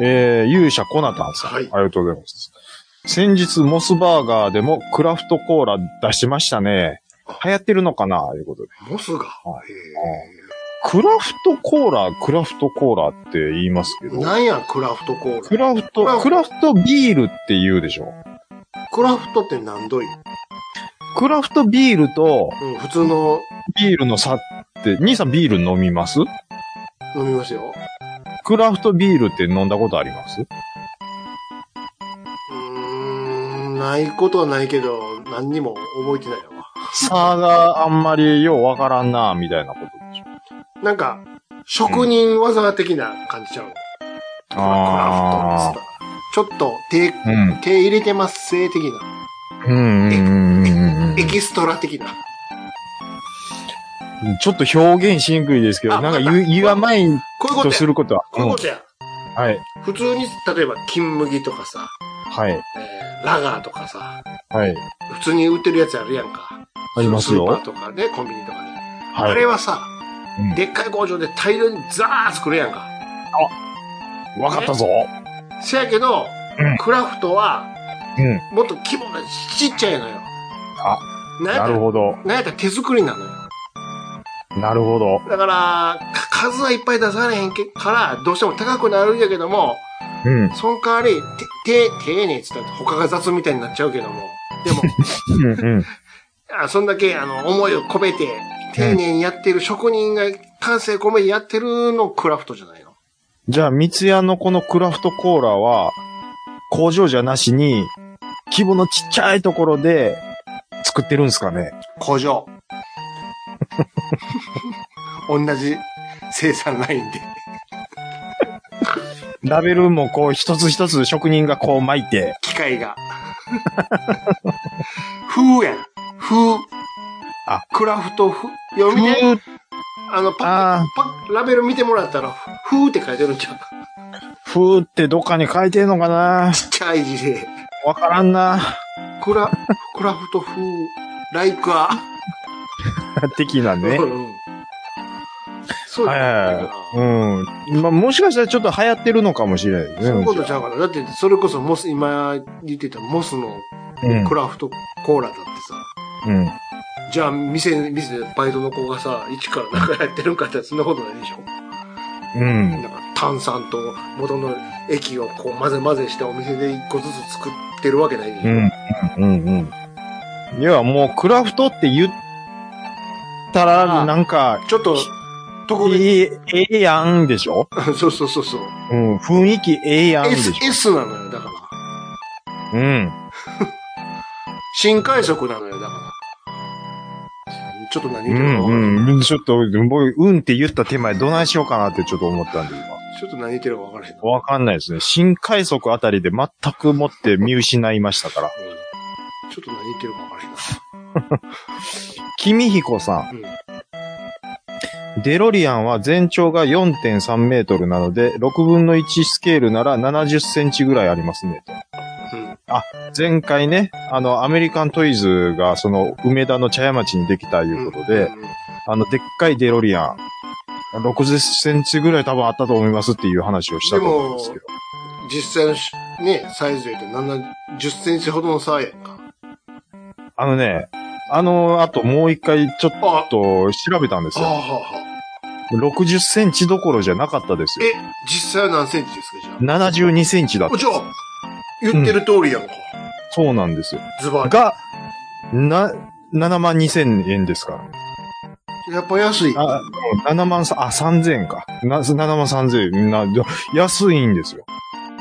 Speaker 3: えー、勇者コナタンさん。
Speaker 4: はい
Speaker 3: ありがとうございます。先日、モスバーガーでもクラフトコーラ出してましたね。流行ってるのかなということで。
Speaker 4: モスが。
Speaker 3: はクラフトコーラ、クラフトコーラって言いますけ
Speaker 4: へえ。
Speaker 3: ど。
Speaker 4: なんや、クラフトコー
Speaker 3: ク
Speaker 4: ラ。
Speaker 3: ラフト、クラフトビールって言うでしょ。
Speaker 4: クラフトって何度い
Speaker 3: クラフトビールと
Speaker 4: うん、普通の
Speaker 3: ビールの差って、兄さんビール飲みます
Speaker 4: 飲みますよ。
Speaker 3: クラフトビールって飲んだことあります
Speaker 4: うーん、ないことはないけど、何にも覚えてないわ。
Speaker 3: 差があんまりようわからんな、みたいなことでしょ。
Speaker 4: なんか、職人技的な感じちゃう。クラ
Speaker 3: あ
Speaker 4: フトっつったらちょっと手、
Speaker 3: ーうん。
Speaker 4: 手入れてます性的な。
Speaker 3: うんうんうんうんうん
Speaker 4: エキストラ的な。
Speaker 3: ちょっと表現しにくいですけど、
Speaker 4: あ
Speaker 3: なんか言う言わない
Speaker 4: こういうこと
Speaker 3: と
Speaker 4: や。
Speaker 3: することは。
Speaker 4: こういうことや。
Speaker 3: うんはい。
Speaker 4: 普通に、例えば、金麦とかさ、
Speaker 3: はい。
Speaker 4: えーラガーとかさ、
Speaker 3: はい。
Speaker 4: 普通に売ってるやつあるやんか。
Speaker 3: あります
Speaker 4: スーパ
Speaker 3: よ
Speaker 4: ー。とかね、コンビニとかね。あ
Speaker 3: は
Speaker 4: れはさ、
Speaker 3: うん
Speaker 4: でっかい工場で大量にザー作るやんか。
Speaker 3: い。わかったぞ。
Speaker 4: せやけど、
Speaker 3: うん
Speaker 4: クラフトは、
Speaker 3: うん。
Speaker 4: もっと規模がちっちゃいのよ。
Speaker 3: あ、
Speaker 4: なんや
Speaker 3: な
Speaker 4: った
Speaker 3: る
Speaker 4: ら、
Speaker 3: ほど。
Speaker 4: なんやったら手作りなのよ。
Speaker 3: なるほど。
Speaker 4: だから、か数はいっぱい出されへんけから、どうしても高くなるんやけども、
Speaker 3: うん。
Speaker 4: その代わり、て、て、丁寧って言ったら他が雑みたいになっちゃうけども。でも、
Speaker 3: うんうん。
Speaker 4: あそんだけ、あの、思いを込めて、丁寧にやってる職人が感性込めてやってるのクラフトじゃないの。
Speaker 3: じゃあ、三ツ矢のこのクラフトコーラは、工場じゃなしに、規模のちっちゃいところで作ってるんですかね。
Speaker 4: 工場。同じ生産ラインで。
Speaker 3: ラベルもこう一つ一つ職人がこう巻いて、
Speaker 4: 機械が。風やん。風。
Speaker 3: あ
Speaker 4: クラフト風。読みね。
Speaker 3: ふー、
Speaker 4: あの、パ
Speaker 3: あ
Speaker 4: ッ、パッ、ラベル見てもらったら、風って書いてるんちゃう
Speaker 3: ふーってどっかに書いてんのかな
Speaker 4: ちっちゃい字で。
Speaker 3: わからんな。
Speaker 4: クラ、クラフト風。ライクア。
Speaker 3: 的なね
Speaker 4: う。ん。そうじ
Speaker 3: は
Speaker 4: ゃ
Speaker 3: い
Speaker 4: ないかな
Speaker 3: はいはい。うん。まあ、もしかしたらちょっと流行ってるのかもしれないですね。
Speaker 4: そういうことちゃうから。だって、それこそモス、今言ってたモスの
Speaker 3: うん
Speaker 4: クラフトコーラだってさ。
Speaker 3: うん。
Speaker 4: じゃあ、店、店でバイトの子がさ、一からなんかやってるんかってそんなことないでしょ
Speaker 3: うん。
Speaker 4: なんか炭酸と元の液をこう混ぜ混ぜしてお店で一個ずつ作ってるわけないでし
Speaker 3: う
Speaker 4: ょ、
Speaker 3: ん。うん。うん。いや、もうクラフトって言った
Speaker 4: あ
Speaker 3: ら、なんか、
Speaker 4: ちょっと、特
Speaker 3: え
Speaker 4: 別、
Speaker 3: え、ええやんでしょ
Speaker 4: そうそうそうそう。
Speaker 3: うん。雰囲気ええやんでし
Speaker 4: S
Speaker 3: ょ、
Speaker 4: S なのよ、だから。
Speaker 3: うん。
Speaker 4: 新快速なのよ、だから。ちょっと何言ってるか分からんない、
Speaker 3: うん。うん。ちょっと、僕、うんって言った手前、どないしようかなってちょっと思ったんで、今。
Speaker 4: ちょっと何言ってるか分からへんな。
Speaker 3: わかんないですね。新快速あたりで全くもって見失いましたから。
Speaker 4: うんちょっと何言ってるか分からへんな。
Speaker 3: 君彦さ
Speaker 4: うん。
Speaker 3: ん。デロリアンは全長が4.3メートルなので、6分の1スケールなら70センチぐらいありますね。
Speaker 4: うん。
Speaker 3: 前回ね、あの、アメリカントイズが、その、梅田の茶屋町にできたいうことで、
Speaker 4: ん、
Speaker 3: あの、でっかいデロリアン、60センチぐらい多分あったと思いますっていう話をしたと思うんですけど。
Speaker 4: 実際のしね、サイズで言うと70センチほどの差やんか。
Speaker 3: あのね、あの、あともう一回ちょっ
Speaker 4: あ、
Speaker 3: と調べたんです
Speaker 4: あは
Speaker 3: よ。
Speaker 4: はは。
Speaker 3: 60センチどころじゃなかったですよ。
Speaker 4: え、実際は何センチですか、じゃあ。
Speaker 3: 72センチだった
Speaker 4: お。じゃあ、言ってる通りやんか。
Speaker 3: そうなんですよ。
Speaker 4: ズバ
Speaker 3: が、な、7万2千円ですから。
Speaker 4: リ。やっぱ安い。
Speaker 3: あ、7万さ、あ、3千円か。な、7万3千円。な、安いんですよ。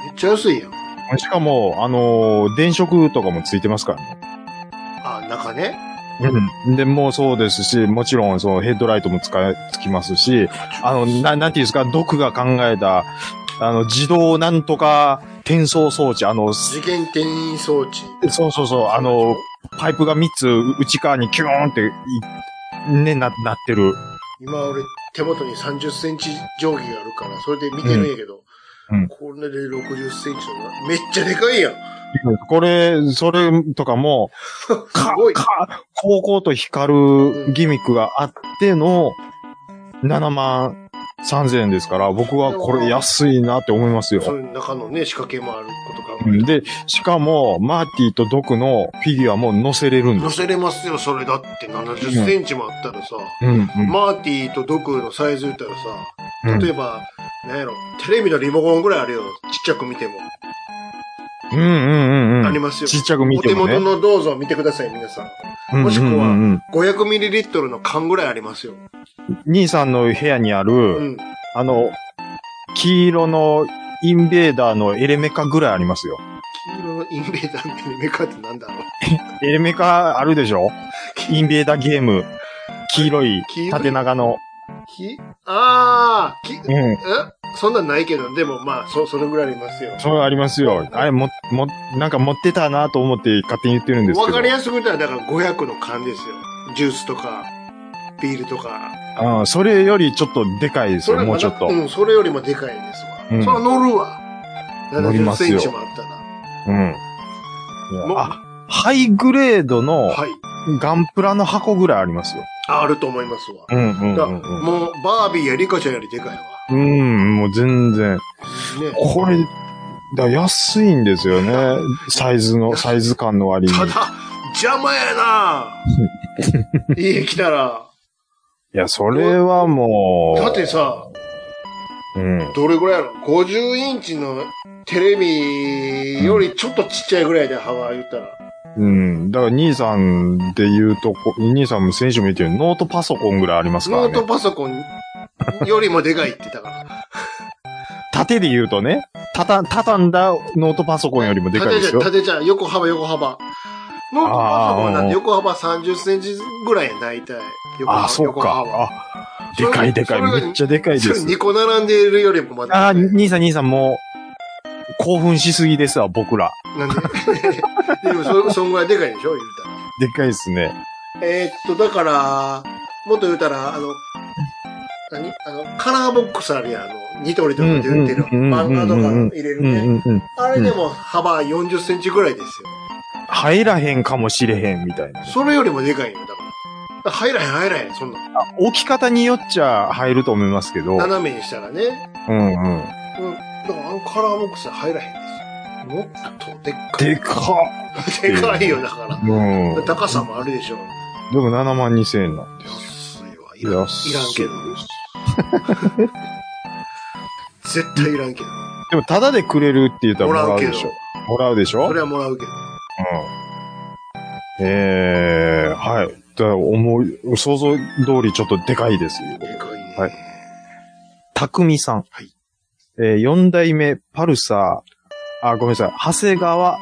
Speaker 4: めっちゃ安いやん。
Speaker 3: しかも、あのー電飾とかもついてますからね。
Speaker 4: あ、中ね。
Speaker 3: うん。で、もうそうですし、もちろん、そのヘッドライトも使い、つきますし、あの、な、なんていうんですか、毒が考えた、あの、自動なんとか転送装置、あの、
Speaker 4: 事件転移装置。
Speaker 3: そうそうそう、あの、パイプが3つ内側にキューンってい、ね、な、なってる。
Speaker 4: 今俺手元に30センチ定規があるから、それで見てるんやけど、
Speaker 3: うんうん
Speaker 4: これで60センチのめっちゃでかいやん。
Speaker 3: これ、それとかも、
Speaker 4: す
Speaker 3: か
Speaker 4: ごい、。
Speaker 3: か、高校と光るギミックがあっての、7万3000円ですから、僕はこれ安いなって思います
Speaker 4: そ
Speaker 3: よ。
Speaker 4: ういう中のね、仕掛けもあること考
Speaker 3: で、
Speaker 4: え
Speaker 3: しかも、マーティとドクのフィギュアも載せれるんで
Speaker 4: 乗
Speaker 3: す。
Speaker 4: せれますよ、それだって70センチもあったらさ、
Speaker 3: うん、うん。
Speaker 4: マーティーとドクのサイズ言ったら
Speaker 3: う
Speaker 4: さ、
Speaker 3: ん
Speaker 4: 例えば、なんやろ、テレビのリモコンぐらいあるよ、ちっちゃく見ても。
Speaker 3: うんうんうんうん。
Speaker 4: ありますよ
Speaker 3: ちっちゃく見
Speaker 4: お
Speaker 3: て
Speaker 4: 手
Speaker 3: もね
Speaker 4: 元。のどうぞ見てください、皆さん。もしくは
Speaker 3: うんうんうん、
Speaker 4: 500ml の缶ぐらいありますよ。
Speaker 3: 兄さんの部屋にある、
Speaker 4: うん。
Speaker 3: あの、黄色のインベーダーのエレメカぐらいありますよ。
Speaker 4: 黄色のインベーダーのメカってなんだろう。
Speaker 3: エレメカあるでしょインベーダーゲーム。黄色い
Speaker 4: 黄色い、
Speaker 3: 縦長の。
Speaker 4: ひ、あー、き、
Speaker 3: う
Speaker 4: え
Speaker 3: ん。
Speaker 4: そんなんないけど、でもまあ、そ、それぐらいありますよ。
Speaker 3: それありますよ。あれ、も、も、なんか持ってたなと思って勝手に言ってるんですけど。
Speaker 4: わかりやすく言ったら、だから500の缶ですよ。ジュースとか、ビールとか。
Speaker 3: うん、それよりちょっとでかいです
Speaker 4: そ
Speaker 3: よ、
Speaker 4: れ
Speaker 3: もうちょっと。
Speaker 4: うん、それよりもでかいですわ。
Speaker 3: うん
Speaker 4: それ乗るわ。
Speaker 3: 乗り
Speaker 4: 70
Speaker 3: ます
Speaker 4: セン
Speaker 3: よ
Speaker 4: チもあったら。
Speaker 3: うん。
Speaker 4: もう
Speaker 3: あ、ハイグレードの
Speaker 4: はい。
Speaker 3: ガンプラの箱ぐらいありますよ。
Speaker 4: あると思いますわ。
Speaker 3: うん、うん、
Speaker 4: だ
Speaker 3: う
Speaker 4: から
Speaker 3: んうん。
Speaker 4: もう、バービーやリカちゃんよりでかいわ。
Speaker 3: うん、もう全然。
Speaker 4: ね。
Speaker 3: これ、だ安いんですよね。サイズの、サイズ感の割に。
Speaker 4: ただ、邪魔 やな家来たら。
Speaker 3: いや、それはもう。
Speaker 4: だってさ、
Speaker 3: うん。
Speaker 4: どれぐらいやろ ?50 インチのテレビよりちょっとちっちゃいぐらいで幅言ったら。
Speaker 3: うん。だから、兄さんで言うとこ、兄さんも先週も言ってるノートパソコンぐらいありますから
Speaker 4: ノ
Speaker 3: ね
Speaker 4: ート。パソコンよりもでかいって言ったから。
Speaker 3: 縦で言うとね、たた、畳んだノートパソコンよりも でかいで
Speaker 4: 縦じ
Speaker 3: す
Speaker 4: ゃ、
Speaker 3: よ。
Speaker 4: 縦じゃ、横幅横幅。ノートパソコンなんて横幅30センチぐらいや、大体。横幅
Speaker 3: あ、そう
Speaker 4: 横幅は
Speaker 3: か。あ、でかいでかい。
Speaker 4: それが
Speaker 3: めっちゃでかいで
Speaker 4: それ
Speaker 3: す
Speaker 4: 2。個並んでいるよりもまだ。
Speaker 3: あ、 兄さん兄さんもう、興奮しすぎですわ、僕ら。
Speaker 4: なんで。でもそ、そんぐらいでかいでしょ言うたら。
Speaker 3: でかいですね。
Speaker 4: えーっと、だから、もっと言うたら、あの、何あの、カラーボックスあるやん、あの、ニトリとかで売ってる
Speaker 3: うん
Speaker 4: 漫画とか入れる
Speaker 3: うん
Speaker 4: ね。
Speaker 3: うんうん。
Speaker 4: あれでも幅40センチぐらいですよ。
Speaker 3: 入らへんかもしれへん、みたいな。
Speaker 4: それよりもでかいの、だから。入らへん、入らへん、そんな。
Speaker 3: 置き方によっちゃ入ると思いますけど。うん
Speaker 4: 斜めにしたらね。
Speaker 3: うん。
Speaker 4: うん。だからあのカラーボックスは入らへんですよ。もっとでっかい。
Speaker 3: でか
Speaker 4: でかいよ、だから。
Speaker 3: うん。で
Speaker 4: 高さもあるでしょう。
Speaker 3: も7万2千円な。
Speaker 4: 安いわ。い
Speaker 3: い
Speaker 4: らん、いらんけど。絶対いらんけど。
Speaker 3: でも、タダでくれるって言ったら
Speaker 4: も
Speaker 3: も
Speaker 4: ら
Speaker 3: ら
Speaker 4: う
Speaker 3: う
Speaker 4: けど
Speaker 3: で。しょ。もらうでしょ
Speaker 4: それはもらうけど。
Speaker 3: うん。ええはい。だから思い、想像通りちょっとでかいです。
Speaker 4: でかいね。
Speaker 3: はいたくみさん。
Speaker 4: はい
Speaker 3: えー、4代目、パルサー、あ、ごめんなさい。長谷川、
Speaker 4: はい。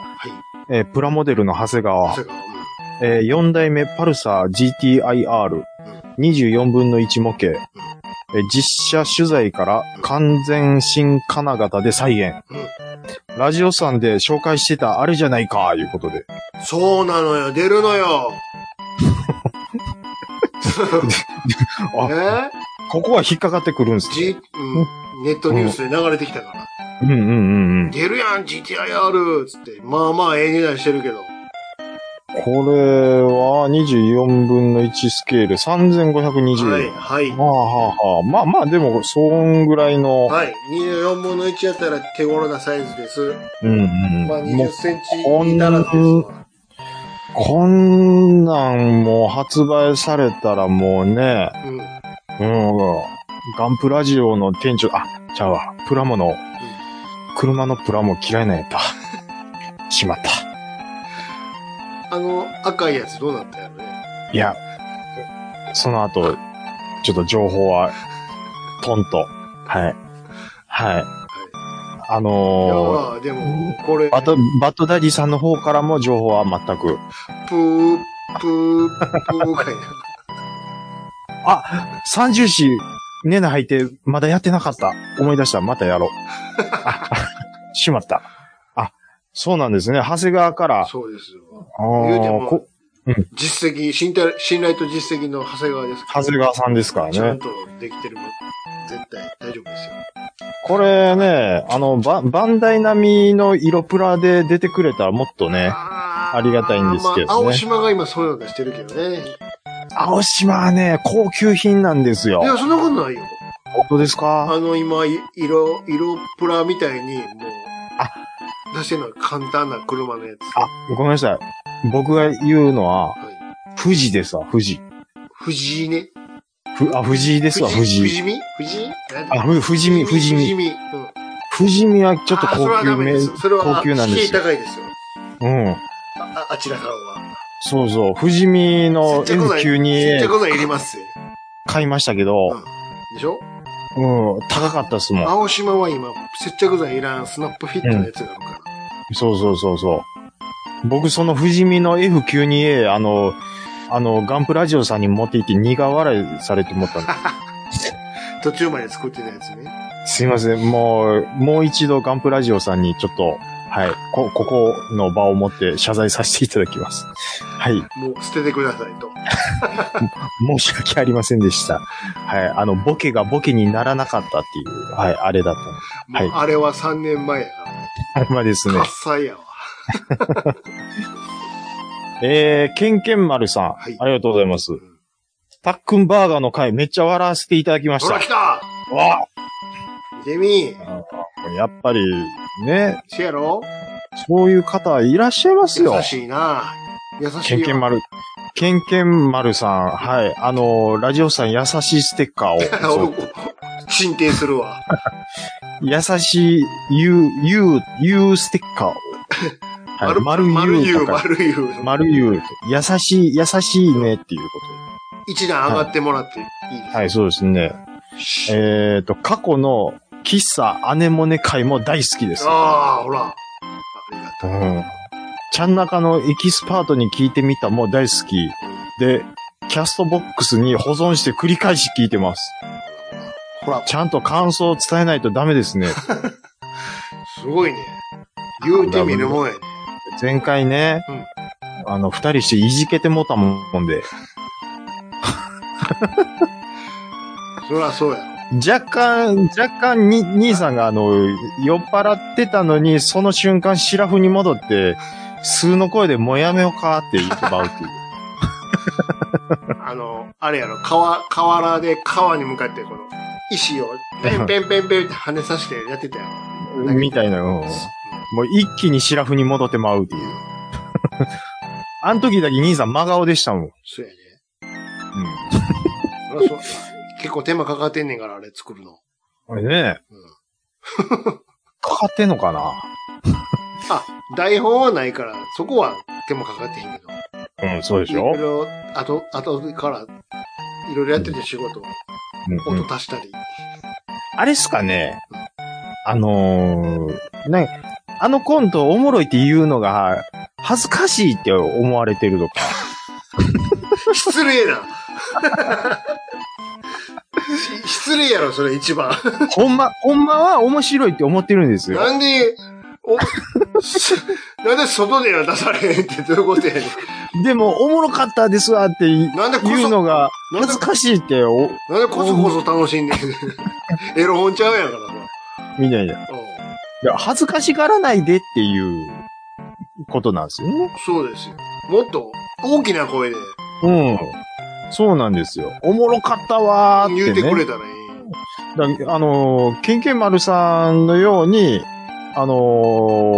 Speaker 3: えープラモデルの長谷川
Speaker 4: ま、さか、うん。
Speaker 3: えー、4代目、パルサー GTIR、24分の1模型、えー実写取材から完全新金型で再現。ラジオさんで紹介してたあれじゃないか、いうことで。
Speaker 4: そうなのよ、出るのよ。え
Speaker 3: あ、
Speaker 4: ー
Speaker 3: ここは引っかかってくるんですね。
Speaker 4: じ、うん、ネットニュースで流れてきたから。
Speaker 3: うんうんうんうん。
Speaker 4: 出るやん、GTIR! つって、まあまあええ値段してるけど。
Speaker 3: これは24分の1スケール、3520。
Speaker 4: はい、はい。
Speaker 3: はあはあはあ。まあまあ、でも、そんぐらいの、
Speaker 4: はい。24分の1やったら手頃なサイズです。
Speaker 3: うん
Speaker 4: まあ
Speaker 3: うん。も
Speaker 4: 20
Speaker 3: う、
Speaker 4: センチ
Speaker 3: こん
Speaker 4: にならずですわ。
Speaker 3: こんなんもう発売されたらもうね、う
Speaker 4: うん。
Speaker 3: ん、ガンプラジオの店長、あ、ちゃうわ、プラモの、車のプラモ嫌いなんやった。 しまった。
Speaker 4: あの、赤いやつどうなったんやろね。
Speaker 3: いや、その後、ちょっと情報は、トンと、はい。はい。あ
Speaker 4: いや、
Speaker 3: の
Speaker 4: まあ、でも、これ、
Speaker 3: ー、バット、バットダディさんの方からも情報は全く。
Speaker 4: プー、プー、プーかいな。
Speaker 3: あ、三重視、ネナ履いて、まだやってなかった。思い出した。またやろう。ああしまった。あ、そうなんですね。長谷川から。
Speaker 4: そうですよ。
Speaker 3: あー
Speaker 4: 言うても
Speaker 3: こ
Speaker 4: 実績、信頼、信頼と実績の長谷川ですから
Speaker 3: 長谷川さんですから
Speaker 4: ちゃ
Speaker 3: ね
Speaker 4: ん。とできてるもん。絶対大丈夫ですよ。
Speaker 3: これね、あの、ババンダイ並みの色プラで出てくれたらもっとね、
Speaker 4: あー
Speaker 3: ありがたいんですけどね
Speaker 4: まあ、青島が今そういうの出してるけどね。
Speaker 3: 青島はね、高級品なんですよ
Speaker 4: い。や、そんなことないよ。
Speaker 3: 本当ですか
Speaker 4: あの、今、い色、色プラみたいに、もう、
Speaker 3: あ
Speaker 4: 出してるのは簡単な車のやつ。
Speaker 3: あ、ごめんなさい。僕が言うのは、
Speaker 4: はい。
Speaker 3: 富士ですわ、富士。
Speaker 4: 藤井ね。
Speaker 3: ふあ、藤井ですわ、
Speaker 4: 藤
Speaker 3: 富
Speaker 4: 井
Speaker 3: 士。
Speaker 4: 藤見藤井
Speaker 3: あ、ふ富士見、富士見
Speaker 4: 見。。うん。
Speaker 3: 富士見はちょっと
Speaker 4: あそれ
Speaker 3: 高
Speaker 4: は
Speaker 3: 級
Speaker 4: ダメ
Speaker 3: め
Speaker 4: で、すそれは、
Speaker 3: 高級なんで
Speaker 4: 敷居
Speaker 3: すよ。
Speaker 4: 高いですよ。
Speaker 3: うん。
Speaker 4: あ、ああちらからは。
Speaker 3: そうそう。富士見の
Speaker 4: ちっちゃいこ
Speaker 3: F
Speaker 4: と
Speaker 3: 9
Speaker 4: ちっちゃい
Speaker 3: 2
Speaker 4: ことはいりますよ。
Speaker 3: 買いましたけど、
Speaker 4: でしょ
Speaker 3: うん、高かったっすもん。
Speaker 4: 青島は今、接着剤いらんスナップフィットのやつがあるから。
Speaker 3: そうそうそうそう。僕、その富士見の F92A、あの、あの、ガンプラジオさんに持って行って苦笑いされて思 ったんで
Speaker 4: 途中まで作ってたやつね。
Speaker 3: すいません。もう、もう一度ガンプラジオさんにちょっと、はい、こ、ここの場を持って謝罪させていただきます。はい。
Speaker 4: もう捨ててくださいと。
Speaker 3: 申し訳ありませんでした。はい。あの、ボケがボケにならなかったっていう、はい、あれだったんで
Speaker 4: もうあれは3年前やから。
Speaker 3: あれまですね
Speaker 4: 喝。采やわ。
Speaker 3: えー、ケンケン丸さん、
Speaker 4: はい
Speaker 3: ありがとうございます
Speaker 4: ん。
Speaker 3: タックンバーガーの回、めっちゃ笑わせていただきまし
Speaker 4: ほ
Speaker 3: た。
Speaker 4: ら来た
Speaker 3: わあ
Speaker 4: デミ
Speaker 3: やっぱり、ね、
Speaker 4: せやろ
Speaker 3: そういう方いらっしゃいますよ
Speaker 4: 優。しいな優し
Speaker 3: ケ
Speaker 4: い
Speaker 3: ンケン
Speaker 4: よ。
Speaker 3: 丸。ケンケン丸さん、はい。あの、ラジオさん優しいステッ カーをそう、
Speaker 4: 進呈するわ。
Speaker 3: 優しい U、U、U ステッ カーを。はい、丸 U とか。
Speaker 4: 丸湯、丸湯。
Speaker 3: 丸言う。優しい、優しいねっていうこ
Speaker 4: 一段上がってもらっていいです
Speaker 3: と。
Speaker 4: か
Speaker 3: はい、そうですね。えっ、と、過去の喫茶アネモネ会も大好きです。
Speaker 4: ああ、ほら。ありが
Speaker 3: う
Speaker 4: とう。
Speaker 3: ん。ちゃん中のエキスパートに聞いてみたも大好き。で、キャストボックスに保存して繰り返し聞いてます。
Speaker 4: ほら、
Speaker 3: ちゃんと感想を伝えないとダメですね。
Speaker 4: すごいね。言うてみるもんやね。
Speaker 3: 前回ね、あの、二人していじけてもたもんで、
Speaker 4: そりゃそうや。
Speaker 3: 若干、若干に、兄さんがあの、酔っ払ってたのに、その瞬間、シラフに戻って、数の声でもうやめようかって言ってまうっていう。
Speaker 4: あの、あれやろ、川、河原で川に向かってこの、石を、ペン ペンペンペンって跳ねさせてやってたやろ。
Speaker 3: みたいな、うんもう一気にシラフに戻ってまうっていう。 あの時だけ兄さん真顔でしたもん。
Speaker 4: そうやね。そらそう結構手間かかってんねんから、あれ作るの。
Speaker 3: これね、
Speaker 4: うん
Speaker 3: かかってんのかな
Speaker 4: あ、台本はないから、そこは手間かかってへんけど。
Speaker 3: うん、そうで
Speaker 4: いろいろ、あと、あとから、いろいろやってて仕事、
Speaker 3: うんうん
Speaker 4: 音足したり。
Speaker 3: あれっすかね、あのー、ね、あのコントおもろいって言うのが、恥ずかしいって思われてると か。
Speaker 4: 失礼な し失礼やろ、それ一番。
Speaker 3: ほんま、ほんまは面白いって思ってるんですよ。
Speaker 4: なんで、お、すなんで外では出されへんってどういうことやねん。
Speaker 3: でも、おもろかったですわってい
Speaker 4: なんでこそ
Speaker 3: 言うのが、
Speaker 4: なんで
Speaker 3: 恥ずかしいって、お、
Speaker 4: なんでこそこそ楽しんでんね ん。エロ本ちゃうやんからな。
Speaker 3: みたいな。
Speaker 4: うん
Speaker 3: いや恥ずかしがらないでっていうことなんですよね。
Speaker 4: そうですよ。もっと大きな声で
Speaker 3: うん。そうなんですよ。おもろかったわーって、
Speaker 4: 言
Speaker 3: ね。
Speaker 4: うてくれたらいい。
Speaker 3: だあのー、ケンケン丸さんのように、あのー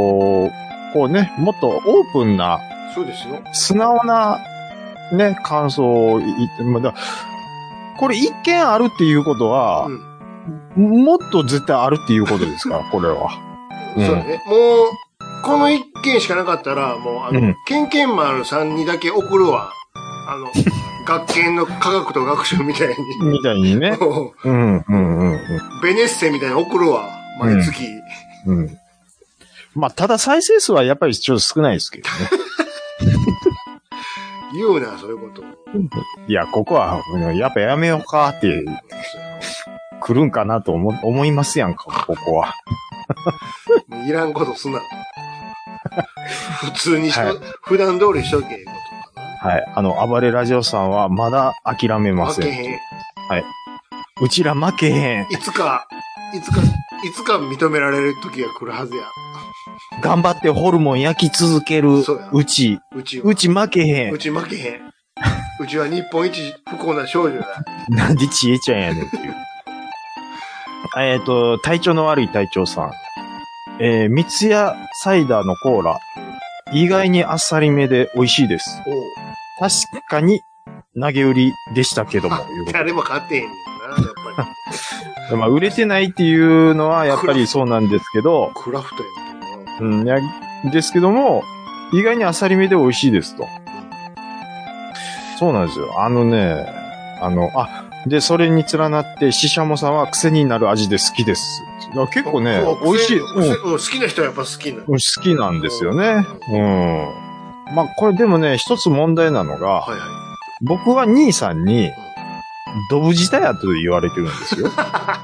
Speaker 3: こうね、もっとオープンな、
Speaker 4: そうですよ。
Speaker 3: 素直な、ね、感想を言って、まあだこれ一見あるっていうことは
Speaker 4: う、ん。
Speaker 3: もっと絶対あるっていうことですから、これは。うん
Speaker 4: そうだね。もう、この一件しかなかったら、もう、あの、
Speaker 3: うん
Speaker 4: ケンケンマルさんにだけ送るわ。あ の、学研の科学と学習みたいに。
Speaker 3: みたいに ね。
Speaker 4: も
Speaker 3: うん、うん、うん、
Speaker 4: うベネッセみたいに送るわ。毎月。
Speaker 3: うん。うん。まあ、ただ再生数はやっぱりちょっと少ないですけど ね。
Speaker 4: 言うな、そういうこと。
Speaker 3: いや、ここは、うんやっぱやめようかって、来るんかなと思、思いますやんか、ここは。
Speaker 4: もういらんことすな。普通にしと、
Speaker 3: はい
Speaker 4: 普段通りしとけ。いうこ
Speaker 3: はい。あの、暴れラジオさんはまだ諦め
Speaker 4: と
Speaker 3: ま
Speaker 4: 負け
Speaker 3: せん。
Speaker 4: へん。
Speaker 3: うちら負けへん。
Speaker 4: いつか、いつか、いつか認められる時が来るはずや。
Speaker 3: 頑張ってホルモン焼き続ける
Speaker 4: そうや。
Speaker 3: うち。
Speaker 4: うちは
Speaker 3: うち負けへ。
Speaker 4: うんち負けへん。うちは日本一不幸な少女だ。
Speaker 3: なんでちえちゃんやねんっていう。 えっと、体調の悪い隊長さん。えー、三ツ矢サイダーのコーラ。意外にあっさりめで美味しいです。
Speaker 4: おう
Speaker 3: 確かに投げ売りでしたけども。いうこと
Speaker 4: 誰も勝てへんねんな、やっぱ り。
Speaker 3: でまあ、売れてないっていうのはやっぱりそうなんですけど、
Speaker 4: クラフトやねんな。
Speaker 3: うん、やですけども、意外にアサリ目で美味しいですと。そうなんですよ。あのね、あの、あ、で、それに連なって、シシャモさんは癖になる味で好きです。だから結構ね
Speaker 4: そう、癖
Speaker 3: 美味しい、
Speaker 4: 癖
Speaker 3: うん、
Speaker 4: うん好きな人はやっぱ好きなの。
Speaker 3: 好きなんですよね。うん。まあ、これでもね、一つ問題なのが、
Speaker 4: はいは
Speaker 3: 僕は兄さんに、ドブ舌やと言われてるんですよ。 だか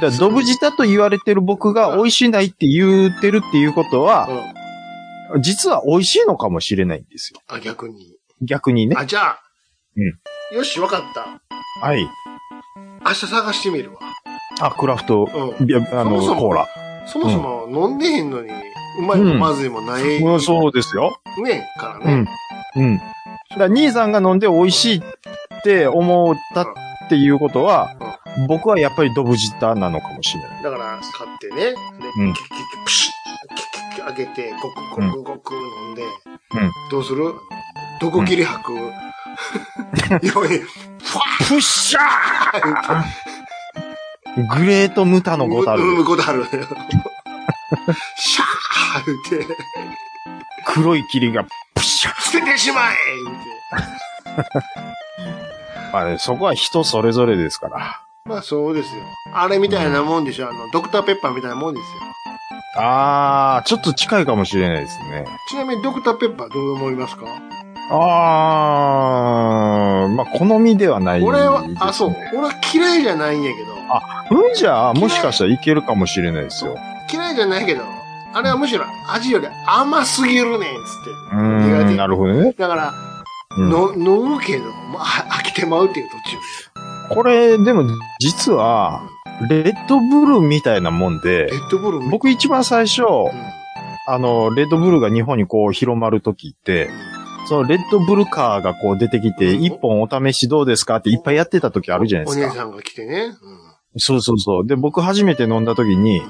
Speaker 3: らドブ舌と言われてる僕が美味しないって言ってるっていうことは、
Speaker 4: い。うん。
Speaker 3: 実は美味しいのかもしれないんですよ。
Speaker 4: あ、逆に。
Speaker 3: 逆にね。
Speaker 4: あ、じゃあ。
Speaker 3: うん
Speaker 4: よし、わかった。
Speaker 3: はい。
Speaker 4: 明日探してみるわ。
Speaker 3: あ、クラフト、
Speaker 4: うん
Speaker 3: ビアあの、
Speaker 4: そもそも
Speaker 3: コーラ。
Speaker 4: そもそも飲んでへんのに、うまいもまずいもない、
Speaker 3: うん、そうですよ。
Speaker 4: ね、か
Speaker 3: う
Speaker 4: らね
Speaker 3: ん。。うん。だから兄さんが飲んで美味しいって思ったっていうことは、僕はやっぱりドブ舌なのかもしれない。
Speaker 4: だから、買ってね、で、
Speaker 3: うん
Speaker 4: キュッキュッキュップシュッ、キュッキュッキュッ開けて、ゴクゴクゴク飲んで、どうするどこ切り吐く、ように、ふわ
Speaker 3: プッシャ
Speaker 4: ー言って
Speaker 3: ーグレートムタのゴタ
Speaker 4: うん
Speaker 3: ル
Speaker 4: う。ん、ゴタル。シャー言って、
Speaker 3: 黒い霧がプッシャー。
Speaker 4: 捨ててしまえ言って。
Speaker 3: まあね、そこは人それぞれですから。
Speaker 4: まあそうですよ。あれみたいなもんでしょ。あの、ドクターペッパーみたいなもんですよ。
Speaker 3: あー、ちょっと近いかもしれないですね。
Speaker 4: ちなみにドクターペッパーどう思いますか
Speaker 3: あー、まあ好みではない、
Speaker 4: 俺は、あ、そう。俺は嫌いじゃないんやけど。
Speaker 3: あうんじゃあ、もしかしたらいけるかもしれないですよ。
Speaker 4: 嫌いじゃないけど、あれはむしろ味より甘すぎるねん、つって。
Speaker 3: うーん、なるほどね。
Speaker 4: だから、
Speaker 3: うん
Speaker 4: の飲むけど、まあ、飽きてまうっていう途中。
Speaker 3: これ、でも、実は、レッドブルみたいなもんで
Speaker 4: レ、ッドブル
Speaker 3: 僕一番最初、
Speaker 4: うん、
Speaker 3: あの、レッドブルが日本にこう広まるときって、そのレッドブルカーがこう出てきて、
Speaker 4: うん
Speaker 3: 一本お試しどうですかっていっぱいやってた時あるじゃないで
Speaker 4: お
Speaker 3: す
Speaker 4: 姉
Speaker 3: か。
Speaker 4: さんが来てね。
Speaker 3: そうそうそう。で、僕初めて飲んだ時に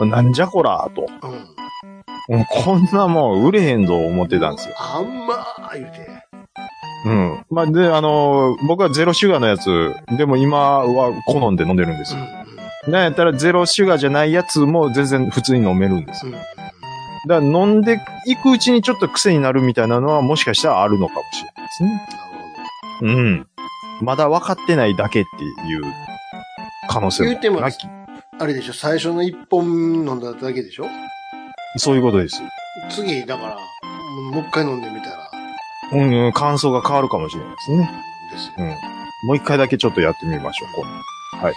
Speaker 4: う、ん。
Speaker 3: なんじゃこら、と。
Speaker 4: うん。うん。
Speaker 3: うんこんなもん売れへんぞ思ってたんですよ。
Speaker 4: あんまー言うて。
Speaker 3: うん。まあ、で、あのー僕はゼロシュガーのやつ、でも今は好んで飲んでるんです
Speaker 4: うん
Speaker 3: よ。なんやったらゼロシュガーじゃないやつも全然普通に飲めるんです
Speaker 4: う
Speaker 3: よ。
Speaker 4: ん。うん。
Speaker 3: だから飲んでいくうちにちょっと癖になるみたいなのはもしかしたらあるのかもしれないですね。
Speaker 4: なるほ
Speaker 3: う
Speaker 4: ど。
Speaker 3: ん。まだ分かってないだけっていう可能性も。
Speaker 4: 言うても
Speaker 3: なき
Speaker 4: あれでしょ、最初の一本飲んだだけでしょ
Speaker 3: そういうことです。
Speaker 4: 次、だから、もう一回飲んでみたら、
Speaker 3: うん、うん、感想が変わるかもしれないですね。
Speaker 4: です
Speaker 3: う
Speaker 4: よ。
Speaker 3: ん。もう一回だけちょっとやってみましょう。こうはい。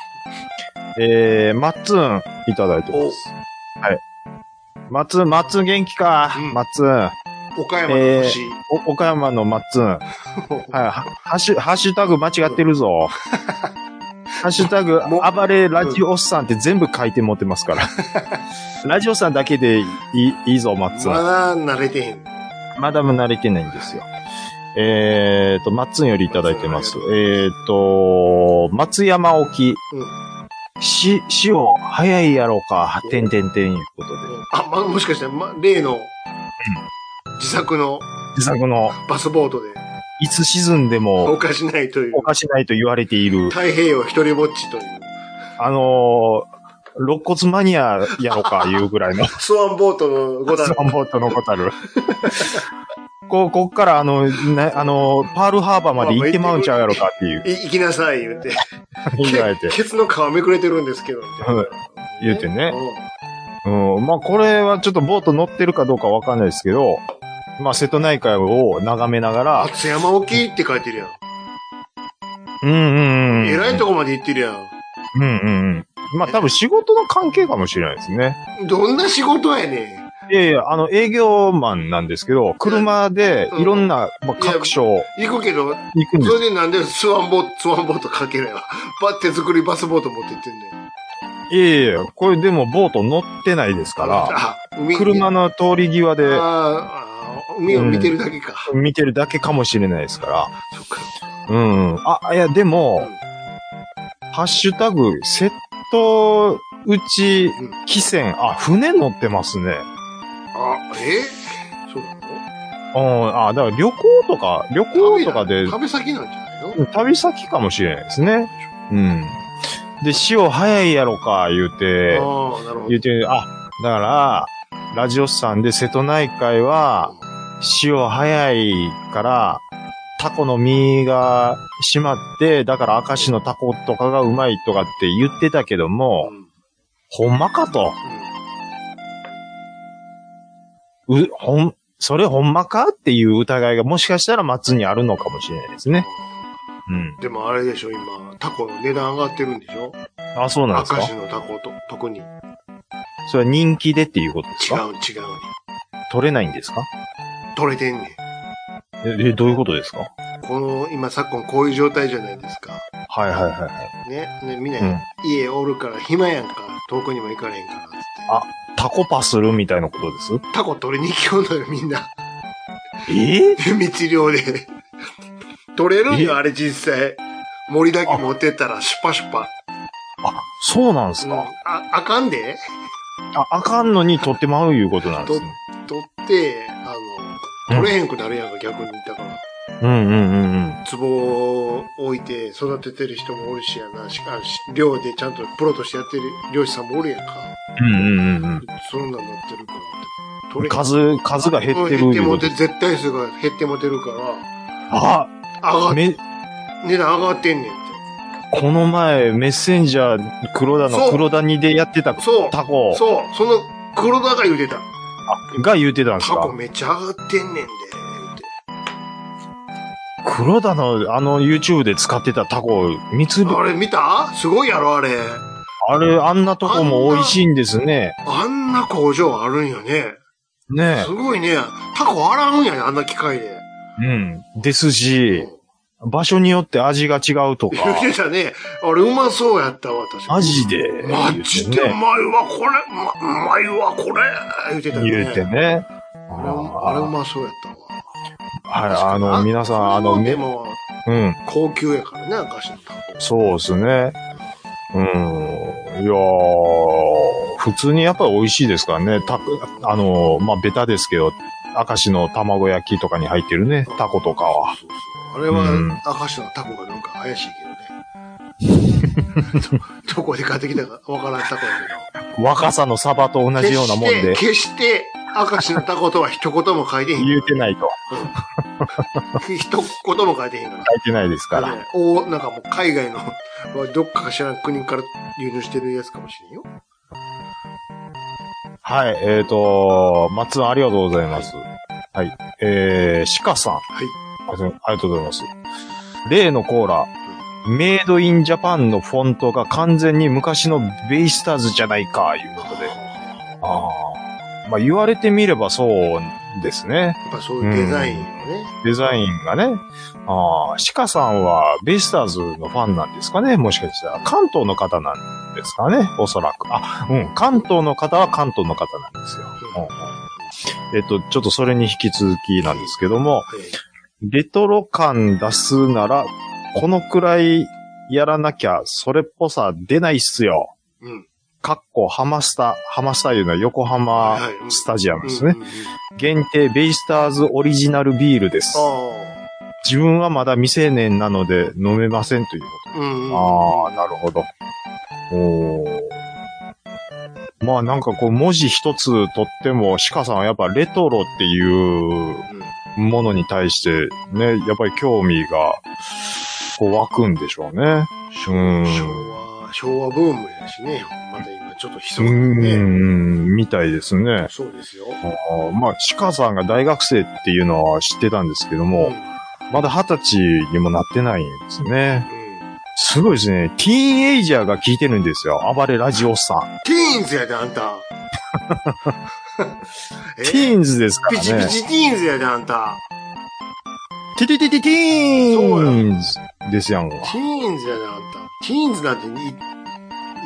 Speaker 3: えー、マッツンいただいてます。はい。松、松元気か
Speaker 4: う。ん
Speaker 3: 松、
Speaker 4: 岡山の星。
Speaker 3: お岡山の松。はい、 はハッシュ、ハッシュタグ間違ってるぞ。ハッシュタグ、
Speaker 4: も
Speaker 3: 暴れラジオスさんって全部書いて持ってます から。ラジオさんだけでいいいいぞ、松。
Speaker 4: まだ慣れてへん。
Speaker 3: まだも慣れてないんですよ。えっ、ー、と、松よりいただいてます。えっ、ー、と、松山沖。し、しを早いやろうか、てんてんてんいうことで。
Speaker 4: あ、ま、もしかして、ま、例の、自作の
Speaker 3: 自作の、
Speaker 4: バスボートで、
Speaker 3: いつ沈んでも
Speaker 4: 犯しないという
Speaker 3: お、かしないと言われている、
Speaker 4: 太平洋一人ぼっちという、
Speaker 3: あのー、肋骨マニアやろうか、いうぐらいの、
Speaker 4: スワンボートの五
Speaker 3: ス
Speaker 4: 段。
Speaker 3: ワンボートのことある。こう、こっからあの、ね、あの、パールハーバーまで行ってまうんちゃうやろうかっていう、
Speaker 4: い行きなさい、言うて。
Speaker 3: 言われて
Speaker 4: ケ、ケツの皮めくれてるんですけど、みたい
Speaker 3: う
Speaker 4: な
Speaker 3: ん言うてね。うん、まあこれはちょっとボート乗ってるかどうかわかんないですけど、まあ瀬戸内海を眺めなが
Speaker 4: あ
Speaker 3: ら、
Speaker 4: 松山沖って書いてるやん。
Speaker 3: うんうんうん。
Speaker 4: えらいとこまで行ってるや
Speaker 3: うんうんうん。まあ多分仕事の関係かもしれないですね。
Speaker 4: ん。どんな仕事やねん。
Speaker 3: いやいや、あの営業マンなんですけど、車でいろんな、まあ、各所
Speaker 4: 行くけど、
Speaker 3: 行くんです
Speaker 4: それでなんでスワンボート、スワンボートかければ、ば、手作りバスボート持って行ってんだよ。
Speaker 3: いやいや、これでもボート乗ってないですから、
Speaker 4: あ、海
Speaker 3: 車の
Speaker 4: の、
Speaker 3: 通り際
Speaker 4: あ
Speaker 3: で
Speaker 4: あー、海を見てるだけか。
Speaker 3: 見てるだけかもしれないですから、
Speaker 4: そっか。
Speaker 3: うん。あ、いや、でも、ハッシュタグ、窃盗うち、汽船、あ、船乗ってますね。
Speaker 4: あ、えそうなの
Speaker 3: うん、あ、だから旅行とか、旅行とかで、
Speaker 4: 旅先なんじゃないの
Speaker 3: 旅先かもしれないですね。うん。で、潮早いやろか、言うて、
Speaker 4: ああ、なるほど。
Speaker 3: 言うて、あ、だから、ラジオスさんで瀬戸内海は、潮早いから、タコの身が締まって、だから明石のタコとかがうまいとかって言ってたけども
Speaker 4: う、ん
Speaker 3: ほんまかと。う、ほん、それほんまかっていう疑いがもしかしたら松にあるのかもしれないですね。うん。
Speaker 4: でもあれでしょ、今、タコの値段上がってるんでしょ
Speaker 3: あ、そうなんです
Speaker 4: 明
Speaker 3: か
Speaker 4: 石のタコと、特に。違う、
Speaker 3: それは人気でっていうことですか
Speaker 4: 違うね。
Speaker 3: 取れないんですか
Speaker 4: 取れてんねん。
Speaker 3: え、えどういうことですか
Speaker 4: この、今、昨今こういう状態じゃないですか。
Speaker 3: はいはいはいはい。
Speaker 4: ね。ねみん
Speaker 3: う、
Speaker 4: なん家おるから暇やんか。遠くにも行かれへんからっつって。
Speaker 3: あタコパするみたいなことです
Speaker 4: タコ取りに行きようのよ、みんな。
Speaker 3: ええ
Speaker 4: 密漁で。取れるん
Speaker 3: え
Speaker 4: よ、あれ実際。森だけ持ってったら、シュパシュパ。
Speaker 3: あ、そうなんです
Speaker 4: うん
Speaker 3: か、
Speaker 4: あ、あかんで
Speaker 3: あ、あかんのに取ってまういうことなんですね。
Speaker 4: 取って、あの、取れへんくなるやんか、逆に。だから、
Speaker 3: うんうんうんうん。
Speaker 4: 壺を置いて育ててる人もおるしやな、しかし、漁でちゃんとプロとしてやってる漁師さんもおるやんか。
Speaker 3: うんうんうん
Speaker 4: そんなんなってるからって。
Speaker 3: う
Speaker 4: 取
Speaker 3: ん。
Speaker 4: れへん。
Speaker 3: 数、数が減ってる
Speaker 4: 減っ
Speaker 3: い
Speaker 4: て
Speaker 3: う
Speaker 4: も
Speaker 3: こ
Speaker 4: うて、
Speaker 3: と。
Speaker 4: 絶対数が減ってもうてるから、
Speaker 3: あ、
Speaker 4: 上がっ、
Speaker 3: め、
Speaker 4: 値段上がってんねんって。
Speaker 3: この前、メッセンジャー、黒田
Speaker 4: そ
Speaker 3: の
Speaker 4: う
Speaker 3: 黒谷でやってた
Speaker 4: そう
Speaker 3: タコ
Speaker 4: そう、その黒田が言うてた。
Speaker 3: が言ってたんです
Speaker 4: タコ
Speaker 3: か
Speaker 4: めっちゃ上がってんねんで、って。
Speaker 3: 黒田のあの YouTube で使ってたタコ、三つぶ
Speaker 4: あ、れ見たすごいやろ、あれ。
Speaker 3: あれ、あんなとこも美味しいんですね。
Speaker 4: あんな工場あるんやね。
Speaker 3: ね
Speaker 4: すごいね。タコ洗うんやね、あんな機械で。
Speaker 3: え。うん。ですし、場所によって味が違うとか。
Speaker 4: 言ってたね。あれうまそうやったわ、確か
Speaker 3: マジで。
Speaker 4: マジでうまいわ、これ。まうまいわ、これ。言ってたよね。
Speaker 3: 言うてね。
Speaker 4: あれあれうまそうやったわ。
Speaker 3: はい、あの、皆さん、あの、め、
Speaker 4: でも、
Speaker 3: うん、
Speaker 4: 高級やからね、明石のタコ。
Speaker 3: そうですね。うん、いやー、普通にやっぱり美味しいですからね。た、あの、まあ、ベタですけど、明石の卵焼きとかに入ってるね、タコとかは。
Speaker 4: そうそう。あれは、
Speaker 3: うん
Speaker 4: 明石のタコがなんか怪しいけ どね。どどこで買ってきたかわからんタコやけ
Speaker 3: 若さのサバと同
Speaker 4: ど。
Speaker 3: じようなもんで
Speaker 4: 決して、決して、明石のタコとは一言も書いてへん。
Speaker 3: 言うてないと。
Speaker 4: 一言も書いてへんから。
Speaker 3: 書いてないですから。
Speaker 4: ね、おなんかもう海外の、どっかか知らん国から輸入してるやつかもしれんよ。
Speaker 3: はい、えっ、ー、と、松尾ありがとうございます。はい、えー、鹿さん。
Speaker 4: はい。
Speaker 3: あすいませんありがとうございます。例のコーラ、メイドインジャパンのフォントが完全に昔のベイスターズじゃないか、いうことで。ああ。まあ言われてみればそうですね。
Speaker 4: っぱそういうデザインをね。
Speaker 3: デザインがね。ああ、鹿さんはベイスターズのファンなんですかねもしかしたら。関東の方なんですかねおそらく。あ、うん。関東の方は関東の方なんですよ。うんうんえっと、ちょっとそれに引き続きなんですけども、レトロ感出すなら、このくらいやらなきゃ、それっぽさ出ないっすよ。
Speaker 4: うん。うん
Speaker 3: かっこ、ハマスタ、ハマスタいうのは横浜スタジアムですね。
Speaker 4: うんうんうん
Speaker 3: 限定ベイスターズオリジナルビールです。
Speaker 4: あ
Speaker 3: 自分はまだ未成年なので飲めませんというこ
Speaker 4: あ。うんうん。
Speaker 3: と。ああ、なるほど。おーまあなんかこう文字一つとっても、鹿さんはやっぱレトロっていう
Speaker 4: うん
Speaker 3: ものに対してね、やっぱり興味がこう湧くんでしょうね。うん。
Speaker 4: 昭和、昭和ブームやしね。また今ちょっとひそうくね。
Speaker 3: ん、みたいですね。
Speaker 4: そうですよ。
Speaker 3: あーまあ、鹿さんが大学生っていうのは知ってたんですけど
Speaker 4: うん。う
Speaker 3: も
Speaker 4: ん、
Speaker 3: まだ二十歳にもなってないんですね。すごいですね。ティーンエイジャーが聞いてるんですよ。暴れラジオさん。
Speaker 4: ティーンズやで、あんた。 え
Speaker 3: ティーンズですから
Speaker 4: ピチピ
Speaker 3: ね。
Speaker 4: チティーンズやで、あんた。
Speaker 3: ティティティティティーンズですやんか。
Speaker 4: ティーンズやで、あんた。ティーンズなんて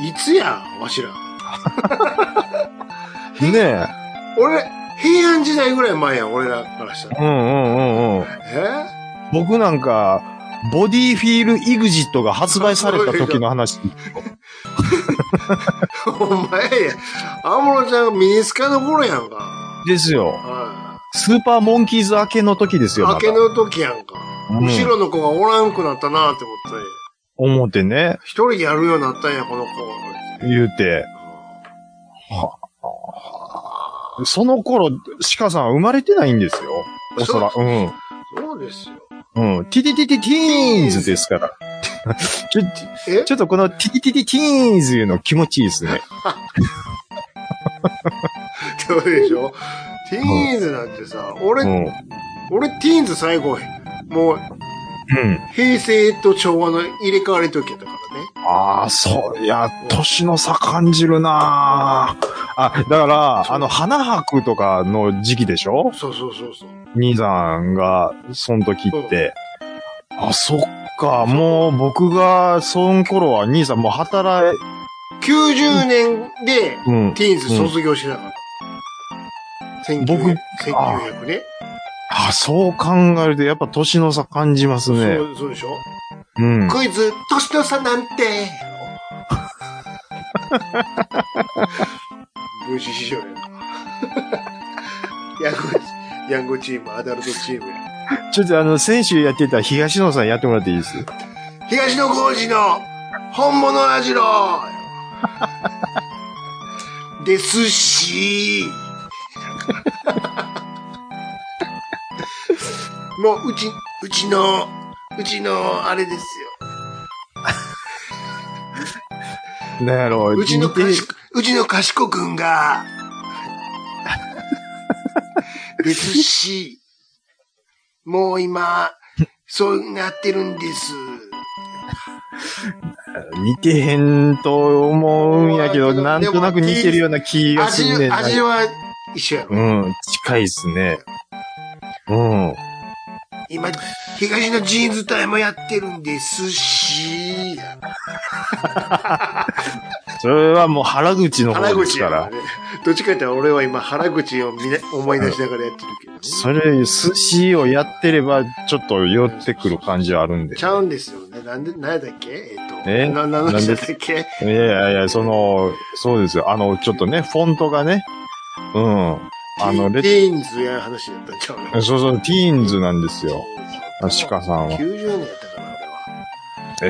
Speaker 4: い、いつや、わしら。
Speaker 3: ねえ。
Speaker 4: 俺、平安時代ぐらい前やん、俺らからしたら。
Speaker 3: うんうんうんうん。
Speaker 4: え
Speaker 3: 僕なんか、ボディフィールイグジットが発売された時の話。
Speaker 4: お前や、アムロちゃんがミニスカの頃やんか。
Speaker 3: ですよ。
Speaker 4: は
Speaker 3: スーパーモンキーズ明けの時です
Speaker 4: い。
Speaker 3: よ。ま
Speaker 4: 明
Speaker 3: だ
Speaker 4: けの時やんか。
Speaker 3: うん
Speaker 4: 後ろの子がおらんくなったなって思って。
Speaker 3: 思ってね、
Speaker 4: 一人やるようになったんや、この子。
Speaker 3: 言うて。その頃、鹿さんは生まれてないんですよ。おそらく。うん。
Speaker 4: そうですよ。
Speaker 3: うん。ティティティティティーンズですから。 ちょ、
Speaker 4: え
Speaker 3: ちょっとこのティティティティティーンズいうの気持ちいいですね。
Speaker 4: どうでしょうティーンズなんてさ、俺、
Speaker 3: うん。うん。
Speaker 4: 俺ティーンズ最後、もう、平成と昭和の入れ替わりの時やったからね。
Speaker 3: ああ、そう、いや、年の差感じるなーあ、だから、あの、花博とかの時期でしょ
Speaker 4: そうそうそうそう。
Speaker 3: 兄さんが、その時って。あ、そっか、もう僕が、その頃は兄さんもう働い、
Speaker 4: 90年で、
Speaker 3: うん。
Speaker 4: ティーンズ卒業しなかった。1900
Speaker 3: 僕あ
Speaker 4: 1900ね。
Speaker 3: あ、そう考えると、やっぱ年の差感じますね。
Speaker 4: そう、そうでしょ、
Speaker 3: うん。
Speaker 4: クイズ、年の差なん て。無事師匠やんか。 ヤングチ、ヤングチーム、アダルトチームや。
Speaker 3: ちょっとあの、先週やってた東野さんやってもらっていいです
Speaker 4: 東野幸治の本物ラ ジローで すし。もう、うち、うちの、うちの、あれですよ。
Speaker 3: なんやろ
Speaker 4: うちのかし、うちの賢くんが、ですし、もう今、そうなってるんです。
Speaker 3: 似てへんと思うんやけど、
Speaker 4: でも
Speaker 3: なんとなく似てるような気がす
Speaker 4: 味
Speaker 3: るねん、な
Speaker 4: 味は一緒やろ。
Speaker 3: うん、近いっすね。うん。
Speaker 4: 今、東のジーンズ隊もやってるんですし、
Speaker 3: それはもう原口の
Speaker 4: 原
Speaker 3: 方です
Speaker 4: 口
Speaker 3: か
Speaker 4: や
Speaker 3: ら。
Speaker 4: ね。どっちか言ったら俺は今原口をみな思い出しながらやってるけどね。
Speaker 3: それ、寿司をやってれば、ちょっと寄ってくる感じはあるんで。
Speaker 4: ちゃうんですよね。なんで、なんやったっけえっ、と、
Speaker 3: え
Speaker 4: な、なんだっけ
Speaker 3: いやいやいや、その、そうですよ。あの、ちょっとね、フォントがね、うん。あの、レ
Speaker 4: ティーンズや話だったんちゃうの
Speaker 3: そうそう、ティーンズなんですよ。あ鹿さんは。
Speaker 4: 90年やったかな、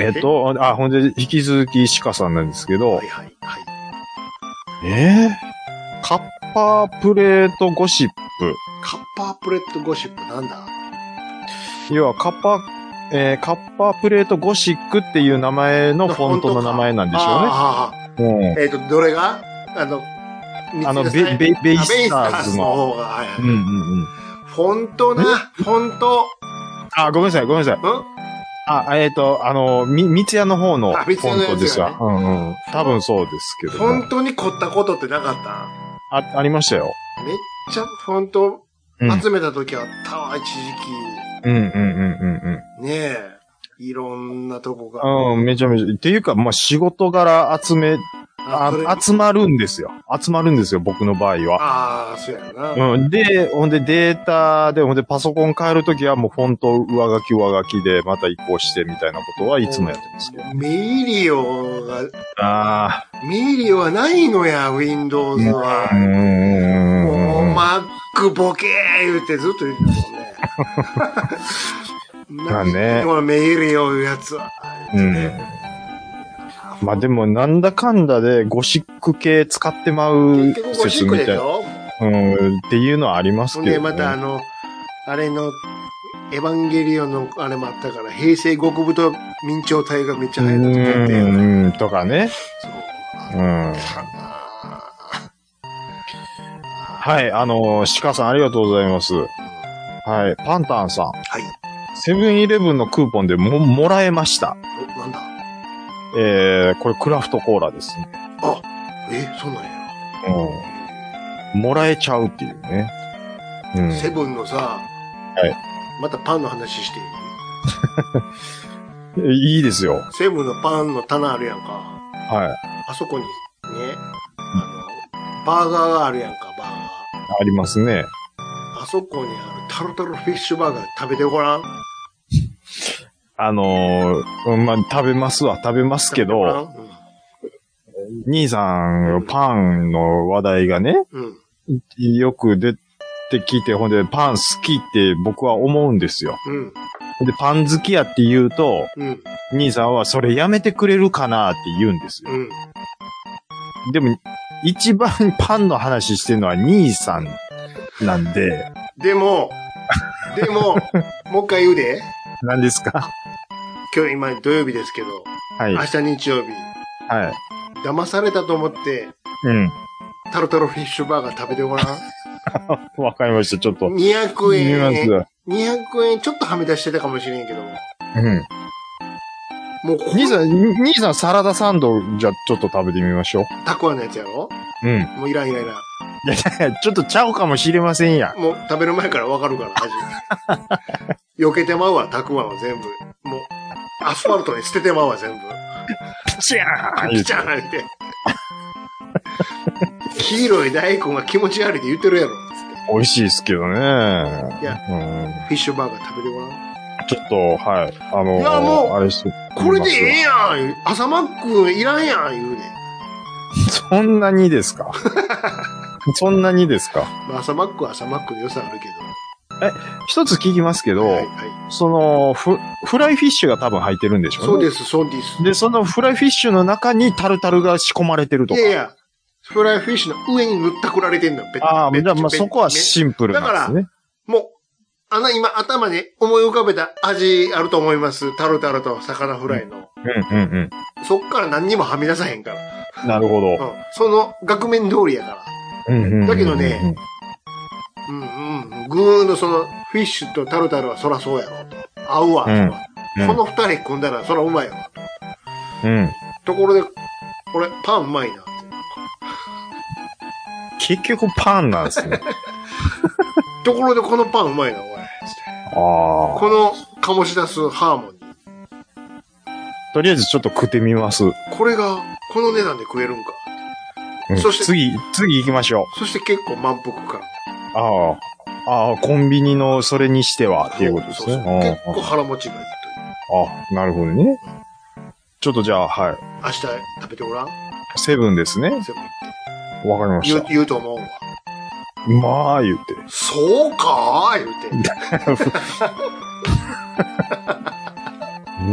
Speaker 4: 俺は。
Speaker 3: えっと、あ、ほんで、引き続き鹿さんなんですけど
Speaker 4: はい、はい、はい。
Speaker 3: えー、カッパープレートゴシップ。
Speaker 4: カッパープレットゴシップなんだ
Speaker 3: 要は、カッパー、えーカッパープレートゴシックっていう名前のフォントの名前なんでしょ
Speaker 4: あーあ
Speaker 3: うね。
Speaker 4: ーあーえっ、と、どれがあの、
Speaker 3: あの
Speaker 4: 三つですね
Speaker 3: ベベベイ
Speaker 4: あ
Speaker 3: スターズの
Speaker 4: ベイスターズ方が、はいはい
Speaker 3: うん。うんうんうん。
Speaker 4: フォントな、フォント、
Speaker 3: あ、ごめんなさい、ごめんなさい。
Speaker 4: ん
Speaker 3: あ、えっ、と、あの、み、三ツ矢の方のフ
Speaker 4: あ三ツ矢の
Speaker 3: ォン
Speaker 4: やつがね
Speaker 3: トですわ。うんうん。多分そうですけど
Speaker 4: フ
Speaker 3: も。
Speaker 4: ォントに凝ったことってなかっ
Speaker 3: あ、ありましたよ。
Speaker 4: めっちゃ、本当
Speaker 3: うん
Speaker 4: 集めた時あったわ、一時
Speaker 3: うんうんうんうん
Speaker 4: 期。ねえ。いろんなとこが。
Speaker 3: うん。うん、めちゃめちゃ。っていうか、まあ、仕事柄集め、
Speaker 4: あそれ
Speaker 3: あ集まるんですよ。集まるんですよ、僕の場合は。
Speaker 4: ああ、そうやな。
Speaker 3: うん。で、ほんでデータで、ほんでパソコン変えるときはもうフォント上書き上書きでまた移行してみたいなことはいつもやってますね。
Speaker 4: メイリオが、
Speaker 3: あ
Speaker 4: メイリオはないのや、Windows は
Speaker 3: あ。う。んうんうんうん
Speaker 4: も
Speaker 3: う
Speaker 4: う、
Speaker 3: ん。
Speaker 4: マックボケー言ってずっと言ってたもんね。
Speaker 3: まあね
Speaker 4: このメイリオいうやつは。
Speaker 3: うん。まあでも、なんだかんだでゴシック系使ってまう
Speaker 4: 結局ゴシ
Speaker 3: 説
Speaker 4: ッ
Speaker 3: みた
Speaker 4: クで
Speaker 3: い
Speaker 4: し
Speaker 3: な。
Speaker 4: ょ
Speaker 3: うん。っていうのはあります
Speaker 4: ほん
Speaker 3: けど、ね。
Speaker 4: で、またあの、あれの、エヴァンゲリオンのあれもあったから、平成極太明朝体がめっちゃ
Speaker 3: う
Speaker 4: 流行った時あったよね。
Speaker 3: ん、とかね。
Speaker 4: そう
Speaker 3: うん。
Speaker 4: あ
Speaker 3: はい、あのー鹿さんありがとうございます。はい、パンタンさん。
Speaker 4: ーはい。
Speaker 3: セブンイレブンのクーポンでも、もらえました。
Speaker 4: おなんだ
Speaker 3: えー、これクラフトコーラですね。
Speaker 4: え、そうなんや。
Speaker 3: うん。もらえちゃうっていうね。うん。
Speaker 4: セブンのさ、またパンの話していい
Speaker 3: えいいですよ。
Speaker 4: セブンのパンの棚あるやんか。
Speaker 3: はい。
Speaker 4: あそこにね、あの、バーガーがあるやんか、バーガ
Speaker 3: ありますね。
Speaker 4: ー。あそこにあるタルタルフィッシュバーガー食べてごらん。
Speaker 3: あのーうん、まあ、食べますわ、食べますけ
Speaker 4: 食べてごら
Speaker 3: ど、
Speaker 4: ん
Speaker 3: 兄さん、パンの話題がね、
Speaker 4: うん。うん。
Speaker 3: よく出てきて、ほんで、パン好きって僕は思うんですよ。
Speaker 4: うん。
Speaker 3: で、パン好きやって言うと、
Speaker 4: うん。
Speaker 3: 兄さんはそれやめてくれるかなって言うんですよ。
Speaker 4: うん。
Speaker 3: でも、一番パンの話してるのは兄さんなんで、
Speaker 4: で も、でも、もう一回言うで。
Speaker 3: 何ですか
Speaker 4: 今日今土曜日ですけど、
Speaker 3: はい。
Speaker 4: 明
Speaker 3: はい。
Speaker 4: 日日曜日、騙されたと思って、
Speaker 3: う
Speaker 4: タルタルフィッシュバーガー食べてごらん。
Speaker 3: ん。わかりました。ちょっと。
Speaker 4: 200
Speaker 3: 見
Speaker 4: 円。
Speaker 3: ま
Speaker 4: 200円ちょっとはみ出してたかもしれんけど、
Speaker 3: す。うん。
Speaker 4: もうこ
Speaker 3: 兄さん、兄さんサラダサンドじゃちょっと食べてみましょ
Speaker 4: たくあんのやつやろ
Speaker 3: う。うん。
Speaker 4: もういらんいらんいら
Speaker 3: い
Speaker 4: ん。
Speaker 3: やいやちょっとちゃうかもしれませんや。
Speaker 4: もう食べる前からわかるから、味。避けてまうわ、たくあんは全部。もう、アスファルトに捨ててまうわ、全部。
Speaker 3: ピチャーン言
Speaker 4: ピ
Speaker 3: うて
Speaker 4: チャーンって。黄色い大根が気持ち悪いって言ってるやろ、つって。
Speaker 3: 美味しいですけどね。うん。
Speaker 4: いやフィッシュバーガー食べてごらん。
Speaker 3: ちょっと、はい。あのー
Speaker 4: いやもう
Speaker 3: あれして。
Speaker 4: これでええやん朝マックいらんやん言うで。
Speaker 3: そんなにです かそんなにですか
Speaker 4: まあ、朝マックは朝マックで良さあるけ
Speaker 3: 一つ聞きますけ
Speaker 4: ど。
Speaker 3: ど、
Speaker 4: はいはい。
Speaker 3: そのフ、フライフィッシュが多分入ってるんでしょ。
Speaker 4: そうですす、そうです。
Speaker 3: で、そのフライフィッシュの中にタルタルが仕込まれてると
Speaker 4: い
Speaker 3: か。
Speaker 4: やいや、フライフィッシュの上に塗ったくられてんの。ペッ
Speaker 3: ああ、
Speaker 4: ペッ
Speaker 3: じゃあまあ
Speaker 4: ペッ
Speaker 3: そこは
Speaker 4: ペッ
Speaker 3: シンプルなんですね。
Speaker 4: もう、あの、今頭に思い浮かべた味あると思います。タルタルと魚フライの。
Speaker 3: うんうん
Speaker 4: そっから何にもはみ出さへんから。
Speaker 3: うん。なるほ
Speaker 4: う
Speaker 3: ど。
Speaker 4: ん。その額面通りやから。
Speaker 3: うんうんうんうん
Speaker 4: だけどね、うんうん。グーのその、フィッシュとタルタルはそらそうやろと。合うわ。
Speaker 3: うん
Speaker 4: そら
Speaker 3: うん
Speaker 4: この二人組んだらそらうまいわ。
Speaker 3: うん。
Speaker 4: ところで、これ、パンうまいなって。
Speaker 3: 結局パンなん ですね。
Speaker 4: ところで、このパンうまいな、おい。
Speaker 3: ああ。
Speaker 4: この醸し出すハーモニー。
Speaker 3: とりあえずちょっと食ってみます。うん
Speaker 4: これが、この値段で食えるんか。そして
Speaker 3: 次、次行きましょ
Speaker 4: そして結構満腹
Speaker 3: う。
Speaker 4: 感。
Speaker 3: ああ。ああ、コンビニのそれにしてはっていうことですね。
Speaker 4: そうそう結構腹持ちがいい
Speaker 3: うんああ、なるほどね。ちょっとじゃあ、はい。
Speaker 4: という。明日食べてごらん
Speaker 3: セブンですね。
Speaker 4: 全部言って。
Speaker 3: わかりまし
Speaker 4: 言う
Speaker 3: た。
Speaker 4: 言うと思うわ。
Speaker 3: まあ、言って。
Speaker 4: そうかー言 うて。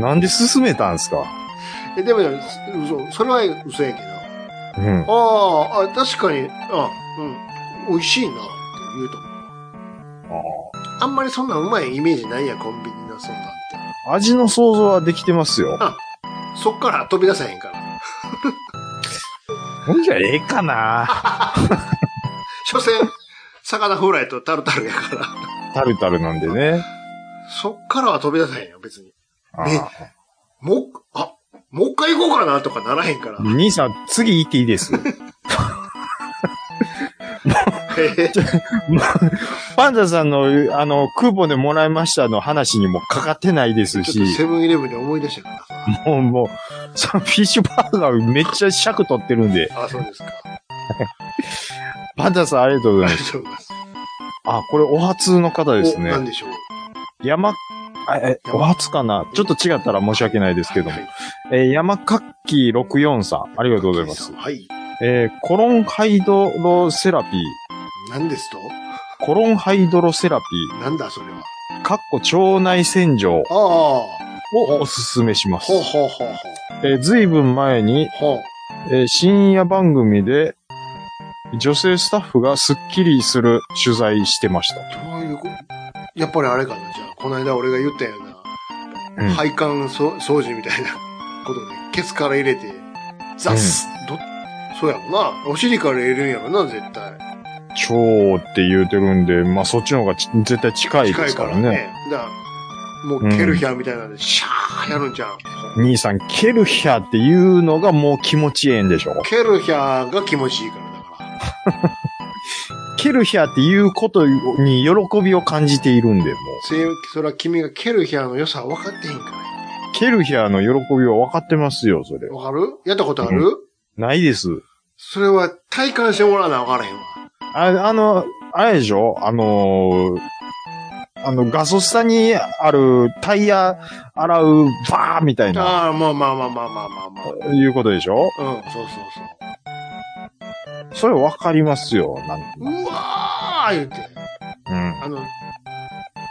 Speaker 3: なんで進めたんですか
Speaker 4: えでも、嘘、それは嘘やけど。
Speaker 3: うん。
Speaker 4: あーあ、確かに、あ、うん、美味しいなって言うと思う。あんまりそんなうまいイメージないや、コンビニのそんなんって。
Speaker 3: 味の想像はできてますよ。
Speaker 4: そっから飛び出さへんから。
Speaker 3: ほんじゃええかな
Speaker 4: 所詮、魚フライとタルタルやから。
Speaker 3: タルタルなんでね。
Speaker 4: そっからは飛び出さへんよ、別に。
Speaker 3: あ
Speaker 4: ね
Speaker 3: あ
Speaker 4: もう、あ、もう一回行こうかなとかならへんから。
Speaker 3: 兄さん、次行っていいです。 パンダさんの、あの、クーポンでもらいましたの話にもかかってないです
Speaker 4: ちょっと
Speaker 3: し、
Speaker 4: セブンイレブンで思い出したからさ。
Speaker 3: もう、もう、そのフィッシュバーガーめっちゃ尺取ってるんで、
Speaker 4: あ、そうですか。あ
Speaker 3: パンダさんありがとうござい
Speaker 4: り
Speaker 3: ま
Speaker 4: が
Speaker 3: す。
Speaker 4: とうございます。
Speaker 3: あ、これお初の方です
Speaker 4: お何
Speaker 3: ね。
Speaker 4: でしょう。
Speaker 3: 山、あえ、お初かなちょっと違ったら申し訳ないですけども
Speaker 4: は。い
Speaker 3: えー山かっき64さん、ありがとうございます。
Speaker 4: はい。
Speaker 3: えーコロンハイドロセラピー、
Speaker 4: 何ですと
Speaker 3: コロンハイドロセラピ
Speaker 4: なんだそれは。
Speaker 3: ー、かっこ腸内洗浄を
Speaker 4: ああ。
Speaker 3: おすすめします
Speaker 4: ほう。ほうほう
Speaker 3: えーずいぶん前に、
Speaker 4: ほう。ほう。
Speaker 3: えー深夜番組で、女性スタッフがスッキリする取材してました。
Speaker 4: どういうことやっぱりあれかなじゃあ、この間俺が言ったよう
Speaker 3: うん
Speaker 4: な、配管そ掃除みたいなことで、ケツから入れて、ザッス、ど、そうやろな。お尻から入れるんやろな、絶対。
Speaker 3: 腸って言うてるんで、まあそっちの方がち絶対近いで
Speaker 4: 近い
Speaker 3: す
Speaker 4: か
Speaker 3: からら
Speaker 4: ね
Speaker 3: ね。。
Speaker 4: だから、もうケルヒャーみたいなんで、シャーやるんじゃん。
Speaker 3: 兄さん、ケルヒャっていうのがもう気持ちええんでしょ
Speaker 4: ケルヒャーが気持ちいいから、だから。
Speaker 3: ケルヒャっていうことに喜びを感じているんで、もう。
Speaker 4: せそれは君がケルヒャーの良さは分かってへんから。
Speaker 3: ケルヒャーの喜びは分かってますよ、それ。
Speaker 4: 分かるやったことある、
Speaker 3: ないです。
Speaker 4: それは体感してもらわな分からへんわ。
Speaker 3: ああの、あれでしょあのーあの、ガソスタにあるタイヤ洗うバーみたいな、
Speaker 4: ああ、まあまあまあまあまあまあまあ。うん、
Speaker 3: いうことでしょ
Speaker 4: そうそうそう。
Speaker 3: それ分かりますよ、なん
Speaker 4: うわー言うて。
Speaker 3: うん、
Speaker 4: あの、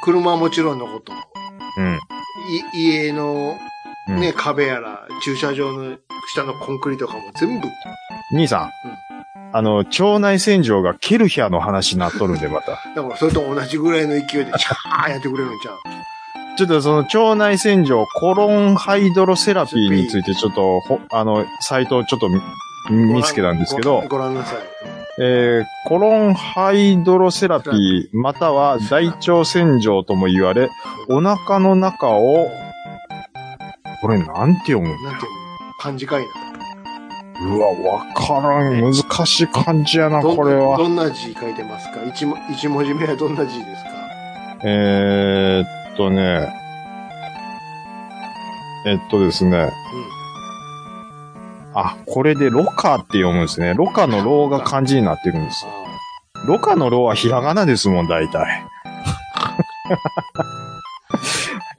Speaker 4: 車はもちろんのこと、
Speaker 3: うん、
Speaker 4: い家の
Speaker 3: うん。
Speaker 4: ね、壁やら、駐車場の下のコンクリとかも全部、
Speaker 3: 兄さん。あの、腸内洗浄がケルヒャーの話になっとるんで、また。
Speaker 4: だからそれと同じぐらいの勢いで、シャーやってくれるんじゃん。
Speaker 3: ちょっとその腸内洗浄、コロンハイドロセラピーについてちょっと、ほあの、サイトをちょっと見見つけたんですけど、
Speaker 4: ご覧ご覧なさい。
Speaker 3: えーコロンハイドロセラピー、または大腸洗浄とも言われ、お腹の中を、これなんて読む
Speaker 4: なんていうの漢字かいな。
Speaker 3: うわ、わからん。難しい漢字やな、
Speaker 4: どん
Speaker 3: これは。
Speaker 4: どんな字書いてますか一文一文字目はどんな字ですか
Speaker 3: えー、っとね、えっとですね、あ、これでロカって読むんですね。ロカのローが漢字になってるんです。ロカのロはひらがなですもん、大体。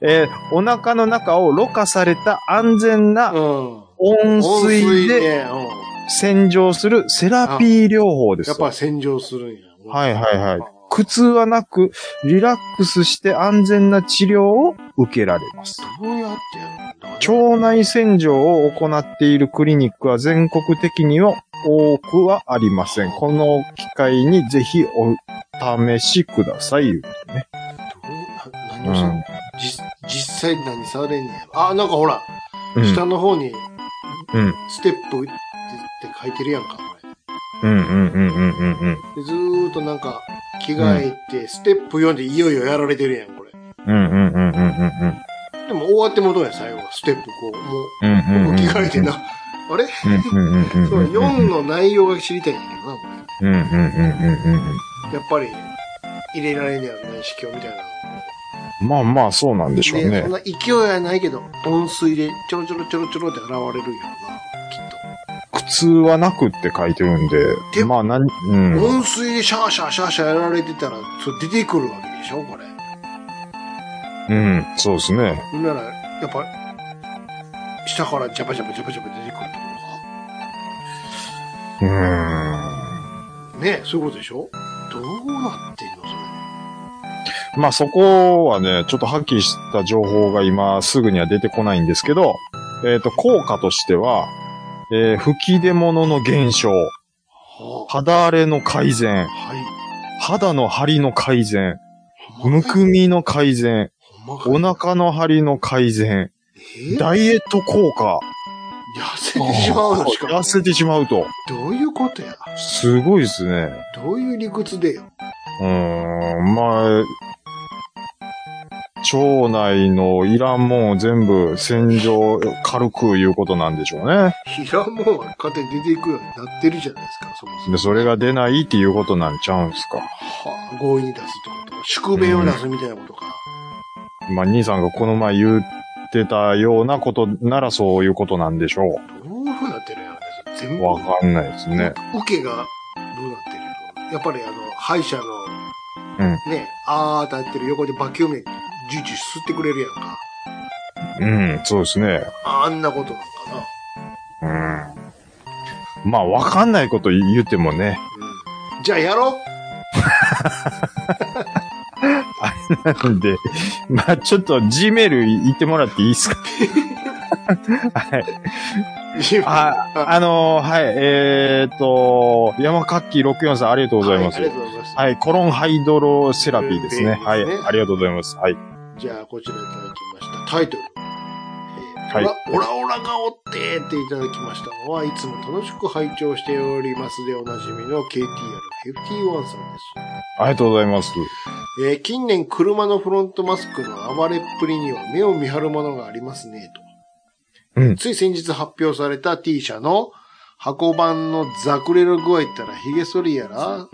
Speaker 3: えーお腹の中をろ過された安全
Speaker 4: う。
Speaker 3: なん
Speaker 4: うん。
Speaker 3: 温
Speaker 4: 温
Speaker 3: 水
Speaker 4: 水
Speaker 3: で
Speaker 4: で、うん。
Speaker 3: 洗浄するセラピー療法です
Speaker 4: やっ
Speaker 3: よ。
Speaker 4: ぱ洗浄するんや。
Speaker 3: はいはいはい
Speaker 4: あ
Speaker 3: 苦痛はなく、リラックスして安全な治療を受けられます。
Speaker 4: どうやってやるの
Speaker 3: 腸内洗浄を行っているクリニックは全国的には多くはありません。この機会にぜひお試しください。
Speaker 4: 何をしてんの、
Speaker 3: うん
Speaker 4: じ実際何されんねやろあ、なんかほら、
Speaker 3: うん
Speaker 4: 下の方に、
Speaker 3: うん
Speaker 4: ステップって書いてるやんか、こ
Speaker 3: うんうんうんうんうんうん。
Speaker 4: れ。でずーっとなんか、着替えて、ステップ4でいよいよやられてるやん、これ。
Speaker 3: うんうんうんうんうん
Speaker 4: でも終わってもどうや、最後。ステップこう。
Speaker 3: うんうんうん
Speaker 4: も
Speaker 3: う
Speaker 4: う、
Speaker 3: ん
Speaker 4: 着替えてな。あれ
Speaker 3: うんうんうんうん
Speaker 4: そう、4の内容が知りたいんだけどな、こ
Speaker 3: うんうんうんうんうん
Speaker 4: れ。やっぱり、入れられんねやろね、試供みたいなの。
Speaker 3: まあまあ、そうなんでしょう
Speaker 4: で、そ
Speaker 3: ね
Speaker 4: ん。な勢いはないけど、温水でちょろちょろちょろちょろって現れるよ
Speaker 3: 苦痛はなくって書いてるんで、
Speaker 4: で
Speaker 3: まあ何、う
Speaker 4: な、きっと。
Speaker 3: ん。
Speaker 4: 温水でシャーシャーシャーシャーやられてたら、そう出てくるわけでしょこれ。
Speaker 3: うん、そうですね。
Speaker 4: ほんなら、やっぱ、下からジャバジャバジャバジャバ出てくるって
Speaker 3: うーん。
Speaker 4: ことか。ねえ、そういうことでしょどうなってんのそれ。
Speaker 3: まあそこはね、ちょっとはっきりした情報が今すぐには出てこないんですけど、えっ、と、効果としては、えー吹き出物の減少、
Speaker 4: は
Speaker 3: 肌荒れの改善、
Speaker 4: あ、はい。
Speaker 3: 肌の張りの改善、
Speaker 4: ほんま
Speaker 3: む
Speaker 4: か
Speaker 3: くみの改善、
Speaker 4: ほんまか
Speaker 3: お腹の張りの改善、
Speaker 4: え
Speaker 3: ダイエット効果、
Speaker 4: 痩せてしまうのしかも
Speaker 3: 痩せてしまうと。
Speaker 4: どういうことや
Speaker 3: すごいですね。
Speaker 4: どういう理屈でよ。
Speaker 3: うーん、まあ、町内のいらんもんを全部洗浄、軽くいうことなんでしょうね。
Speaker 4: いらんもんは勝手に出ていくようになってるじゃないですか、そもそも。
Speaker 3: で、それが出ないっていうことなんちゃうんすか。
Speaker 4: はあ、強引に出すってこと。宿命を出すみたいなことか。
Speaker 3: まあ、兄さんがこの前言ってたようなことならそういうことなんでしょ
Speaker 4: どういう風になってるんやろね。全
Speaker 3: う。
Speaker 4: 部。
Speaker 3: わかんないですね。
Speaker 4: 受けがどうなってるのやっぱりあの、歯医者の、
Speaker 3: うん
Speaker 4: ね、あーってやってる横でバキュームでジュージュー吸ってくれるやんか。
Speaker 3: うん、そうですね。
Speaker 4: あんなことなんかな。
Speaker 3: うん。まあ、わかんないこと言ってもね。
Speaker 4: うん。じゃあやろう
Speaker 3: なんで、まあ、ちょっと G メール言ってもらっていいですか はい。あ、あのーはい、えーっと、山かっき64さんありがとうございます。
Speaker 4: はありがとうございます。
Speaker 3: はい、コロンハイドロセラピーですね。
Speaker 4: セラ
Speaker 3: は
Speaker 4: ピ
Speaker 3: い、
Speaker 4: ーですね
Speaker 3: ありがとうございます。はい。
Speaker 4: じゃあ、こちらいただきました。タイトル。えー
Speaker 3: はい
Speaker 4: オラオラオラがおってっていただきましたのは、いつも楽しく拝聴しておりますでおなじみの KTR51 さんです。
Speaker 3: ありがとうございます。
Speaker 4: えー近年車のフロントマスクの暴れっぷりには目を見張るものがありますね、と。
Speaker 3: うん
Speaker 4: つい先日発表された T 社の箱版のザクレる具合ったらヒゲ剃り やら、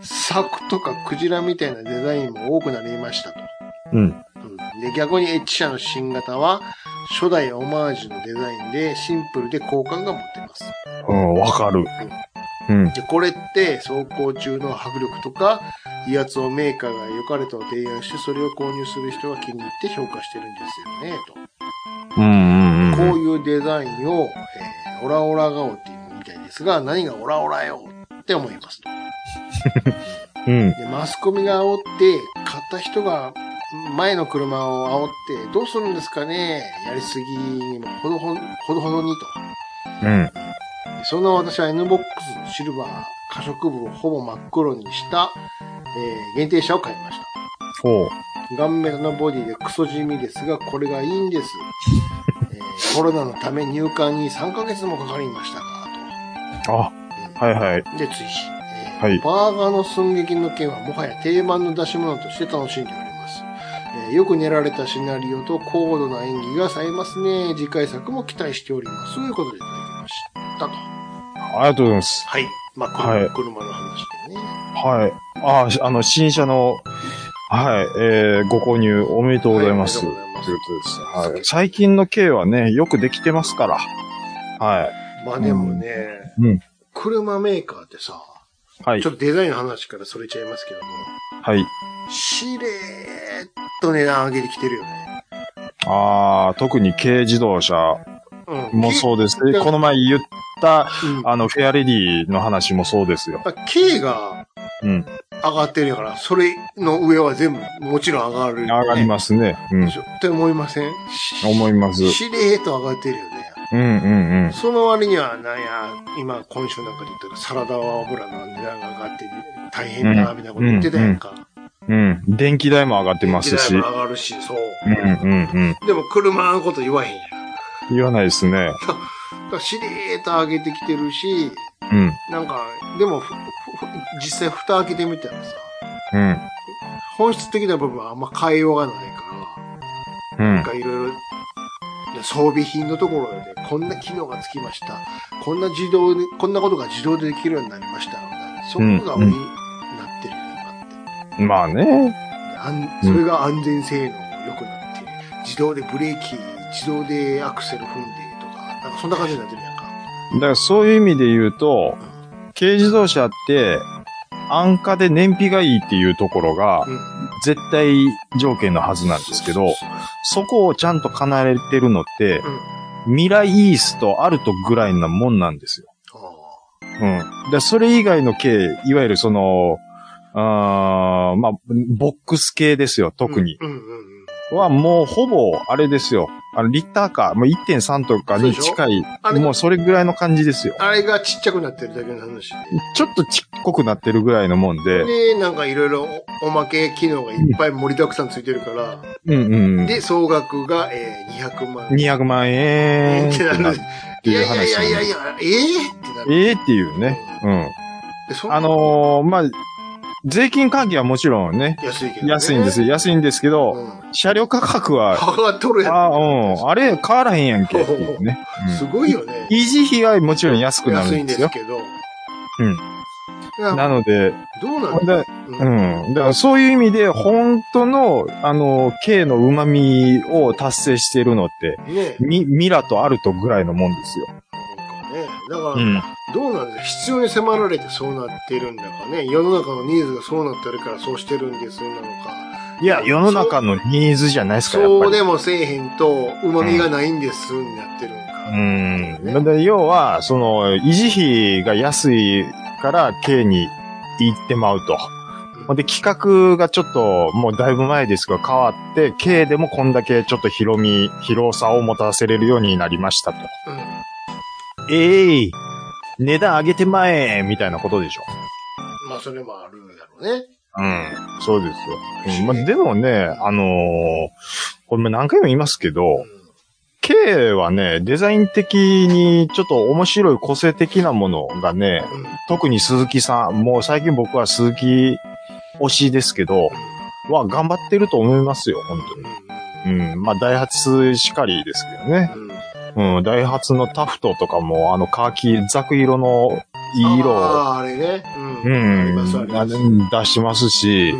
Speaker 4: 柵とかクジラみたいなデザインも多くなりましたと。
Speaker 3: うん。
Speaker 4: うんで逆に H 社の新型は初代オマージュのデザインでシンプルで好感が持てます。
Speaker 3: うん、わかる。うん。
Speaker 4: で、これって走行中の迫力とか威圧をメーカーが良かれと提案して、それを購入する人が気に入って評価してるんですよね、と。
Speaker 3: うん、うん、う
Speaker 4: こ
Speaker 3: ん。
Speaker 4: ういうデザインを、えーオラオラ顔っていうみたいですが、何がオラオラよって思いますと。
Speaker 3: うん。
Speaker 4: で、マスコミが煽って、買った人が前の車を煽って、どうするんですかねやりすぎにもほどほど、ほどほどにと。
Speaker 3: うん。
Speaker 4: そんな私は NBOX のシルバー、可色部をほぼ真っ黒にした、えー限定車を買いました。
Speaker 3: ほう。
Speaker 4: ガンメタのボディでクソ地味ですが、これがいいんです。えーコロナのため入荷に3ヶ月もかかりましたが、
Speaker 3: あ、
Speaker 4: と。
Speaker 3: はいはい。
Speaker 4: で、追伸、えー
Speaker 3: はい
Speaker 4: バーガーの寸劇の件はもはや定番の出し物として楽しんでおります。えーよく練られたシナリオと高度な演技が冴えますね。次回作も期待しております。ということでいただきましたと。
Speaker 3: ありがとうございます。
Speaker 4: はい。まあ、車,、
Speaker 3: はい
Speaker 4: 車の話でね。
Speaker 3: はい。あ、あの、新車の、はい、えー、ご購入おめでとうございます。
Speaker 4: はい
Speaker 3: と
Speaker 4: お
Speaker 3: い
Speaker 4: めでとうございます
Speaker 3: うことです。はい。最近の軽はね、よくできてますから。はい。
Speaker 4: まあでもね、
Speaker 3: うん
Speaker 4: 車メーカーってさ、
Speaker 3: はい
Speaker 4: ちょ。っとデザインの話からそれちゃいますけども、
Speaker 3: はい。
Speaker 4: しれーっと値段上げてきてるよね。
Speaker 3: ああ、特に軽自動車
Speaker 4: うん。
Speaker 3: もそうですね。
Speaker 4: け
Speaker 3: この前言った、
Speaker 4: うん。
Speaker 3: あの、フェアレディの話もそうですよ。
Speaker 4: あ K が
Speaker 3: うん。
Speaker 4: 上がってるやから、それの上は全部もちろん上がる、ね。
Speaker 3: 上がりますね。うん
Speaker 4: で。しょ。って思いません
Speaker 3: 思います。
Speaker 4: しれーっと上がってるよね。
Speaker 3: うんうん
Speaker 4: その割には、なんや、今、今週なんかで言ったら、サラダ油の値段が上がって、大変だ、みたいなこと言ってたやんか。
Speaker 3: うん。うん。電気代も上がってますし。
Speaker 4: 時代
Speaker 3: う
Speaker 4: も上がるし、そう。
Speaker 3: んうんうん。
Speaker 4: でも車のこと言わへんやん。
Speaker 3: 言わないですね。
Speaker 4: だからしれーっと上げてきてるし、
Speaker 3: うん。
Speaker 4: なんか、でもふ、ふふ実際蓋開けてみたらさ、
Speaker 3: うん。
Speaker 4: 本質的な部分はあんま変えようがないから、
Speaker 3: うん
Speaker 4: なん。かいろいろ、装備品のところで、こんな機能がつきました。こんな自動で、こんなことが自動でできるようになりました。みたいなそこが売りになってるよ、今って。
Speaker 3: まあね。
Speaker 4: あんそれが安全性能も良くなって、自動でブレーキ、自動でアクセル踏んでとか、なんかそんな感じになってるやんか。
Speaker 3: だからそういう意味で言うと、軽自動車って、安価で燃費がいいっていうところが
Speaker 4: うん、
Speaker 3: 絶対条件のはずなんですけど、そこをちゃんと叶えてるのって、ミライースとアルトぐらいなもんなんですよ。
Speaker 4: ああ
Speaker 3: うん。で、それ以外の系、いわゆるその、あーまあ、ボックス系ですよ、特に。
Speaker 4: うんうんうん。
Speaker 3: は、もうほぼ、あれですよ。あの、リッターカー、もう1.3とかに近い
Speaker 4: あ、れ
Speaker 3: もうそれぐらいの感じですよ。
Speaker 4: あれがちっちゃくなってるだけの話
Speaker 3: ちょっとちっこくなってるぐらいのもん
Speaker 4: で。
Speaker 3: で、
Speaker 4: で、なんかいろいろおおまけ機能がいっぱい盛りだくさんついてるから、
Speaker 3: うんうん。
Speaker 4: で、総額が、えー、200万円。
Speaker 3: 200万円ってな
Speaker 4: ってなる
Speaker 3: る。って
Speaker 4: いや
Speaker 3: いう
Speaker 4: いやい
Speaker 3: 話
Speaker 4: や
Speaker 3: なん
Speaker 4: いや
Speaker 3: で
Speaker 4: い
Speaker 3: す。
Speaker 4: や、ええってなる。
Speaker 3: ええっていうね。うん。
Speaker 4: でそ
Speaker 3: あのーまあ、税金関係はもちろんね、
Speaker 4: 安いけど、ね。
Speaker 3: 安いんです
Speaker 4: よ。
Speaker 3: よ。安いんですけ
Speaker 4: う
Speaker 3: ど、
Speaker 4: ん。
Speaker 3: 車両価格は、
Speaker 4: 上がっとるやん。
Speaker 3: あうん、あれ変わらへんやんけ、っていうね。
Speaker 4: すごいよね
Speaker 3: う。ん維持費はもちろん安くな
Speaker 4: 安
Speaker 3: る
Speaker 4: い
Speaker 3: ん
Speaker 4: ん
Speaker 3: で
Speaker 4: ですす
Speaker 3: よ。
Speaker 4: けど。
Speaker 3: うん
Speaker 4: な
Speaker 3: なので、
Speaker 4: どうな
Speaker 3: ほんで
Speaker 4: んだ
Speaker 3: う。
Speaker 4: うん
Speaker 3: だからそういう意味で、本当の、あの、K の旨味を達成しているのって、
Speaker 4: ん。ね
Speaker 3: ミミラとアルトぐらいのもんですよ。
Speaker 4: なんかね。だから、
Speaker 3: うん。
Speaker 4: どうなんですか必要に迫られてそうなってるんだかね。世の中のニーズがそうなってるからそうしてるんですなのか。
Speaker 3: いや、世の中のニーズじゃないですか、やっぱ
Speaker 4: そう
Speaker 3: り。
Speaker 4: でもせえへんと、旨味がないんですになってるのか。
Speaker 3: うん。だから要は、その、維持費が安いから K に行ってまうと。ほんで、企画がちょっと、もうだいぶ前ですが変わって、K でもこんだけちょっと広み、広さを持たせれるようになりましたと。
Speaker 4: うん
Speaker 3: ええ値段上げてまえみたいなことでしょ。
Speaker 4: まあ、それもあるんだろうね。
Speaker 3: うん。そうですよ。うんまあ、でもね、あのーこれも何回も言いますけ
Speaker 4: う
Speaker 3: ど
Speaker 4: ん、
Speaker 3: K はね、デザイン的にちょっと面白い個性的なものがね、
Speaker 4: うん
Speaker 3: 特に鈴木さん、もう最近僕は鈴木推しですけど、は頑張ってると思いますよ、本当に。うん。まあ、ダイハツしかりですけどね。
Speaker 4: うん
Speaker 3: うん。ダイハツのタフトとかも、あの、カーキ、ザク色のいい色を、
Speaker 4: ああ、あれね。
Speaker 3: う
Speaker 4: う。
Speaker 3: んん。
Speaker 4: あります、あります。うん
Speaker 3: あ出してますし、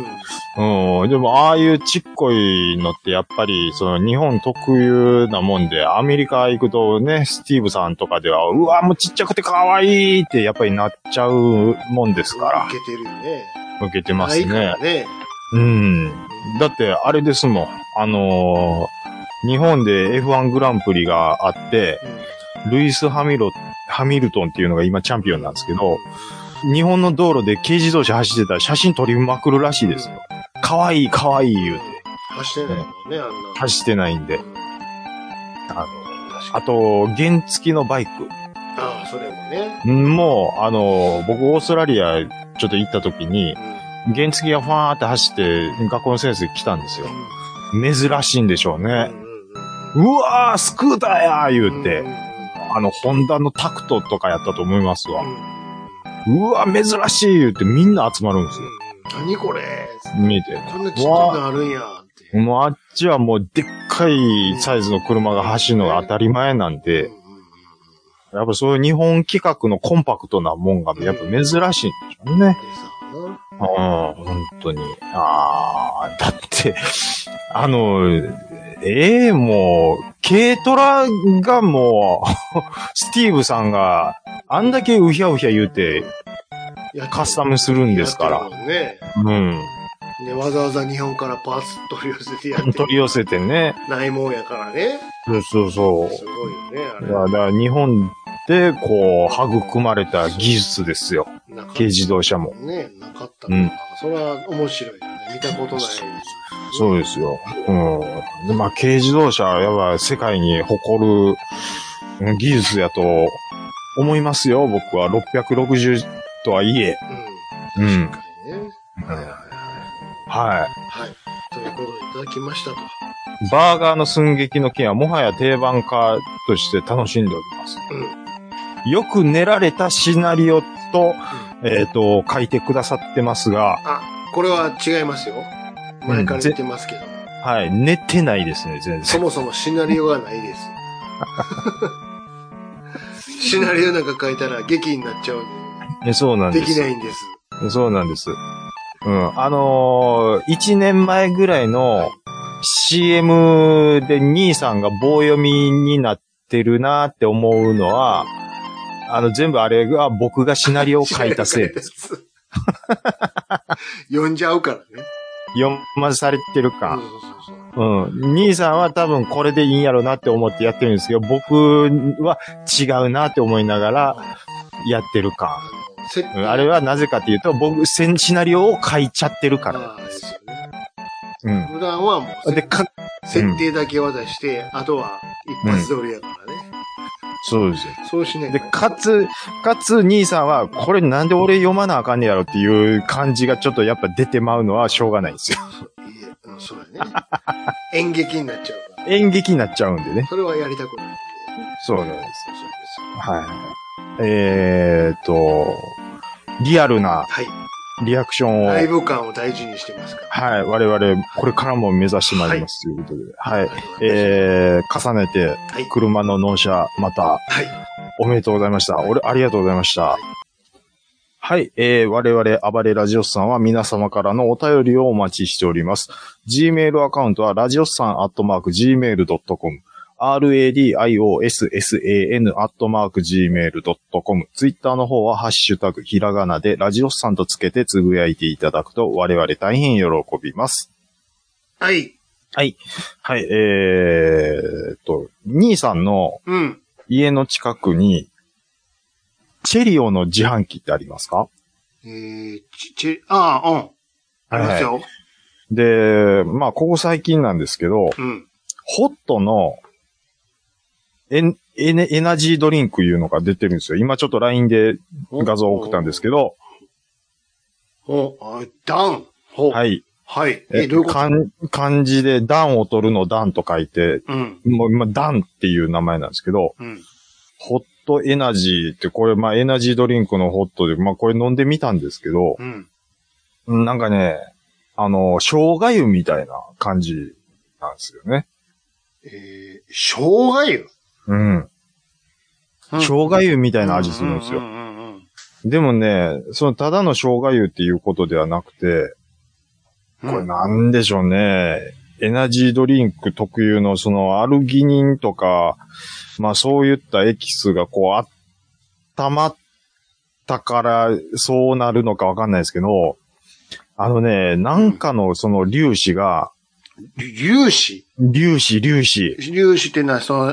Speaker 3: うん。でも、ああいうちっこいのって、やっぱり、その、日本特有なもんで、アメリカ行くとね、スティーブさんとかでは、うわ、もうちっちゃくて可愛いって、やっぱりなっちゃうもんですか
Speaker 4: いけてるよね。
Speaker 3: ら、受けてます
Speaker 4: ないから
Speaker 3: ね。
Speaker 4: ね。
Speaker 3: うん。だって、あれですもん。あのー日本で F1 グランプリがあって、ルイス・ハミロ、ハミルトンっていうのが今チャンピオンなんですけど、日本の道路で軽自動車走ってたら写真撮りまくるらしいですよ。可愛い可愛い言うて。
Speaker 4: 走ってないもんね、あんな。
Speaker 3: 走ってないんで。あの、あと、原付きのバイク。
Speaker 4: ああ、それもね。
Speaker 3: んもう、あの、僕オーストラリアちょっと行った時に、原付きがファーって走って、学校の先生来たんですよ。珍しいんでしょうね。うわー、スクーターやー言うて、あの、ホンダのタクトとかやったと思いますわ。うわー、珍しい言うてみんな集まるんですよ。
Speaker 4: 何これ
Speaker 3: 見て。
Speaker 4: こんなちっちゃいのあるんやって。
Speaker 3: もうあっちはもうでっかいサイズの車が走るのが当たり前なんで、やっぱそういう日本企画のコンパクトなもんがやっぱ珍しいんでしょうね。うん、本当に。ああ、だって、あの、ええもう、軽トラがもう、スティーブさんがあんだけうひゃうひゃ言うてカスタムするんですから。
Speaker 4: ね。
Speaker 3: うん。
Speaker 4: ね、わざわざ日本からパーツ取り寄せてやって
Speaker 3: 取り寄せてね。
Speaker 4: ないもんやからね。
Speaker 3: そうそうそう
Speaker 4: す。ごいよね、あ
Speaker 3: い
Speaker 4: れ。
Speaker 3: やだから日本で、こう、育まれた技術ですよ。
Speaker 4: なかった
Speaker 3: 軽自動車も。
Speaker 4: ね、なかったから
Speaker 3: うん
Speaker 4: それは面白いよね。見たことない。
Speaker 3: そうですよ。うん。で、まあ、軽自動車は、やばい、世界に誇るうん技術やと思いますよ。僕は660とはいえ。
Speaker 4: う。
Speaker 3: うんん
Speaker 4: 確かにね。はいはいはい
Speaker 3: は
Speaker 4: はい。ということでいただきましたと。
Speaker 3: い。バーガーの寸劇の件は、もはや定番化として楽しんでおります。よく練られたシナリオと、えっ、と、書いてくださってますが、
Speaker 4: これは違いますよ。前から言ってますけど。
Speaker 3: はい、寝てないですね、全
Speaker 4: そ
Speaker 3: 然。
Speaker 4: もそもシナリオがない です。シナリオなんか書いたら劇になっちゃうん
Speaker 3: えそうなん
Speaker 4: で、
Speaker 3: で。
Speaker 4: ですきないんです。
Speaker 3: そうなんです。うん。あのー、1年前ぐらいの CM で兄さんが棒読みになってるなって思うのは、あの、全部あれが僕がシナリオを書いたせ いです。
Speaker 4: す。呼んじゃうからね。
Speaker 3: 読まされてる
Speaker 4: そう
Speaker 3: か。
Speaker 4: そうそうそう。
Speaker 3: うん。兄さんは多分これでいいんやろうなって思ってやってるんですけど、僕は違うなって思いながらやってるか。
Speaker 4: 設定
Speaker 3: うんあれはなぜかっていうと、僕、せんシナリオを書いちゃってるから。
Speaker 4: ああですよね。
Speaker 3: うん。
Speaker 4: 普段はもう
Speaker 3: で、
Speaker 4: せ、
Speaker 3: か、
Speaker 4: 設定だけは出して、あとは一発撮りやからね。
Speaker 3: そうですよ。
Speaker 4: そうしない
Speaker 3: で、
Speaker 4: と
Speaker 3: か、つ、かつ、兄さんは、これなんで俺読まなあかんねやろっていう感じがちょっとやっぱ出てまうのはしょうがないんですよ。
Speaker 4: いえうんそうやね。演劇になっちゃうから。
Speaker 3: 演劇になっちゃうんでね。
Speaker 4: それはやりたくないんで。
Speaker 3: そうなんで
Speaker 4: そうですよ
Speaker 3: はい。えーっと、リアルな
Speaker 4: はい。
Speaker 3: リアクションを、は
Speaker 4: ライ
Speaker 3: い、
Speaker 4: ブ感を大事にしてますから。
Speaker 3: 我々、これからも目指してまいりますということで、はい、えー、重ねて、
Speaker 4: はい。
Speaker 3: 車の納車、また、
Speaker 4: はい。
Speaker 3: おめでとうございました。俺、ありがとうございました。はい、えー、我々、暴れラジオスさんは皆様からのお便りをお待ちしております。Gmail アカウントは、ラジオスさんアットマーク Gmail.com、radiossan アットマーク Gmail.com、Twitter の方は、ハッシュタグ、ひらがなで、ラジオスさんとつけてつぶやいていただくと、我々大変喜びます。
Speaker 4: はい。
Speaker 3: はい。はい、えーっと、兄さんの、
Speaker 4: うん。
Speaker 3: 家の近くに、チェリオの自販機ってありますか
Speaker 4: えー、ち、ち、ああ、うん。ありますよ。
Speaker 3: で、まあ、ここ最近なんですけど、
Speaker 4: うん。
Speaker 3: ホットのエンエネエナジードリンクいうのが出てるんですよ。今ちょっと LINE で画像を送ったんですけど、
Speaker 4: お、あダン。ほ。
Speaker 3: はいい。
Speaker 4: はい。え、どういうこと
Speaker 3: かん漢字で段を取るの段と書いて、
Speaker 4: うん。
Speaker 3: もう今段っていう名前なんですけど、
Speaker 4: うん。
Speaker 3: ホットエナジーってこれ、まあエナジードリンクのホットで、まあこれ飲んでみたんですけど、
Speaker 4: うん。
Speaker 3: うんなんかね、あの、生姜湯みたいな感じなんですよね。
Speaker 4: えー、生姜湯。
Speaker 3: うん。
Speaker 4: うん
Speaker 3: 生姜湯みたいな味するんです
Speaker 4: う
Speaker 3: よ。
Speaker 4: んうんうん
Speaker 3: でもね、そのただの生姜湯っていうことではなくて、
Speaker 4: うん。
Speaker 3: これなんでしょうね。エナジードリンク特有のそのアルギニンとか、まあそういったエキスがこう、温まったからそうなるのかわかんないですけど、あのね、なんかのその粒子が、
Speaker 4: 粒子
Speaker 3: 粒子粒子。
Speaker 4: 粒子っていうのは、その、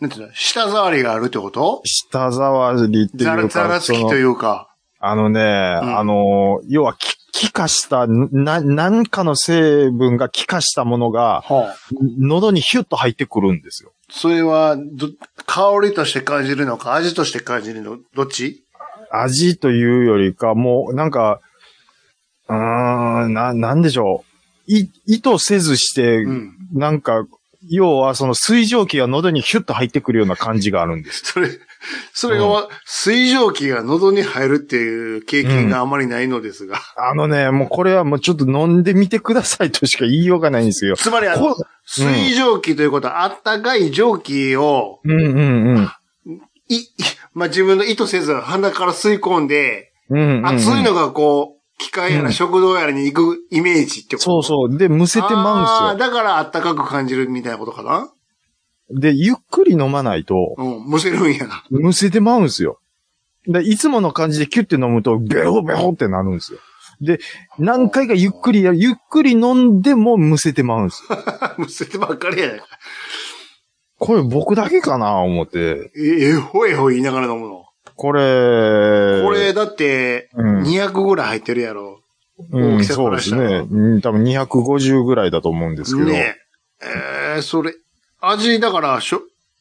Speaker 4: なんていうの、舌触りがあるってこと
Speaker 3: 舌触りっていう
Speaker 4: ザ
Speaker 3: か、
Speaker 4: ラザラつ
Speaker 3: そ
Speaker 4: き
Speaker 3: の
Speaker 4: というか。
Speaker 3: あのね、あの、要は気、気化した、な、なんかの成分が気化したものが、
Speaker 4: はあ、
Speaker 3: 喉にヒュッと入ってくるんですよ。
Speaker 4: それはど、香りとして感じるのか、味として感じるの、どっち
Speaker 3: 味というよりか、もう、なんか、うーん、な、なんでしょう。い、意図せずして、
Speaker 4: うん。
Speaker 3: なんか、要はその水蒸気が喉にヒュッと入ってくるような感じがあるんです。
Speaker 4: それ、それがわ、水蒸気が喉に入るっていう経験があまりないのですが。
Speaker 3: あのね、もうこれはもうちょっと飲んでみてくださいとしか言いようがないんですよ。
Speaker 4: つまりあの、
Speaker 3: こ
Speaker 4: 水蒸気ということは、あったかい蒸気を、
Speaker 3: うんうんうん。
Speaker 4: い、 いまあ、自分の意図せず鼻から吸い込んで、
Speaker 3: うんうんうん
Speaker 4: 熱いのがこう、機械や
Speaker 3: う
Speaker 4: ら
Speaker 3: ん
Speaker 4: 食堂やらに行くイメージってこと
Speaker 3: そうそう。で、むせて
Speaker 4: あ
Speaker 3: まう
Speaker 4: あー、
Speaker 3: んで
Speaker 4: だからあったかく感じるみたいなことかな
Speaker 3: すよ。で、ゆっくり飲まないと、
Speaker 4: うん、むせるんやな。
Speaker 3: むせてまうんですよ。で、いつもの感じでキュッて飲むと、ベホベホってなるんですよ。で、何回かゆっくりや、ゆっくり飲んでもむせてまうんですよ。
Speaker 4: むせてばっかりやないか。
Speaker 3: これ僕だけかな思って。
Speaker 4: え、えほえほ言いながら飲むの。
Speaker 3: これ、
Speaker 4: これ、だって、
Speaker 3: うん
Speaker 4: 200ぐらい入ってるやろ。
Speaker 3: う
Speaker 4: 大
Speaker 3: ん、
Speaker 4: きさか
Speaker 3: そう
Speaker 4: ら
Speaker 3: で
Speaker 4: し
Speaker 3: す
Speaker 4: たら
Speaker 3: ね。うん多分250ぐらいだと思うんですけど。
Speaker 4: ねえ。えー、それ、味、だから、しょ、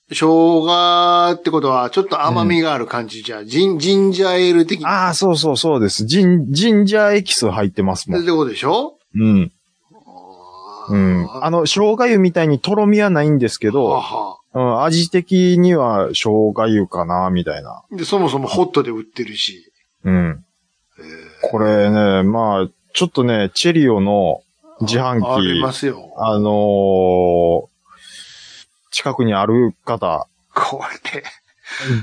Speaker 4: 生姜ってことは、ちょっと甘みがある感じじゃ、ん、ジン、ジンジャーエール的なっ
Speaker 3: ああ、そうそうそうです。ジン、ジンジャーエキス入ってます
Speaker 4: て
Speaker 3: もん。
Speaker 4: ことでしょ
Speaker 3: うん。うん。
Speaker 4: あ
Speaker 3: あの、生姜湯みたいにとろみはないんですけ
Speaker 4: ー
Speaker 3: ど、
Speaker 4: はは
Speaker 3: うん、味的には生姜湯かな、みたいな。
Speaker 4: で、そもそもホットで売ってるし。
Speaker 3: うん。これね、まあ、ちょっとね、チェリオの自販
Speaker 4: ありま
Speaker 3: 機、
Speaker 4: すよ。
Speaker 3: あのー近くにある方、
Speaker 4: これ。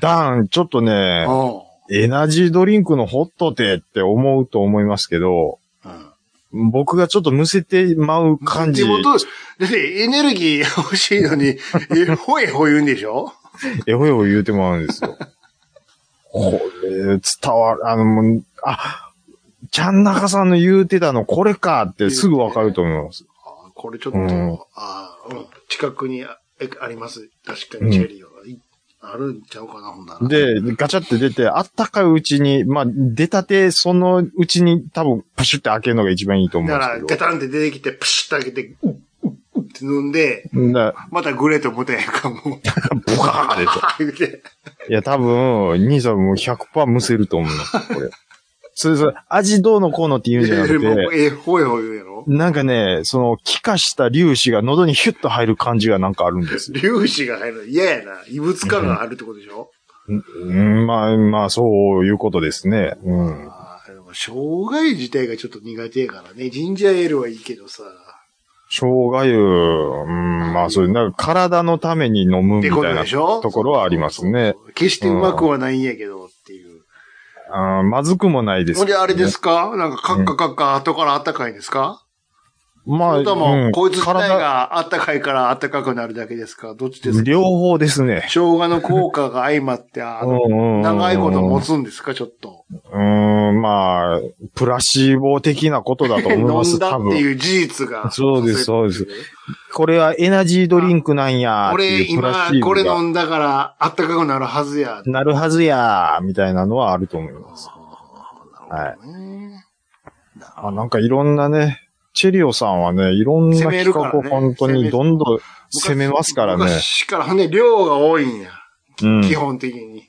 Speaker 3: ダン、ちょっと
Speaker 4: う
Speaker 3: ね、
Speaker 4: ん。
Speaker 3: エナジードリンクのホットでって思うと思いますけど、
Speaker 4: うん
Speaker 3: 僕がちょっとむせてまう感じ
Speaker 4: で、もどうだってエネルギー欲し いのに、えほえほ言うんでしょ
Speaker 3: えほえほ言うてもらうん ですよ。これ、伝わる、あの、もう、あ、ちゃんなかさんの言うてたのこれかってすぐわかると思います。
Speaker 4: あこれちょっと、
Speaker 3: うん
Speaker 4: あーうん近くにあえあります。確か
Speaker 3: うん
Speaker 4: にチェリーは、いあるんちゃうかな、ほんなら。
Speaker 3: で、ガチャって出て、あったかいうちに、まあ、出たて、そのうちに多分、プシュって開けるのが一番いいと思うん
Speaker 4: だ
Speaker 3: で
Speaker 4: か
Speaker 3: す
Speaker 4: ら、
Speaker 3: け
Speaker 4: ガ
Speaker 3: ど。
Speaker 4: タンって出てきて、プシュッと開けて、うっ、うっ、うっって飲んで、
Speaker 3: だか
Speaker 4: またグレーと思ったやんか、もう。
Speaker 3: ら、ブカーでしょ。
Speaker 4: 言うて
Speaker 3: いや、多分、兄さんも100%むせると思うんですよ、これ。 それそれ、味どうのこうのって言うんじゃなく
Speaker 4: でも
Speaker 3: て、
Speaker 4: えほえほ言うやろ
Speaker 3: なんかね、その、気化した粒子が喉にヒュッと入る感じがなんかあるんですよ
Speaker 4: 粒子が入るの嫌やな。異物感があるってことでしょ、
Speaker 3: うん、まあ、まあ、そういうことですね。うん。
Speaker 4: あーでもの、生涯自体がちょっと苦手やからね。ジンジャーエールはいいけどさ。
Speaker 3: 生姜湯、うん、まあそういう、なんか体のために飲むみ
Speaker 4: って
Speaker 3: た
Speaker 4: こ
Speaker 3: い
Speaker 4: と
Speaker 3: な
Speaker 4: でしょ
Speaker 3: ところはありますね。。
Speaker 4: 決してうまくはないんやけどっていう。
Speaker 3: あーまずくもないです、。
Speaker 4: ほんで、あれですすかなんかカッカカッカ後からあったかいんですか
Speaker 3: ま
Speaker 4: そ
Speaker 3: あ、
Speaker 4: れとも、こいつ自体
Speaker 3: 体
Speaker 4: があったかいからあったかくなるだけですかどっちですか
Speaker 3: 両方ですね。
Speaker 4: 生姜の効果が相まって、あの、長
Speaker 3: 長
Speaker 4: いこと持。つんですかちょっと。
Speaker 3: うん、まあ、プラシーボ的なことだと思いま
Speaker 4: 飲
Speaker 3: す、
Speaker 4: んだ
Speaker 3: 多
Speaker 4: って
Speaker 3: 分。
Speaker 4: いう事実が。
Speaker 3: そうですそうです
Speaker 4: す。
Speaker 3: これはエナジードリンクなんやーって
Speaker 4: 俺、
Speaker 3: いうプラ
Speaker 4: 今
Speaker 3: シー、ボ
Speaker 4: こ
Speaker 3: が
Speaker 4: れ飲んだから、あったかくなるはずや。
Speaker 3: なるはずやー、みたいなのはあると思います。はい。あ、なんかいろんなね、チェリオさんはね、いろんな
Speaker 4: 攻
Speaker 3: 企
Speaker 4: める
Speaker 3: 画
Speaker 4: からね
Speaker 3: を本当にどんどん攻めますからね。
Speaker 4: 昔から、ほんで、量が多いんや。
Speaker 3: うん。
Speaker 4: 基本的に。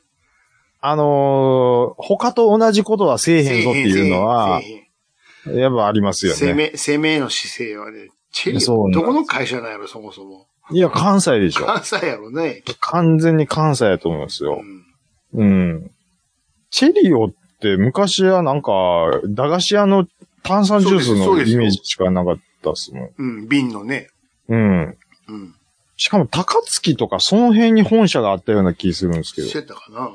Speaker 3: あのー他と同じことはせえへんぞっていうのは
Speaker 4: せ、えへん
Speaker 3: やっぱありますよ
Speaker 4: せえへん攻
Speaker 3: ね。
Speaker 4: め、攻めの姿勢はね、チェリ
Speaker 3: そうなん
Speaker 4: ー、
Speaker 3: です
Speaker 4: どこの会社なんやろ、そもそも。
Speaker 3: いや、関西でしょ。
Speaker 4: 関西やろね。
Speaker 3: 完全に関西やと思うんですよ
Speaker 4: う。ん
Speaker 3: うん。チェリオって昔はなんか、駄菓子屋の炭酸ジュース
Speaker 4: そう
Speaker 3: の
Speaker 4: ですそうです
Speaker 3: イメージしかなかったっすもん。
Speaker 4: うん、瓶のね。
Speaker 3: うん。
Speaker 4: うん。
Speaker 3: しかも高槻とかその辺に本社があったような気するんですけど
Speaker 4: し。てたかな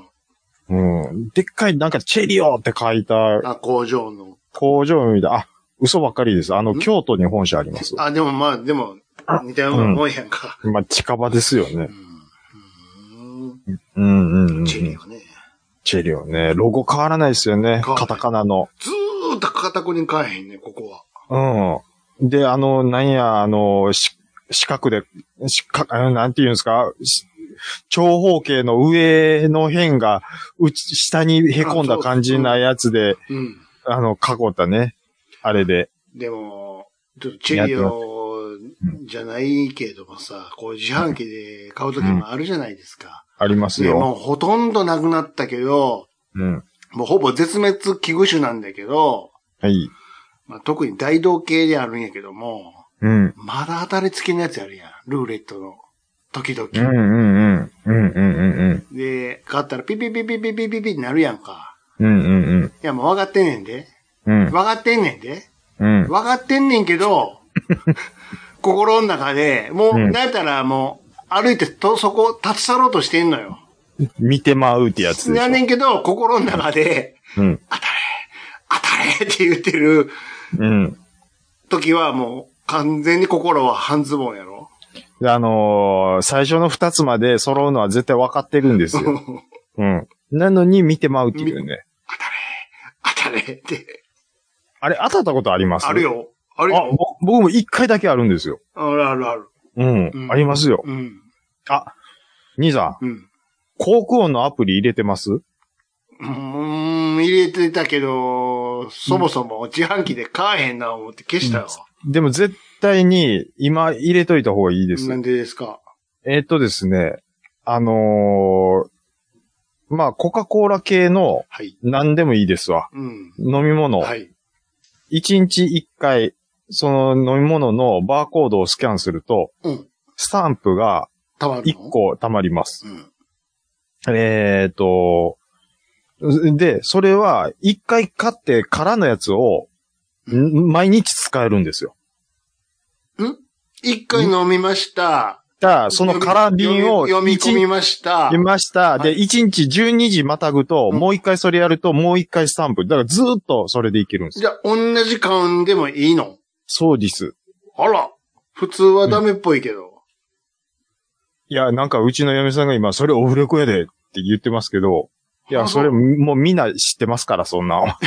Speaker 3: うん。でっかい、なんか、チェリオって書いた
Speaker 4: あ、工場の。
Speaker 3: 工場みたいな。あ、嘘ばっかりです。あの、
Speaker 4: ん
Speaker 3: 京都に本社あります。
Speaker 4: あ、でもまあ、でも、似たようなもんやんか。
Speaker 3: まあ、近場ですよね
Speaker 4: う。
Speaker 3: うんう
Speaker 4: ん。
Speaker 3: んうんうん。
Speaker 4: チェリーはね。
Speaker 3: チェリオね。ロゴ変わらないですよね。
Speaker 4: 変わらない
Speaker 3: カタカナの。
Speaker 4: ずーっと片子に変えへんね、ここは。
Speaker 3: うん。で、あの、なんや、あの、し四角で、四角、あのなんていうんですか、し長方形の上の辺が、うち、下に凹んだ感じなやつで、
Speaker 4: うん。
Speaker 3: あの、囲ったね。あれで。
Speaker 4: でも、ちょっとチェリオじゃないけどもさ、こう自販機で買うときもあるじゃないですか。
Speaker 3: あります
Speaker 4: でも
Speaker 3: よ。
Speaker 4: うほとんどなくなったけど、
Speaker 3: うん。
Speaker 4: もうほぼ絶滅危惧種なんだけど、
Speaker 3: はい。
Speaker 4: まあ、特に大道系であるんやけども、
Speaker 3: うん。
Speaker 4: まだ当たり付けのやつやるやん。ルーレットの。時々。
Speaker 3: うんうんうん。うんうんうん
Speaker 4: で、買ったらピピピピピピピピになるやんか。
Speaker 3: うん。うんうん
Speaker 4: いや、もう分かってんねんで。
Speaker 3: うん。
Speaker 4: 分かってんねんで。
Speaker 3: うんうん。
Speaker 4: 分かってんねんけど、心の中で、もう、
Speaker 3: うん
Speaker 4: なんやったらもう、歩いてと、そこ、立ち去ろうとしてんのよ。
Speaker 3: 見てまうってやつでし
Speaker 4: やねんけど、心の中で、
Speaker 3: ょ。うん。
Speaker 4: 当たれって言ってる
Speaker 3: うん。
Speaker 4: 時はもう、完全に心は半ズボンやろ。
Speaker 3: であのー最初の二つまで揃うのは絶対分かってるんですよ。うん。なのに見てまうっていうね。
Speaker 4: 当たれって。
Speaker 3: あれ、当たったことあります
Speaker 4: ある。よ。ある
Speaker 3: あ、
Speaker 4: よ。
Speaker 3: ぼ僕も一回だけあるんですよ。
Speaker 4: あるあるある。
Speaker 3: うん。
Speaker 4: うん
Speaker 3: ありますよ。
Speaker 4: うん。
Speaker 3: あ、兄さん、
Speaker 4: うん。
Speaker 3: 航空音のアプリ入れてます
Speaker 4: うーん、入れてたけど、そもそも自販機で買えへんな思って消したよ。
Speaker 3: でも絶対に今入れといた方がいいです
Speaker 4: な。んでですか
Speaker 3: えーっとですね、あのーまあ、コカ・コーラ系の
Speaker 4: はい。
Speaker 3: 何でもいいですわ。
Speaker 4: うん。
Speaker 3: 飲み物。
Speaker 4: はい。
Speaker 3: 1日1回、その飲み物のバーコードをスキャンすると、
Speaker 4: うん
Speaker 3: スタンプが
Speaker 4: たまるの
Speaker 3: 1個溜まります。
Speaker 4: うん。
Speaker 3: えーっと、で、それは1回買って空のやつを、ん毎日使えるんですよ。
Speaker 4: 一回飲みました。
Speaker 3: だから、その空瓶を
Speaker 4: 読み
Speaker 3: 一日
Speaker 4: 読み込みました。
Speaker 3: 出ました。
Speaker 4: は
Speaker 3: で、1日12時またぐと、
Speaker 4: うん
Speaker 3: もう一回それやると、もう一回スタンプ。だからずーっとそれでいけるんですよ。
Speaker 4: じゃあ、同じ缶でもいいの
Speaker 3: そうです。
Speaker 4: あら、普通はダメっぽいけど。
Speaker 3: いや、なんかうちの嫁さんが今、それオフレコやでって言ってますけど、いや、それもうみんな知ってますから、そんな。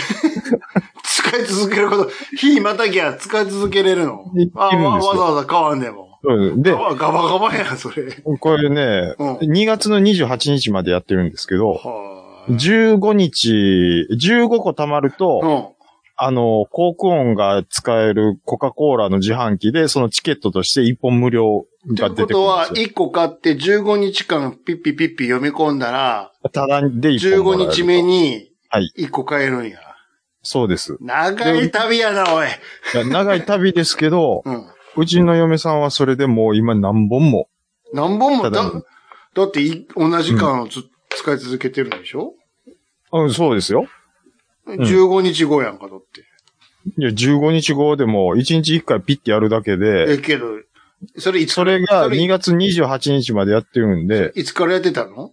Speaker 4: 使い続けること、火またぎゃ使い続けれるの
Speaker 3: できるんですよ
Speaker 4: あわわざわざ買わんでも。
Speaker 3: うん で、
Speaker 4: あガバガバやん、それ。
Speaker 3: これね、
Speaker 4: うん。
Speaker 3: 2月の28日までやってるんですけど、
Speaker 4: はあ
Speaker 3: 15日、15個貯まると、
Speaker 4: う
Speaker 3: あの、コーク音が使えるコカ・コーラの自販機で、そのチケットとして1本無料
Speaker 4: ん。とい
Speaker 3: が出
Speaker 4: うこ
Speaker 3: てくるんです
Speaker 4: とは、
Speaker 3: よ。
Speaker 4: 1個買って15日間ピッピピッピ読み込んだら、
Speaker 3: ただで1本もらえ
Speaker 4: 15
Speaker 3: ると
Speaker 4: 日目に
Speaker 3: はい
Speaker 4: 1個買えるんや。
Speaker 3: そうです。
Speaker 4: 長い旅やな、おい。
Speaker 3: いや 長い旅ですけど、
Speaker 4: うん。
Speaker 3: うちの嫁さんはそれでもう今何本も。
Speaker 4: 何本も
Speaker 3: ただ
Speaker 4: だ、だってい同じ缶をずっと使い続けてるんでしょ、
Speaker 3: うん、そうですよ。
Speaker 4: 15日後やんか、だっ
Speaker 3: いや、15日後でも、1日1回ピッてやるだけ
Speaker 4: て。え、
Speaker 3: で、
Speaker 4: けど、それいつ、
Speaker 3: それが
Speaker 4: それ
Speaker 3: 2月28日までやってるんで、
Speaker 4: いつからやってたの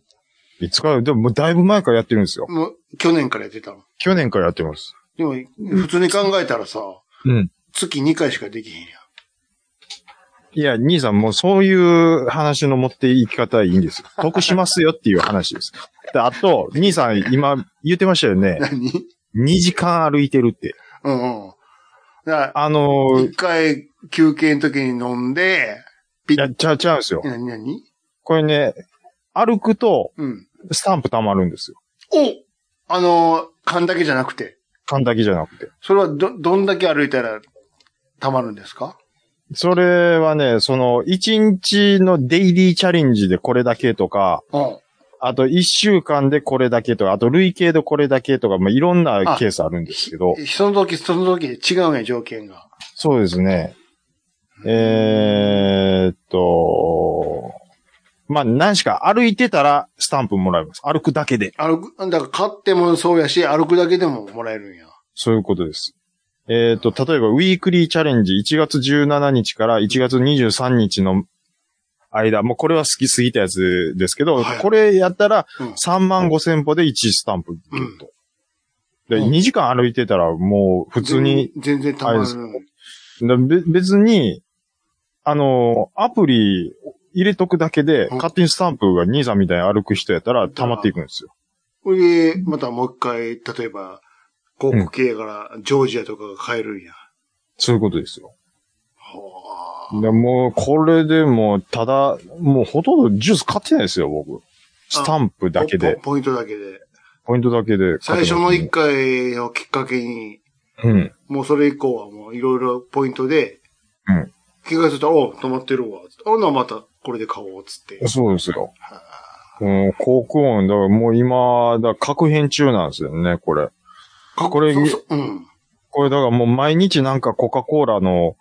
Speaker 3: いつから、でももうだいぶ前からやってるんですよ。
Speaker 4: もう、去年からやってたの。
Speaker 3: 去年からやってます。
Speaker 4: でも、普通に考えたらさ、
Speaker 3: うん。
Speaker 4: 月2回しかできへんやん。
Speaker 3: いや、兄さんもうそういう話の持っていき方いいんですよ。得しますよっていう話です。であと、兄さん今言ってましたよね。
Speaker 4: 何
Speaker 3: 2時間歩いてるって。
Speaker 4: うんうん。だか
Speaker 3: あの
Speaker 4: ら、
Speaker 3: ー、
Speaker 4: 一回休憩の時に飲んで、ピ
Speaker 3: いや、
Speaker 4: ッ、
Speaker 3: ちゃう、ちゃうんですよ。
Speaker 4: 何何
Speaker 3: これね、歩くと、
Speaker 4: うん。
Speaker 3: スタンプ溜まるんですよ。
Speaker 4: おあの、勘だけじゃなくて。
Speaker 3: 勘だけじゃなくて。
Speaker 4: それはど、どんだけ歩いたら溜まるんですか
Speaker 3: それはね、その、1日のデイリーチャレンジでこれだけとか、
Speaker 4: うん。
Speaker 3: あと1週間でこれだけとか、あと累計でこれだけとか、まあ、いろんなケースあるんですけど、
Speaker 4: その時、その時で違うんや、条件が。
Speaker 3: そうですね。えーっと、まあ、何しか歩いてたらスタンプもらえます。歩くだけで。
Speaker 4: 歩く、だから買ってもそうやし、歩くだけでももらえるんや。
Speaker 3: そういうことです。えーっと、例えば、ウィークリーチャレンジ、1月17日から1月23日の間、もうこれは好きすぎたやつですけど、
Speaker 4: はい
Speaker 3: これやったら
Speaker 4: うん
Speaker 3: 3万5千歩で1スタンプゲット。で、
Speaker 4: うん
Speaker 3: 2時間歩いてたらもう普通に、
Speaker 4: 全然溜ま
Speaker 3: あれ
Speaker 4: る
Speaker 3: です。だべ別に、あの、アプリ入れとくだけで、
Speaker 4: うん
Speaker 3: 勝手にスタンプが兄さんみたいに歩く人やったら溜まっていくんですよ。
Speaker 4: これで、またもう一回、例えば、広告系から、ジョージアとかが買えるんや。
Speaker 3: そういうことですよ。
Speaker 4: はあ
Speaker 3: でもう、これでもう、ただ、もうほとんどジュース買ってないですよ、僕。スタンプだけ
Speaker 4: ポ
Speaker 3: で、
Speaker 4: ポポイントだけで。
Speaker 3: ポイントだけで買っ
Speaker 4: 最
Speaker 3: てますね。
Speaker 4: 初の一回をきっかけに、
Speaker 3: うん。
Speaker 4: もうそれ以降はもういろいろポイントで、
Speaker 3: うん。
Speaker 4: 気がついたら、おう止まってるわ。あ、ほなまたこれで買おう、つって。
Speaker 3: そうですよ。うん、航空音、だからもう今、だから確変中なんですよね、これ。これ
Speaker 4: そうそううん。
Speaker 3: これだからもう毎日なんかコカ・コーラの、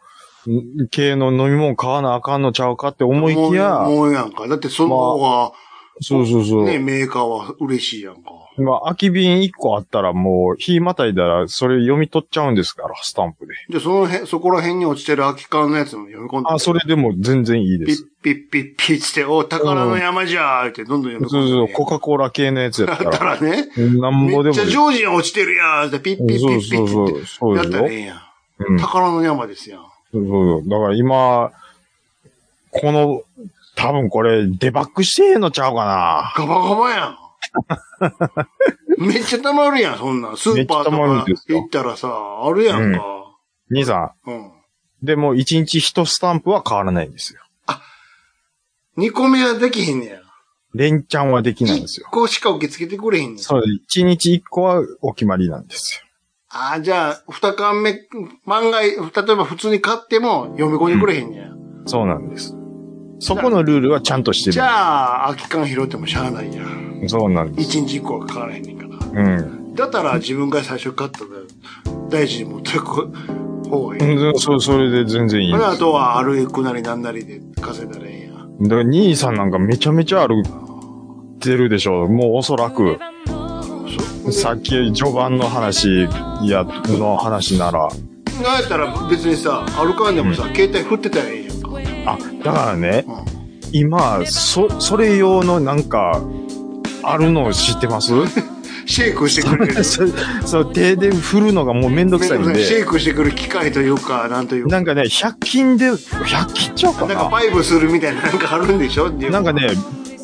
Speaker 3: ん系の飲み物買わなあかんのちゃうかって思いきや、
Speaker 4: もうやんか。だってその方が、
Speaker 3: そうそうそう。
Speaker 4: ね、メーカーは嬉しいやんか。
Speaker 3: まあ、空き瓶1個あったらもう、火またいだら、それ読み取っちゃうんですから、スタンプで。
Speaker 4: じゃあその辺、そこら辺に落ちてる空き缶のやつも読み込んで。
Speaker 3: あ、それでも全然いいで
Speaker 4: ピッ
Speaker 3: す。
Speaker 4: ピッピッピッつって、おう宝の山じゃーってどんどん読
Speaker 3: そ
Speaker 4: み
Speaker 3: うそうそ
Speaker 4: 込ん
Speaker 3: う、
Speaker 4: で。
Speaker 3: コカ・コーラ系のやつやった
Speaker 4: だった
Speaker 3: ら、
Speaker 4: らね、
Speaker 3: なんぼ
Speaker 4: め
Speaker 3: で
Speaker 4: っ
Speaker 3: も
Speaker 4: ちゃ
Speaker 3: いい。
Speaker 4: ジ
Speaker 3: そ
Speaker 4: ョージア落ちてるやーってピッピッピ
Speaker 3: う
Speaker 4: ッピ
Speaker 3: そう
Speaker 4: ッって
Speaker 3: そう、そう
Speaker 4: や
Speaker 3: です
Speaker 4: った
Speaker 3: よ
Speaker 4: らえ。えやん。
Speaker 3: うん
Speaker 4: 宝の山ですやん。
Speaker 3: そうそう。だから今、この、多分これ、デバッグしてへんのちゃうかな。
Speaker 4: ガバガバ やん。めっちゃ溜まるやん、そんなん。スーパーとか
Speaker 3: めっちゃ溜まるんですよ
Speaker 4: 行ったらさ、あるやんか。
Speaker 3: 兄さ
Speaker 4: うん。
Speaker 3: ん、でも1日1スタンプは変わらないんですよ。
Speaker 4: 二、個目はできへんねや。
Speaker 3: 連チャンはできないんです
Speaker 4: 一
Speaker 3: よ。
Speaker 4: 個しか受け付けてくれへんねん。
Speaker 3: そうです。1日1個はお決まりなんですよ。
Speaker 4: ああ、じゃあ、二巻目、万が一、例えば普通に買っても読み込んでくれへんねや。
Speaker 3: そうなんです。そこのルールはちゃんとしてる
Speaker 4: じ。ゃあ、空き缶拾ってもしゃあないやん。
Speaker 3: そうなんです。
Speaker 4: 一日一個は買われへんねんから。
Speaker 3: うん。
Speaker 4: だったら自分が最初買ったの大事に持ってく方がいい。
Speaker 3: うんそそれで全然いい
Speaker 4: そ
Speaker 3: ん
Speaker 4: れ
Speaker 3: で
Speaker 4: あ
Speaker 3: す。
Speaker 4: とは歩くなりなんなりで稼いだらええんや。
Speaker 3: だから兄さんなんかめちゃめちゃ歩いてるでしょう。もうおそらく。さっき序盤の話、いや、の話なら。
Speaker 4: なんやったら別にさ、歩かんでもさ、携帯振ってたらええやんか。
Speaker 3: あ、だからね、
Speaker 4: う
Speaker 3: 今、そ、それ用のなんか、あるの知ってます
Speaker 4: んシェイクしてくれる。
Speaker 3: そそう、手で振るのがもうめんどくさいん
Speaker 4: シェ
Speaker 3: で、
Speaker 4: イクしてくる機械というか、なんというか。
Speaker 3: なんかね、100均で、100均ちゃうか
Speaker 4: なんか
Speaker 3: な
Speaker 4: パイプするみたいななんかあるんでしょっていう
Speaker 3: なんかね、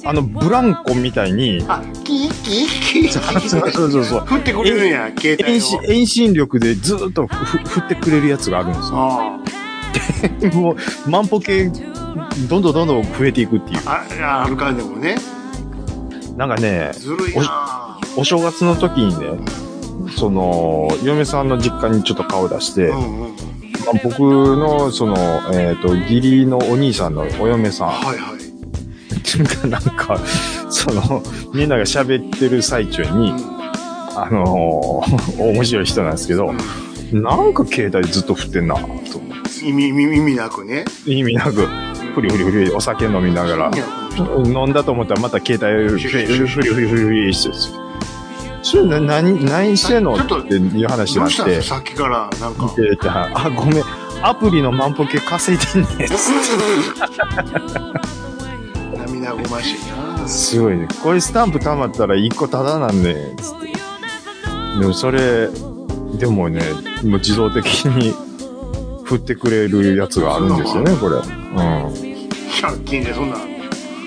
Speaker 3: あの、ブランコみたいに、
Speaker 4: あ、キーキーキー。
Speaker 3: そうそうそうそう
Speaker 4: 振ってくれるんや、携帯
Speaker 3: 遠心
Speaker 4: を。
Speaker 3: 遠心力でずっとふ振ってくれるやつがあるんです
Speaker 4: あ
Speaker 3: よ。もう、万歩計、どんどんどんどん増えていくってい
Speaker 4: あ、あ歩かんでもね。
Speaker 3: う。なんかね、
Speaker 4: ずるいな
Speaker 3: お正月の時にね、その、嫁さんの実家にちょっと顔出して、
Speaker 4: うんう
Speaker 3: ま
Speaker 4: ん。
Speaker 3: あ僕の、その、えっ、と、義理のお兄さんのお嫁さん
Speaker 4: はいはい。
Speaker 3: が、なんか、その、みんなが喋ってる最中に、あのー面白い人なんですけど、なんか携帯ずっと振ってんな、と思っ
Speaker 4: 意味、意味意味なくね。
Speaker 3: て。意味なく、ふりふりふり、お酒飲みながら
Speaker 4: い、や
Speaker 3: 飲んだと思ったらまた携帯をふりふりふりふりふりして、それな、何、何してんの
Speaker 4: ちょっと
Speaker 3: っていう話に
Speaker 4: ど
Speaker 3: な
Speaker 4: う
Speaker 3: っ
Speaker 4: したんで
Speaker 3: て
Speaker 4: す。かさっきから、なんか。
Speaker 3: であ、ごめん。アプリの万歩計稼いでんねん。
Speaker 4: 涙ぐましいな。
Speaker 3: すごいね。これスタンプ溜まったら1個タダなんで、つって。でもそれ、でもね、もう自動的に振ってくれるやつがあるんですよね、これ。うん。
Speaker 4: 100均でそんな、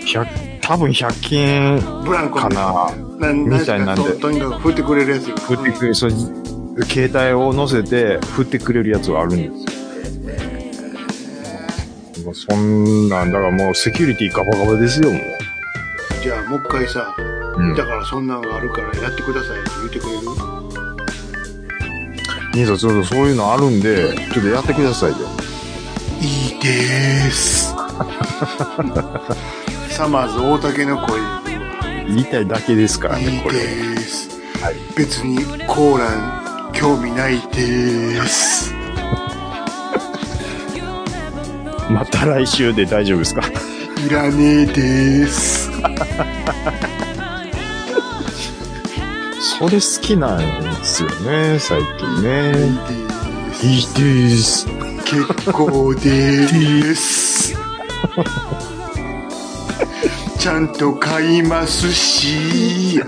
Speaker 3: 100、多分100均
Speaker 4: ブランコ
Speaker 3: かな。
Speaker 4: な
Speaker 3: みたいなんで
Speaker 4: ととにかく振ってくれるやつが
Speaker 3: 振ってくれ、それ携帯を乗せて振ってくれるやつがあるんですよ。もうそんなん、だからもうセキュリティガバガバですよ、もう。
Speaker 4: じゃあ、もう一回さ、
Speaker 3: うん
Speaker 4: だからそんなんがあるからやってくださいって言ってくれる
Speaker 3: 兄さん、ちょっとそういうのあるんで、ちょっとやってくださいよ。
Speaker 4: いいでー す。さまず大竹の声。
Speaker 3: 言いたいだけですから
Speaker 4: い
Speaker 3: ね、
Speaker 4: い
Speaker 3: これ。
Speaker 4: でーす。別にコーラン興味ないでーす。
Speaker 3: また来週で大丈夫ですか
Speaker 4: いらねーでーす。
Speaker 3: それ好きなんですよね、最近
Speaker 4: いい
Speaker 3: ね。
Speaker 4: でーす。
Speaker 3: いいです。
Speaker 4: 結構でーす。ちゃんと買いますし。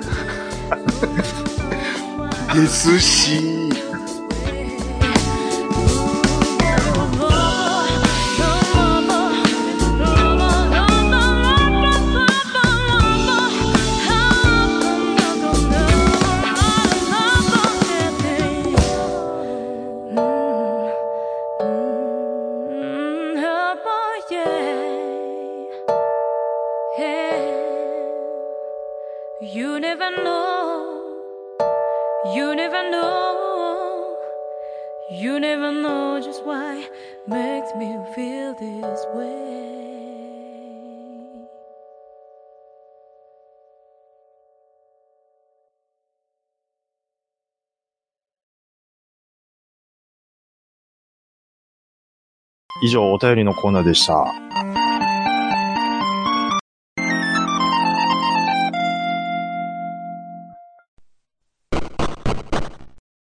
Speaker 4: ですし。
Speaker 7: You never know, you never know. You never know just why makes me feel this way.
Speaker 3: 以上、お便りのコーナーでした。